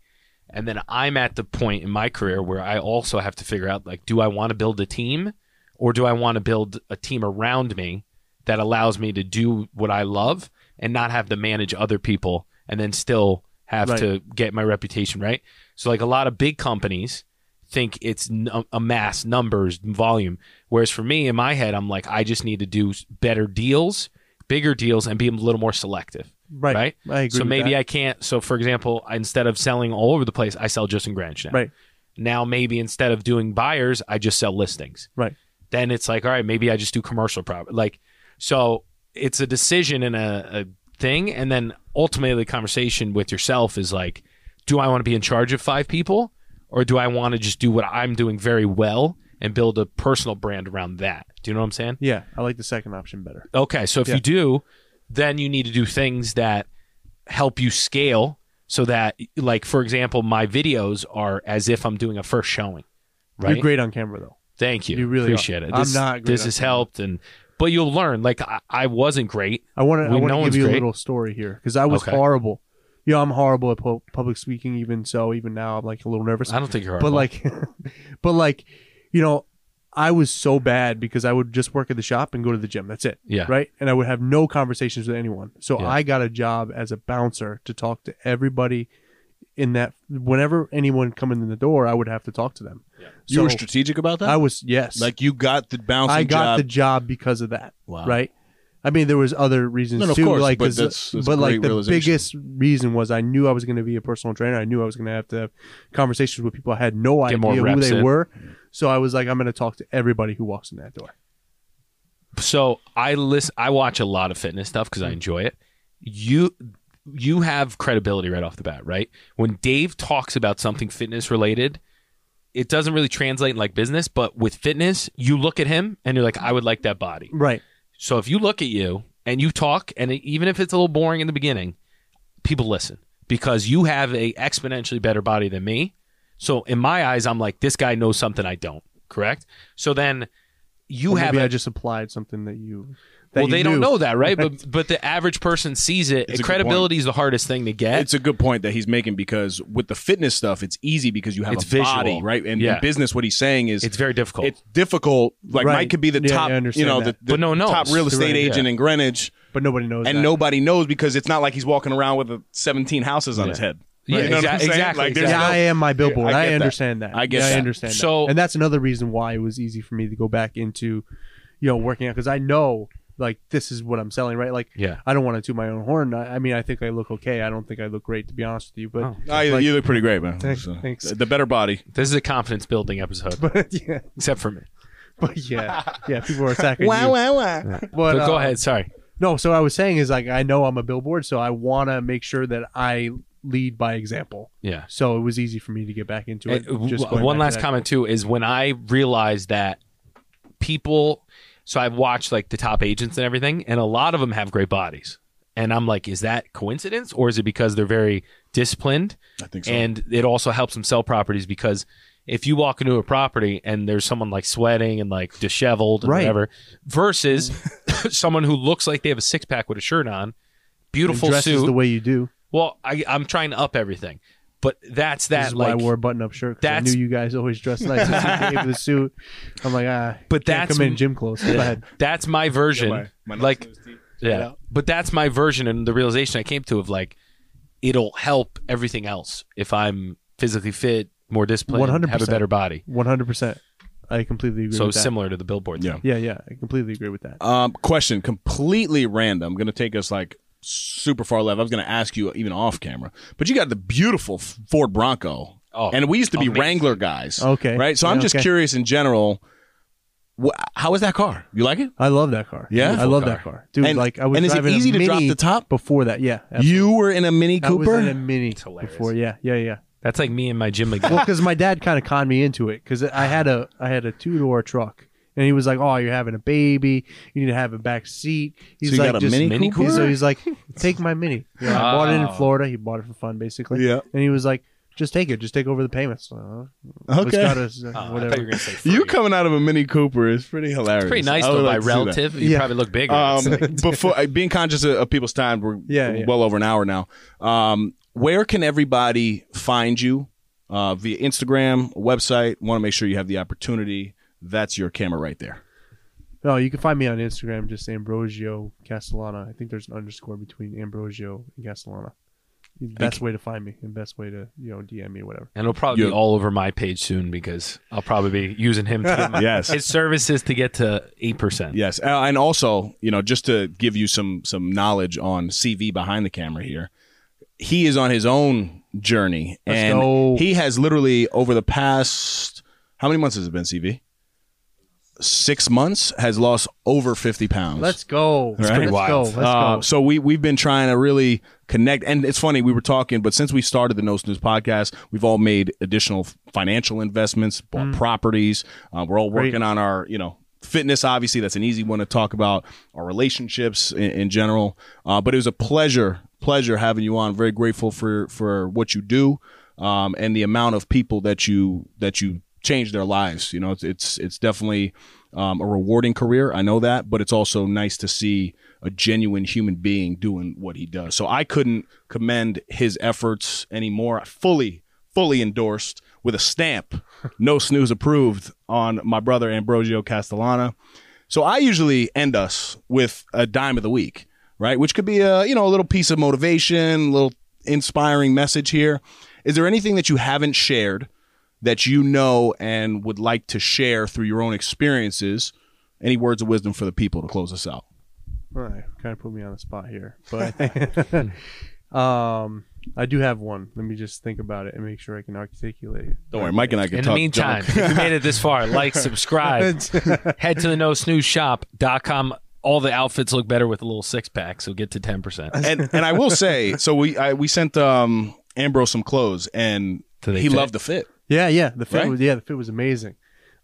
Speaker 4: And then I'm at the point in my career where I also have to figure out like do I want to build a team or do I want to build a team around me that allows me to do what I love and not have to manage other people and then still have
Speaker 3: Right.
Speaker 4: to get my reputation right. So like a lot of big companies think it's n- a mass numbers volume whereas for me in my head I'm like I just need to do s- better deals, bigger deals and be a little more selective.
Speaker 3: Right.
Speaker 4: Right?
Speaker 3: I agree.
Speaker 4: So
Speaker 3: with
Speaker 4: maybe
Speaker 3: that.
Speaker 4: I can't so for example, I- instead of selling all over the place, I sell just in Greenwich now.
Speaker 3: Right.
Speaker 4: Now maybe instead of doing buyers, I just sell listings.
Speaker 3: Right.
Speaker 4: Then it's like, all right, maybe I just do commercial property. Like, so it's a decision and a, a thing, and then ultimately the conversation with yourself is like, do I want to be in charge of five people, or do I want to just do what I'm doing very well and build a personal brand around that? Do you know what I'm saying?
Speaker 3: yeah, I like the second option better.
Speaker 4: Okay, so if
Speaker 3: Yeah.
Speaker 4: you do, then you need to do things that help you scale so that like for example, my videos are as if I'm doing a first showing. Right?
Speaker 3: You're great on camera though.
Speaker 4: Thank you.
Speaker 3: You really
Speaker 4: appreciate
Speaker 3: are.
Speaker 4: it.
Speaker 3: I'm
Speaker 4: This,
Speaker 3: not great
Speaker 4: this
Speaker 3: at
Speaker 4: has
Speaker 3: that.
Speaker 4: helped and but you'll learn. Like I, I wasn't great.
Speaker 3: I want to.
Speaker 4: We
Speaker 3: I want
Speaker 4: know
Speaker 3: to
Speaker 4: it's
Speaker 3: give you a
Speaker 4: great.
Speaker 3: little story here because I was
Speaker 4: Okay.
Speaker 3: horrible. You know, I'm horrible at pu- public speaking. Even so, even now, I'm like a little nervous.
Speaker 4: I don't think you're.
Speaker 3: But like, but like, you know, I was so bad because I would just work at the shop and go to the gym. That's it.
Speaker 4: Yeah.
Speaker 3: Right. And I would have no conversations with anyone. So
Speaker 4: Yeah.
Speaker 3: I got a job as a bouncer to talk to everybody. In that, whenever anyone come in the door, I would have to talk to them.
Speaker 2: you were strategic about that?
Speaker 3: I was yes.
Speaker 2: like you got the bouncing
Speaker 3: I got
Speaker 2: job.
Speaker 3: the job because of that.
Speaker 2: Wow.
Speaker 3: Uh, Right. I mean, there was other reasons
Speaker 2: No, no, of
Speaker 3: too.
Speaker 2: course,
Speaker 3: like,
Speaker 2: but
Speaker 3: 'cause-
Speaker 2: that's- that's
Speaker 3: but,
Speaker 2: a
Speaker 3: like
Speaker 2: great
Speaker 3: the
Speaker 2: realization.
Speaker 3: biggest reason was I knew I was going to be a personal trainer. I knew I was going to have to have conversations with people. I had no
Speaker 4: Get more
Speaker 3: idea who
Speaker 4: reps
Speaker 3: they
Speaker 4: in.
Speaker 3: were. So I was like, I'm going to talk to everybody who walks in that door.
Speaker 4: so I listen. I watch a lot of fitness stuff
Speaker 3: Mm.
Speaker 4: because I enjoy it. You you have credibility right off the bat, right? When Dave talks about something fitness related, it doesn't really translate in like business, but with fitness, you look at him and you're like, I would like that body.
Speaker 3: Right.
Speaker 4: So if you look at you and you talk, and it- even if it's a little boring in the beginning, people listen because you have a exponentially better body than me. So in my eyes, I'm like, this guy knows something I don't. Correct. So then you
Speaker 3: Or
Speaker 4: have
Speaker 3: maybe
Speaker 4: a-
Speaker 3: I just applied something that you that
Speaker 4: well,
Speaker 3: you
Speaker 4: they don't
Speaker 3: knew.
Speaker 4: know that, right? But but the average person sees it.
Speaker 2: It's a good
Speaker 4: Credibility is the hardest thing to get.
Speaker 2: It's a good point that he's making because with the fitness stuff, it's easy because you have
Speaker 4: It's
Speaker 2: a
Speaker 4: visual.
Speaker 2: body, right? And
Speaker 4: Yeah.
Speaker 2: in business, what he's saying is
Speaker 4: It's very difficult.
Speaker 2: It's difficult. Like
Speaker 3: Right.
Speaker 2: Mike could be the
Speaker 3: Yeah, I
Speaker 2: top, you
Speaker 3: understand
Speaker 2: know, the,
Speaker 3: that.
Speaker 2: the
Speaker 4: But no one knows.
Speaker 2: top real estate
Speaker 4: Right, yeah.
Speaker 2: agent in Greenwich,
Speaker 3: but nobody knows.
Speaker 2: and
Speaker 3: that.
Speaker 2: nobody knows because it's not like he's walking around with uh, 17 houses on his head.
Speaker 4: Yeah,
Speaker 2: You know what I'm
Speaker 4: exact-
Speaker 2: saying?
Speaker 4: exactly,
Speaker 2: Like, there's
Speaker 3: Yeah,
Speaker 2: no-
Speaker 3: I am my billboard.
Speaker 2: I
Speaker 3: I,
Speaker 2: get that.
Speaker 3: understand that.
Speaker 2: I get
Speaker 3: Yeah,
Speaker 2: that.
Speaker 3: I understand. that.
Speaker 4: So-
Speaker 3: and that's another reason why it was easy for me to go back into, you know, working out because I know like this is what I'm selling, right? Like,
Speaker 4: Yeah.
Speaker 3: I don't want to toot my own horn. I, I mean, I think I look okay. I don't think I look great, to be honest with you. But
Speaker 4: Oh.
Speaker 2: No, you,
Speaker 3: like-
Speaker 2: you look pretty great, man.
Speaker 3: Thanks-
Speaker 2: So,
Speaker 3: thanks.
Speaker 2: The better body.
Speaker 4: this is a confidence building episode,
Speaker 3: but yeah,
Speaker 4: except for me.
Speaker 3: but yeah, yeah, people are attacking you.
Speaker 2: wow.
Speaker 3: But,
Speaker 4: But go
Speaker 3: uh,
Speaker 4: ahead. Sorry.
Speaker 3: No, so I was saying is like I know I'm a billboard, so I want to make sure that I lead by example.
Speaker 4: Yeah.
Speaker 3: So it was easy for me to get back into it.
Speaker 4: Uh, w-
Speaker 3: just going back
Speaker 4: one
Speaker 3: to
Speaker 4: last
Speaker 3: that.
Speaker 4: comment too is when I realized that people. So I've watched like the top agents and everything, and a lot of them have great bodies. And I'm like, is that coincidence or is it because they're very disciplined?
Speaker 2: I think so.
Speaker 4: And it also helps them sell properties because if you walk into a property and there's someone like sweating and like disheveled and
Speaker 3: Right.
Speaker 4: whatever, versus someone who looks like they have a six pack with a shirt on,
Speaker 3: And
Speaker 4: beautiful
Speaker 3: dresses
Speaker 4: suit.
Speaker 3: the way you do.
Speaker 4: well, I, I'm trying to up everything, but that's that.
Speaker 3: This is why I
Speaker 4: like,
Speaker 3: wore a button-up shirt. 'cause I
Speaker 4: that's-
Speaker 3: knew you guys always dress nice. I gave the suit. I'm like, ah,
Speaker 4: But
Speaker 3: can't
Speaker 4: that's-
Speaker 3: come in gym clothes. Go ahead.
Speaker 4: that's my version. like, yeah,
Speaker 2: Yeah.
Speaker 4: but that's my version and the realization I came to of like, it'll help everything else if I'm physically fit, more disciplined, have a
Speaker 3: 100%.
Speaker 4: better body.
Speaker 3: 100. percent I completely agree.
Speaker 4: So
Speaker 3: with that.
Speaker 4: similar to the billboard.
Speaker 2: Yeah.
Speaker 4: thing.
Speaker 3: Yeah, yeah, I completely agree with that.
Speaker 2: Um, question, completely random. I'm going to take us like super far left. I was going to ask you even off camera, but you got the beautiful F- Ford Bronco.
Speaker 4: Oh,
Speaker 2: and we used to be
Speaker 4: amazing.
Speaker 2: Wrangler guys.
Speaker 3: Okay.
Speaker 2: Right. So
Speaker 3: Yeah,
Speaker 2: I'm just
Speaker 3: okay.
Speaker 2: curious in general. Wh- how is that car? You like it?
Speaker 3: I love that car.
Speaker 2: Yeah?
Speaker 3: I love
Speaker 2: Beautiful
Speaker 3: that car, dude.
Speaker 2: And-
Speaker 3: like I was
Speaker 2: and is it
Speaker 3: driving a
Speaker 2: easy to drop
Speaker 3: Mini
Speaker 2: the top?
Speaker 3: before that. Yeah, absolutely.
Speaker 2: You were in a Mini
Speaker 3: I was
Speaker 2: Cooper.
Speaker 3: in a mini
Speaker 4: hilarious.
Speaker 3: before. Yeah, yeah, yeah.
Speaker 4: That's like me and my gym again.
Speaker 3: Well, because my dad kind of conned me into it because I had a I had a two door truck. And he was like, "Oh, you're having a baby. You need to have a back seat." He's
Speaker 2: you
Speaker 3: like,
Speaker 2: got a
Speaker 3: just,
Speaker 2: Mini
Speaker 4: Mini Cooper?
Speaker 3: So he's like, "Take my mini." You know, I bought it in
Speaker 4: Oh.
Speaker 3: Florida. He bought it for fun, basically.
Speaker 2: Yeah.
Speaker 3: And he was like, "Just take it. Just take over the payments." Uh, it's
Speaker 2: Okay.
Speaker 3: got us, uh,
Speaker 4: Oh, I thought
Speaker 3: whatever.
Speaker 4: you were gonna say free.
Speaker 2: you coming out of a Mini Cooper is pretty hilarious.
Speaker 4: It's pretty nice
Speaker 2: I would
Speaker 4: though
Speaker 2: like
Speaker 4: by
Speaker 2: to see that.
Speaker 4: relative. You
Speaker 3: Yeah.
Speaker 4: probably look bigger. It's like-
Speaker 2: Um, before uh, being conscious of, of people's time, we're
Speaker 3: Yeah, yeah.
Speaker 2: well over an hour now. Um, where can everybody find you? Uh, via Instagram, website. Want to make sure you have the opportunity. That's your camera right there.
Speaker 3: No, you can find me on Instagram, just Ambrosio Castellana. I think there's an underscore between Ambrosio and Castellana. Best way to find me and best way to you know DM me, whatever.
Speaker 4: and it'll probably
Speaker 2: you-
Speaker 4: be all over my page soon because I'll probably be using him to get
Speaker 2: Yes.
Speaker 4: his services to get to eight percent.
Speaker 2: Yes, uh, and also, you know, just to give you some some knowledge on CV behind the camera here, he is on his own journey,
Speaker 3: Let's
Speaker 2: and
Speaker 3: go.
Speaker 2: he has literally over the past how many months has it been? CV six months has lost over fifty pounds.
Speaker 3: Let's go. That's
Speaker 2: pretty
Speaker 3: Let's
Speaker 4: wild.
Speaker 3: go. Let's
Speaker 2: Uh,
Speaker 3: go.
Speaker 2: so we we've been trying to really connect, and it's funny we were talking, but since we started the No Snooze podcast, we've all made additional f- financial investments, bought properties. Uh, we're all
Speaker 3: Mm. Great.
Speaker 2: working on our you know fitness. Obviously, that's an easy one to talk about. Our relationships in, in general, uh, but it was a pleasure pleasure having you on. Very grateful for for what you do, um, and the amount of people that you that you change their lives. You know, it's it's, it's definitely um, a rewarding career. I know that, but it's also nice to see a genuine human being doing what he does. So I couldn't commend his efforts anymore. I fully, fully endorsed with a stamp, no snooze approved on my brother Ambrosio Castellana. So I usually end us with a dime of the week, right? Which could be a you know a little piece of motivation, a little inspiring message here. Is there anything that you haven't shared that you know and would like to share through your own experiences? Any words of wisdom for the people to close us out?
Speaker 3: All right, kind of put me on the spot here, but um, I do have one. Let me just think about it and make sure I can articulate it.
Speaker 2: Don't worry, Mike and I can
Speaker 4: In
Speaker 2: talk.
Speaker 4: the meantime,
Speaker 2: junk.
Speaker 4: if you made it this far, like, subscribe, head to the no snooze shop.com. All the outfits look better with a little six pack, so get to 10%.
Speaker 2: and and I will say, so we I, we sent um Ambrose some clothes, and
Speaker 4: Do they
Speaker 2: he
Speaker 4: fit?
Speaker 2: loved the fit.
Speaker 3: Yeah, yeah, the fit
Speaker 2: Right?
Speaker 3: was yeah, the fit was amazing,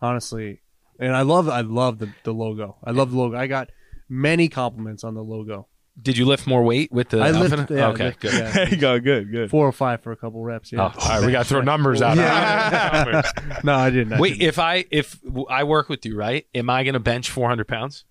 Speaker 3: honestly, and I love I love the the logo. I love the logo. I got many compliments on the logo.
Speaker 4: Did you lift more weight with the
Speaker 3: I
Speaker 4: outfit?
Speaker 3: lift, yeah,
Speaker 4: okay,
Speaker 3: lift-
Speaker 4: good.
Speaker 3: yeah,
Speaker 2: There you go, good, good.
Speaker 3: four or five for a couple reps.
Speaker 4: Oh,
Speaker 3: Yeah,
Speaker 4: all right, we got to throw numbers out.
Speaker 3: Yeah. no, I didn't. I
Speaker 4: Wait,
Speaker 3: didn't.
Speaker 4: if I if w- I work with you, right? Am I going to bench 400 pounds?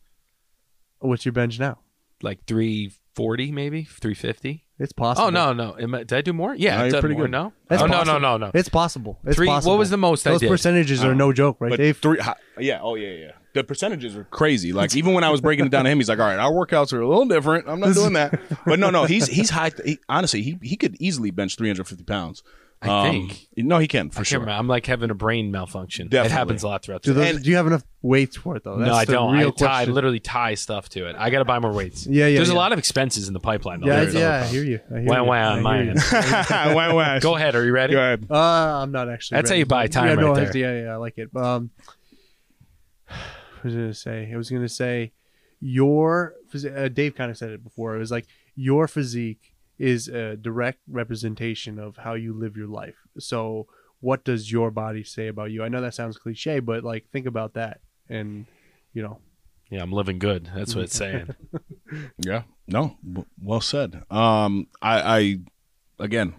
Speaker 3: What's your bench now?
Speaker 4: like 340 maybe 350
Speaker 3: It's possible.
Speaker 4: oh no no Am I- did i do more yeah
Speaker 2: No,
Speaker 4: I
Speaker 2: you're
Speaker 4: did
Speaker 2: pretty
Speaker 4: more.
Speaker 2: good.
Speaker 4: no
Speaker 3: It's
Speaker 4: oh, no no
Speaker 3: possible.
Speaker 4: no no
Speaker 3: It's possible. It's
Speaker 4: Three- what
Speaker 3: possible.
Speaker 4: was the most I
Speaker 3: Those
Speaker 4: did? Oh.
Speaker 3: percentages are no joke, right,
Speaker 2: But
Speaker 3: Dave?
Speaker 2: three, hi- yeah, oh yeah, yeah. The percentages are crazy. Like even when I was breaking it down to him, he's like, "All right, our workouts are a little different. I'm not doing that." But no, no, he's he's high. He, honestly, he he could easily bench 350 pounds. Um,
Speaker 4: I think.
Speaker 2: No, he can for
Speaker 4: I
Speaker 2: sure.
Speaker 4: can't remember. i'm like having a brain malfunction
Speaker 2: Definitely.
Speaker 4: it happens a lot throughout
Speaker 3: do
Speaker 4: the
Speaker 3: those?
Speaker 2: and-
Speaker 3: do you have enough weights for it though?
Speaker 4: no, I
Speaker 3: the
Speaker 4: don't.
Speaker 3: Real
Speaker 4: I tie,
Speaker 3: question.
Speaker 4: literally tie stuff to it. I got to buy more weights.
Speaker 3: Yeah, yeah,
Speaker 4: There's
Speaker 3: yeah.
Speaker 4: a lot of expenses in the pipeline. Though.
Speaker 3: Yeah,
Speaker 4: There's
Speaker 3: yeah,
Speaker 4: other
Speaker 3: I hear you. I hear
Speaker 4: Wah,
Speaker 3: you.
Speaker 4: wah
Speaker 3: I
Speaker 4: on
Speaker 3: hear
Speaker 4: my
Speaker 3: you.
Speaker 4: end.
Speaker 2: Why- why?
Speaker 4: Go ahead. Are you ready?
Speaker 2: Go ahead.
Speaker 3: Uh, I'm not actually.
Speaker 4: That's how
Speaker 3: ready.
Speaker 4: you buy time
Speaker 3: yeah,
Speaker 4: right
Speaker 3: no,
Speaker 4: there.
Speaker 3: it's- Yeah, yeah, I like it. Um, what was I gonna say? I was gonna say your phys- uh, Dave kind of said it before. It was like your physique is a direct representation of how you live your life. So, what does your body say about you? I know that sounds cliche, but like think about that, and you know,
Speaker 4: Yeah, I'm living good. That's what it's saying.
Speaker 2: Yeah. No. W- well said. Um. I. I. Again.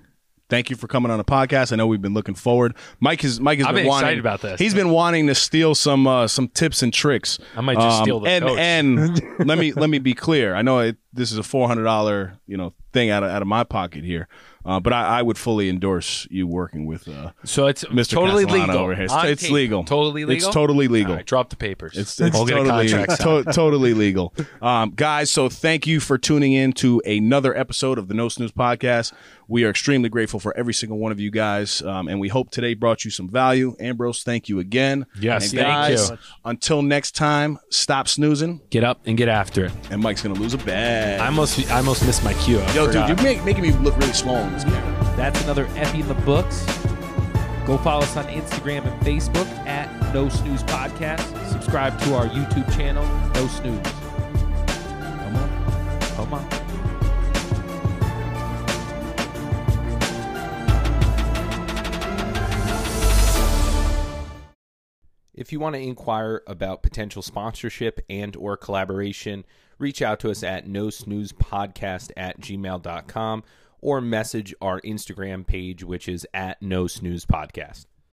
Speaker 2: Thank you for coming on the podcast. I know we've been looking forward. Mike has Mike has
Speaker 4: I've
Speaker 2: been,
Speaker 4: been
Speaker 2: wanting,
Speaker 4: excited about this.
Speaker 2: He's been wanting to steal some uh, some tips and tricks. Um,
Speaker 4: I might just steal the
Speaker 2: and
Speaker 4: coach.
Speaker 2: and let me let me be clear. I know it, this is a four hundred dollar you know thing out of out of my pocket here, uh, but I, I would fully endorse you working with uh,
Speaker 4: So it's
Speaker 2: Mr.
Speaker 4: totally
Speaker 2: Castellano
Speaker 4: legal.
Speaker 2: over here. It's,
Speaker 4: On
Speaker 2: it's
Speaker 4: tape.
Speaker 2: legal.
Speaker 4: Totally legal.
Speaker 2: It's totally legal.
Speaker 4: All right, drop the papers.
Speaker 2: It's, it's
Speaker 4: I'll get a
Speaker 2: totally,
Speaker 4: contract signed.
Speaker 2: to- totally legal. Um, guys, so thank you for tuning in to another episode of the No Snooze Podcast. We are extremely grateful for every single one of you guys, um, and we hope today brought you some value. Ambrose, thank you again.
Speaker 4: Yes,
Speaker 2: And
Speaker 4: thank
Speaker 2: guys,
Speaker 4: you.
Speaker 2: Until next time, stop snoozing,
Speaker 4: Get up and get after it.
Speaker 2: and Mike's going to lose a bet.
Speaker 4: I almost, I almost missed my cue. I
Speaker 2: Yo,
Speaker 4: forgot.
Speaker 2: dude, you're make, making me look really small in this mirror.
Speaker 7: That's another Effie in the books. Go follow us on Instagram and Facebook at No Snooze Podcast. Subscribe to our YouTube channel, No Snooze. Come on. Come on.
Speaker 8: If you want to inquire about potential sponsorship and or collaboration, reach out to us at no snooze podcast at gmail.com or message our Instagram page, which is at no snooze podcast.